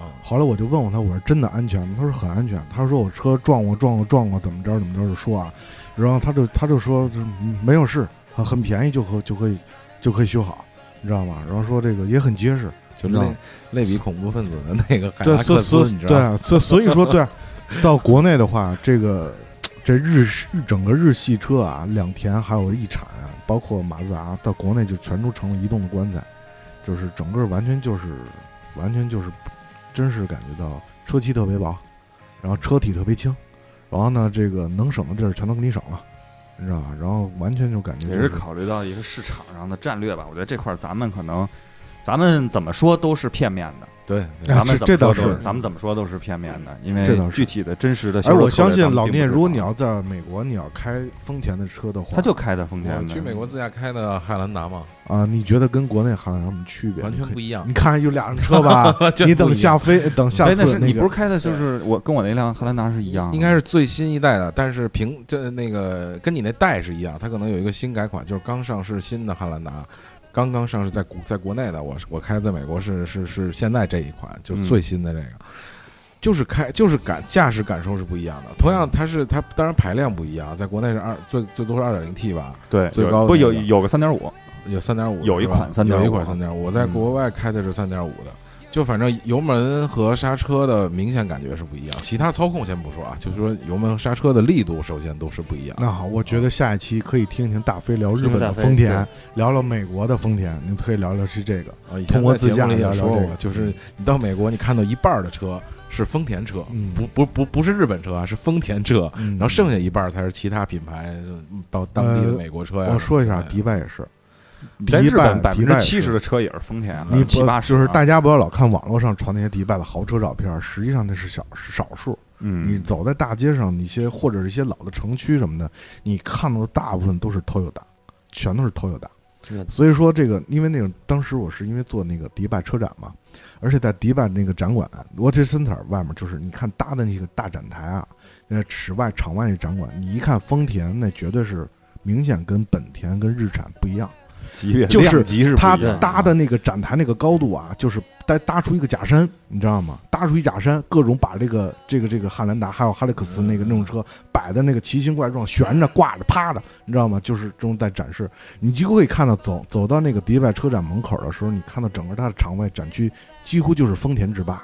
C: 啊，
E: 后来我就问过他，我说真的安全吗？他说很安全。他说我车撞过撞过撞过，怎么着怎么着就说啊，然后他就他就说就是嗯没有事，很很便宜就可就可以就可以修好，你知道吗？然后说这个也很结实，你
C: 就
E: 知道
C: 类类比恐怖分子的那个海
E: 对
C: 拉，
E: 所
C: 克
E: 以所
C: 斯，
E: 以
C: 你知道
E: 对
C: 吗？
E: 啊，所以所以说对啊，到国内的话，这个这日系整个日系车啊，两田还有日产啊，包括马自达，到国内就全都成了移动的棺材，就是整个完全就是完全就是，真是感觉到车漆特别薄，然后车体特别轻，然后呢，这个能省的地儿全都给你省了。你知道吧？然后完全就感觉、就
A: 也是考虑到一个市场上的战略吧。我觉得这块儿咱们可能，咱们怎么说都是片面的，
C: 对，对
E: 哎
A: 咱们
E: 这
A: 怎么说
E: 这倒
A: 都
E: 是
A: 咱们怎么说都是片面的，因
E: 这
A: 为
E: 倒是
A: 具体的真实的销啊
E: 哎，
A: 售策略
E: 我相信
A: 咱们
E: 老
A: 并不
E: 聂，
A: 知
E: 如果
A: 道
E: 你要在美国，你要开丰田的车的话，
A: 他就开的丰
C: 我
A: 田的，
C: 去美国自驾开的汉兰达嘛，
E: 啊，你觉得跟国内汉兰有什么区别？
C: 完全
E: 你可以
C: 不一样
E: 你。看有俩人车吧
C: 完，全
E: 你
C: 不
E: 等
C: 一
E: 下
C: 样
E: 飞，等下
A: 哎，
E: 次
A: 那是你
E: 个
A: 不是开的就是我跟我那辆汉兰达是一样的，
C: 应该是最新一代的，但是平这那个跟你那代是一样，它可能有一个新改款，就是刚上市新的汉兰达，刚刚上市在国在国内的，我是我开在美国是是是现在这一款，就是
A: 嗯
C: 最新的这个，就是开就是感驾驶感受是不一样的。同样它是它当然排量不一样，在国内是二最最多是二点零 T 吧，
A: 对
C: 最
A: 有
C: 高的
A: 不
C: 那
A: 有
C: 个
A: 有个三点五，
C: 有三点五，
A: 有一款3.5
C: 有一款三点
E: 嗯
C: 五，我在国外开的是三点五的。就反正油门和刹车的明显感觉是不一样，其他操控先不说啊，就是说油门和刹车的力度首先都是不一样。
E: 那好，我觉得下一期可以听听大飞聊日
D: 听
E: 本
D: 听
E: 的
D: 大飞
E: 丰田，聊聊美国的丰田，你可以聊聊是这个。
C: 啊，以前
E: 通过
C: 在
E: 自
C: 节
E: 驾
C: 目里
E: 聊
C: 也
E: 聊
C: 说
E: 这
C: 过
E: 个，嗯
C: 就是你到美国，你看到一半儿的车是丰田车，
E: 嗯
C: 不不不不是日本车啊，是丰田车，
E: 嗯
C: 然后剩下一半儿才是其他品牌嗯到当地的
E: 呃
C: 美国车呀。
E: 我说一下，
C: 对
E: 迪拜也是，
A: 在
E: 迪
A: 日本百
E: 迪
A: 分
E: 拜
A: 之
E: 也
A: 七十
E: 是
A: 的车也是丰
C: 呃
A: 田，
E: 你
A: 七
E: 不
A: 八十
E: 就是
A: 啊
E: 大家不要老看网络上传那些迪拜的豪车照片，实际上那是小是少数。你
A: 嗯，
E: 走在大街上，一些或者是一些老的城区什么的，你看到的大部分都是 Toyota，全都是 Toyota。
D: 这个
E: 所以说这个，因为那个当时我是因为做那个迪拜车展嘛，而且在迪拜那个展馆 Water Center 外面，就是你看搭的那个大展台啊，呃，室外场外那展馆，你一看丰田，那绝对是明显跟本田跟日产不一样，
A: 级别
E: 就是
A: 量级是不
E: 它
A: 一样
E: 搭的那个展台那个高度啊，就是搭搭出一个假山，你知道吗？搭出一假山，各种把这个这个这个汉兰达还有哈雷克斯那个那种车摆的那个奇形怪状，悬着挂着趴着，你知道吗？就是这种在展示，你几乎可以看到走走到那个迪拜车展门口的时候，你看到整个它的场外展区几乎就是丰田之霸，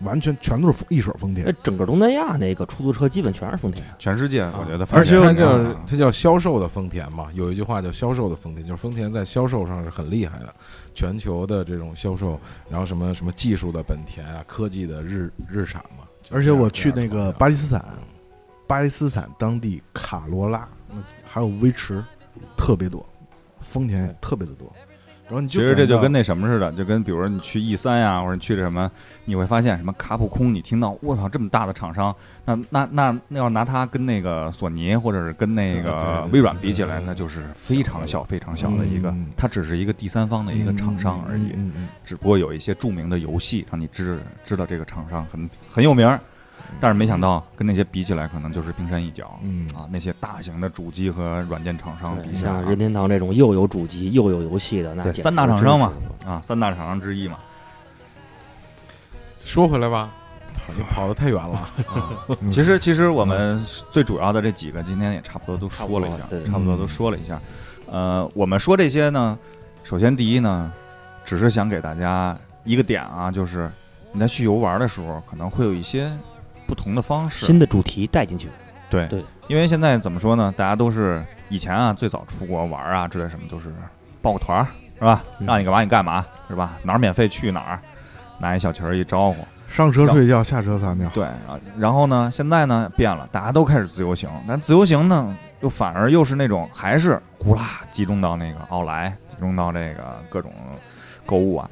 E: 完全全都是一水丰
D: 哎
E: 田。，
D: 整个东南亚那个出租车基本全是丰田。
A: 全世界我觉得，
E: 而且
C: 它
E: 我
C: 叫它叫销售的丰田嘛，有一句话叫销售的丰田，就是丰田在销售上是很厉害的，全球的这种销售，然后什么什么技术的本田啊，科技的日日产嘛。就
E: 而且
C: 这样
E: 我去那个巴基斯坦，
C: 嗯
E: 巴基斯坦当地卡罗拉，那还有威驰，特别多，丰田也特别的多。然后你
A: 其
E: 就
A: 实这
E: 感觉
A: 就
E: 到
A: 跟那什么似的，就跟比如说你去 E 三呀，或者你去这什么，你会发现什么卡普空，你听到我操这么大的厂商，那那那那要拿它跟那个索尼或者是跟那
C: 啊对对
A: 个
C: 对
A: 微软比起来，
C: 嗯
A: 那就是非常小非常小的一个
E: 嗯，
A: 它只是一个第三方的一个厂商而已。
E: 嗯嗯嗯
A: 只不过有一些著名的游戏让你知知道这个厂商很很有名儿，但是没想到跟那些比起来，可能就是冰山一角。
E: 嗯
A: 啊，那些大型的主机和软件厂商比
D: 对
A: 起来
D: 像
A: 啊
D: 任天堂这种又有主机又有游戏的，那
A: 对
D: 简直
A: 三大厂商嘛
D: 真是
A: 啊，三大厂商之一嘛。
C: 说回来吧，
F: 你跑得太远了，
E: 嗯
A: 其实，其实我们最主要的这几个，今天也差不多都说了一下
D: 差不多了，嗯对
A: 差不多都说了一下。呃，我们说这些呢，首先第一呢，只是想给大家一个点啊，就是你在去游玩的时候，可能会有一些不同的方式。
D: 新的主题带进去，
A: 对
D: 对，
A: 因为现在怎么说呢，大家都是以前啊，最早出国玩啊之类什么，都是报个团儿是吧？
D: 嗯
A: 让你干嘛你干嘛是吧？哪儿免费去哪儿，拿一小旗儿一招呼。
E: 上车睡觉，下车撒尿，
A: 对啊，然后呢，现在呢变了，大家都开始自由行，但自由行呢，又反而又是那种还是呼啦集中到那个奥莱，集中到这个各种购物啊。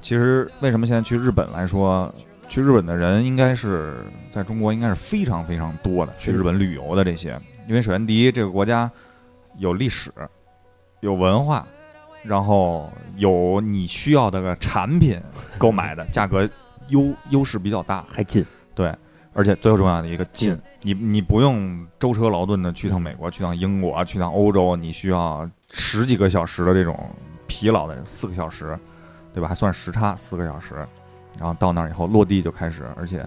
A: 其实为什么现在去日本来说，去日本的人应该是在中国应该是非常非常多的，去日本旅游的这些，因为首先第一，这个国家有历史，有文化。然后有你需要的个产品购买的价格优优势比较大，
D: 还近，
A: 而且最重要的一个近
D: 近，
A: 你你不用舟车劳顿的去趟美国、去趟英国、啊去趟欧洲，你需要十几个小时的这种疲劳的四个小时，对吧？还算时差四个小时，然后到那儿以后落地就开始，而且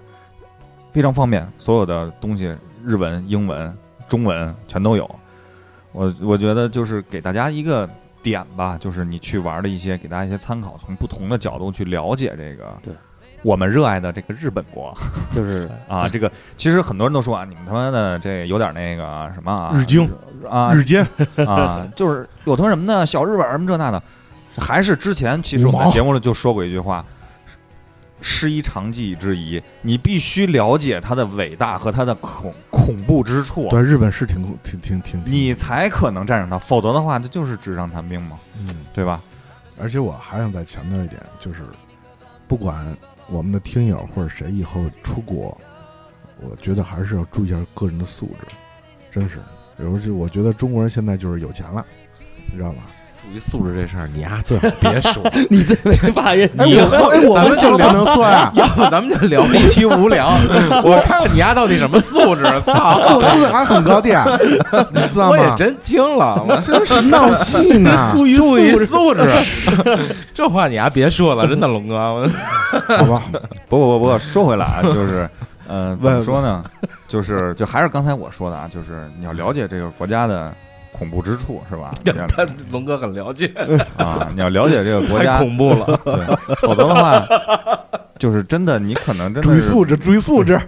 A: 非常方便，所有的东西日文、英文、中文全都有。我我觉得就是给大家一个点吧，就是你去玩的一些，给大家一些参考，从不同的角度去了解这个
D: 对
A: 我们热爱的这个日本国。
D: 就是
A: 啊，这个其实很多人都说啊，你们他妈的这有点那个什么啊，
E: 日经
A: 啊
E: 日间
A: 啊，就是有他妈什么呢，小日本什么这那的，还是之前其实我们
E: 五
A: 在
E: 毛
A: 节目里就说过一句话，师夷长技以制夷，你必须了解它的伟大和它的恐恐怖之处，
E: 对日本是挺挺挺挺，挺
A: 你才可能战胜它，否则的话，这就是纸上谈兵嘛，
E: 嗯，
A: 对吧？
E: 而且我还想再强调一点，就是不管我们的听友或者谁以后出国，我觉得还是要注意一下个人的素质，真是，尤其我觉得中国人现在就是有钱了，你知道吗？
C: 注意素质这事儿，你呀最好别 说，
D: 你最没 发言，
E: 哎，我哎， 我们就不能算啊。
C: 要不咱们就 聊一期无聊，我看看你丫到底什么素质，操！
E: 哎，我素质还很高的呀，你知道
C: 我 也
E: 吗？
C: 真惊了，我
E: 真是闹戏呢，
C: 注意注意素质， 这话你丫别说了，真的龙哥，我
E: 好吧？
A: 不不不不，说回来啊，就是，呃，怎么
E: 问
A: 说呢？ 就是就还是刚才我说的啊，就是你要了解这个国家的恐怖之处，是吧？ 你要
C: 他龙哥很了解，
A: 啊，你要了解这个国
C: 太
A: 家，
C: 恐怖了。
A: 对，否则的话， 就是真的，你可能真
E: 注
A: 的
E: 意
A: 是
E: 素质，注意素质。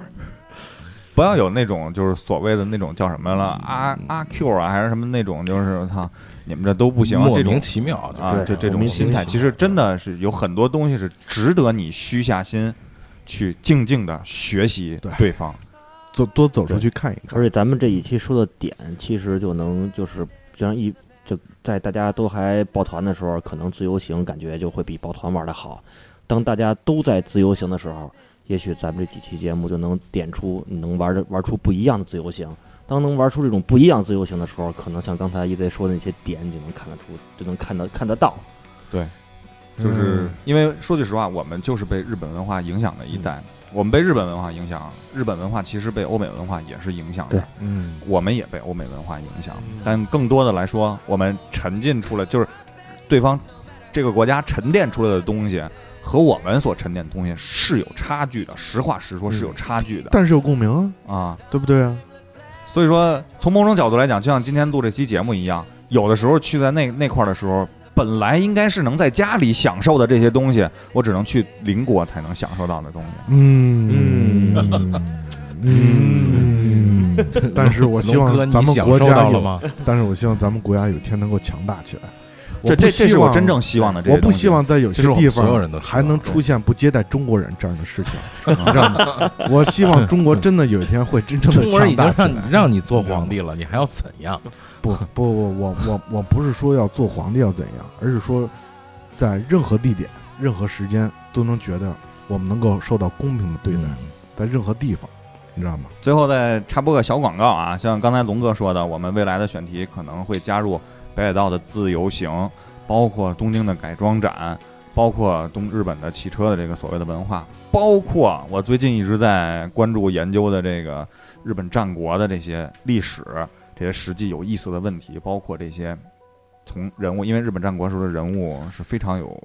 A: 不要有那种就是所谓的那种叫什么了阿阿 Q 啊，还是什么那种，就是我操，你们这都不行，啊
C: 莫
A: 这
C: 名
A: 种
C: 其妙就
A: 啊，
D: 对
A: 就这
D: 莫
A: 种
D: 名其
A: 心态，
D: 妙
A: 其实真的是有很多东西是值得你虚下心去静静的学习
E: 对
A: 对方。
E: 走多走出去看一看
D: 而。且咱们这一期说的点，其实就能就是就像一就在大家都还抱团的时候，可能自由行感觉就会比抱团玩的好。当大家都在自由行的时候，也许咱们这几期节目就能点出你能玩的玩出不一样的自由行。当能玩出这种不一样自由行的时候，可能像刚才一 Z 说的那些点，你就能看得出，就能看得看得到。
A: 就是因为说句实话，我们就是被日本文化影响的一代，我们被日本文化影响，日本文化其实被欧美文化也是影响的
D: 对，
E: 嗯，
A: 我们也被欧美文化影响，但更多的来说，我们沉浸出来就是对方这个国家沉淀出来的东西和我们所沉淀的东西是有差距的，实话实说是有差距的、
E: 但是有共鸣啊，
A: 啊。
E: 对不对啊？
A: 所以说，从某种角度来讲，就像今天录这期节目一样，有的时候去在那那块儿的时候，本来应该是能在家里享受的这些东西，我只能去邻国才能享受到的东西。
E: 嗯嗯，但是我希望
C: 龙哥，
E: 咱
C: 你
E: 们
C: 享
E: 国
C: 受
E: 家
C: 到
E: 有，
C: 了吗？
E: 但是我希望咱们国家有一天能够强大起来。
A: 这
E: 不
A: 这这
E: 希
A: 是我
E: 望
A: 真正希望的这些
E: 我不
A: 东西
E: 希望在有
C: 这
E: 些
C: 是我
E: 地
C: 们所有
E: 方
C: 人都希望
E: 还能出现不接待中国人这样的 事情，你知道吗？我希望中国真的有一天会真正的
C: 中国人已
E: 强
C: 经
E: 大
C: 让
E: 起
C: 你
E: 来。
C: 让你做皇帝了，你还要怎样？
E: 不不，我我我我不是说要做皇帝要怎样，而是说在任何地点、任何时间都能觉得我们能够受到公平的对待，
C: 嗯
E: 在任何地方，你知道吗？
A: 最后再插播个小广告啊，像刚才龙哥说的，我们未来的选题可能会加入北海道的自由行，包括东京的改装展，包括东日本的汽车的这个所谓的文化，包括我最近一直在关注研究的这个日本战国的这些历史，这些实际有意思的问题，包括这些从人物，因为日本战国时候的人物是非常有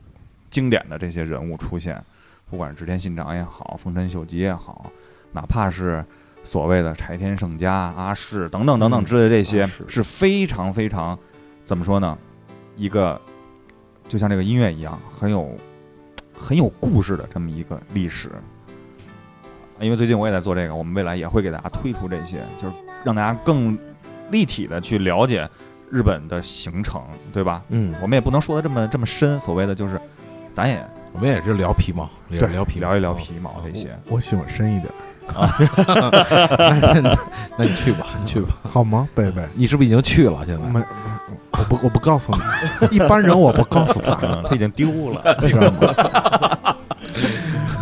A: 经典的这些人物出现，不管是织田信长也好，丰臣秀吉也好，哪怕是所谓的柴田胜家、阿市等等等等之类的这些，
D: 阿市
A: 啊是非常非常怎么说呢？一个就像这个音乐一样，很有很有故事的这么一个历史。因为最近我也在做这个，我们未来也会给大家推出这些，就是让大家更立体的去了解日本的行程，对吧？
D: 嗯，
A: 我们也不能说的这么这么深，所谓的就是，咱也
C: 我们也是聊皮毛，聊
E: 对
C: 聊皮毛，
A: 聊一聊
C: 啊
A: 皮毛这些。
E: 我喜欢深一点，
C: 那 那你去吧，你去吧。
E: 好吗，贝贝？
C: 你是不是已经去了？现在
E: 没，我不，我不告诉你，一般人我不告诉他，
A: 嗯， 他已经丢了。
E: 知道吗？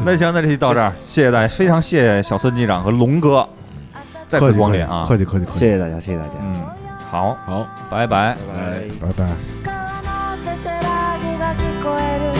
A: 那行，那这期到这儿，谢谢大家，非常谢谢小孙机长和龙哥 再次光临啊！
E: 客气客气客气，
D: 谢谢大家，谢谢大家。
A: 嗯，好，
C: 好，
A: 拜拜。
C: 拜
E: 拜
C: 拜
E: 拜。
H: 川のせせらぎが聞こえる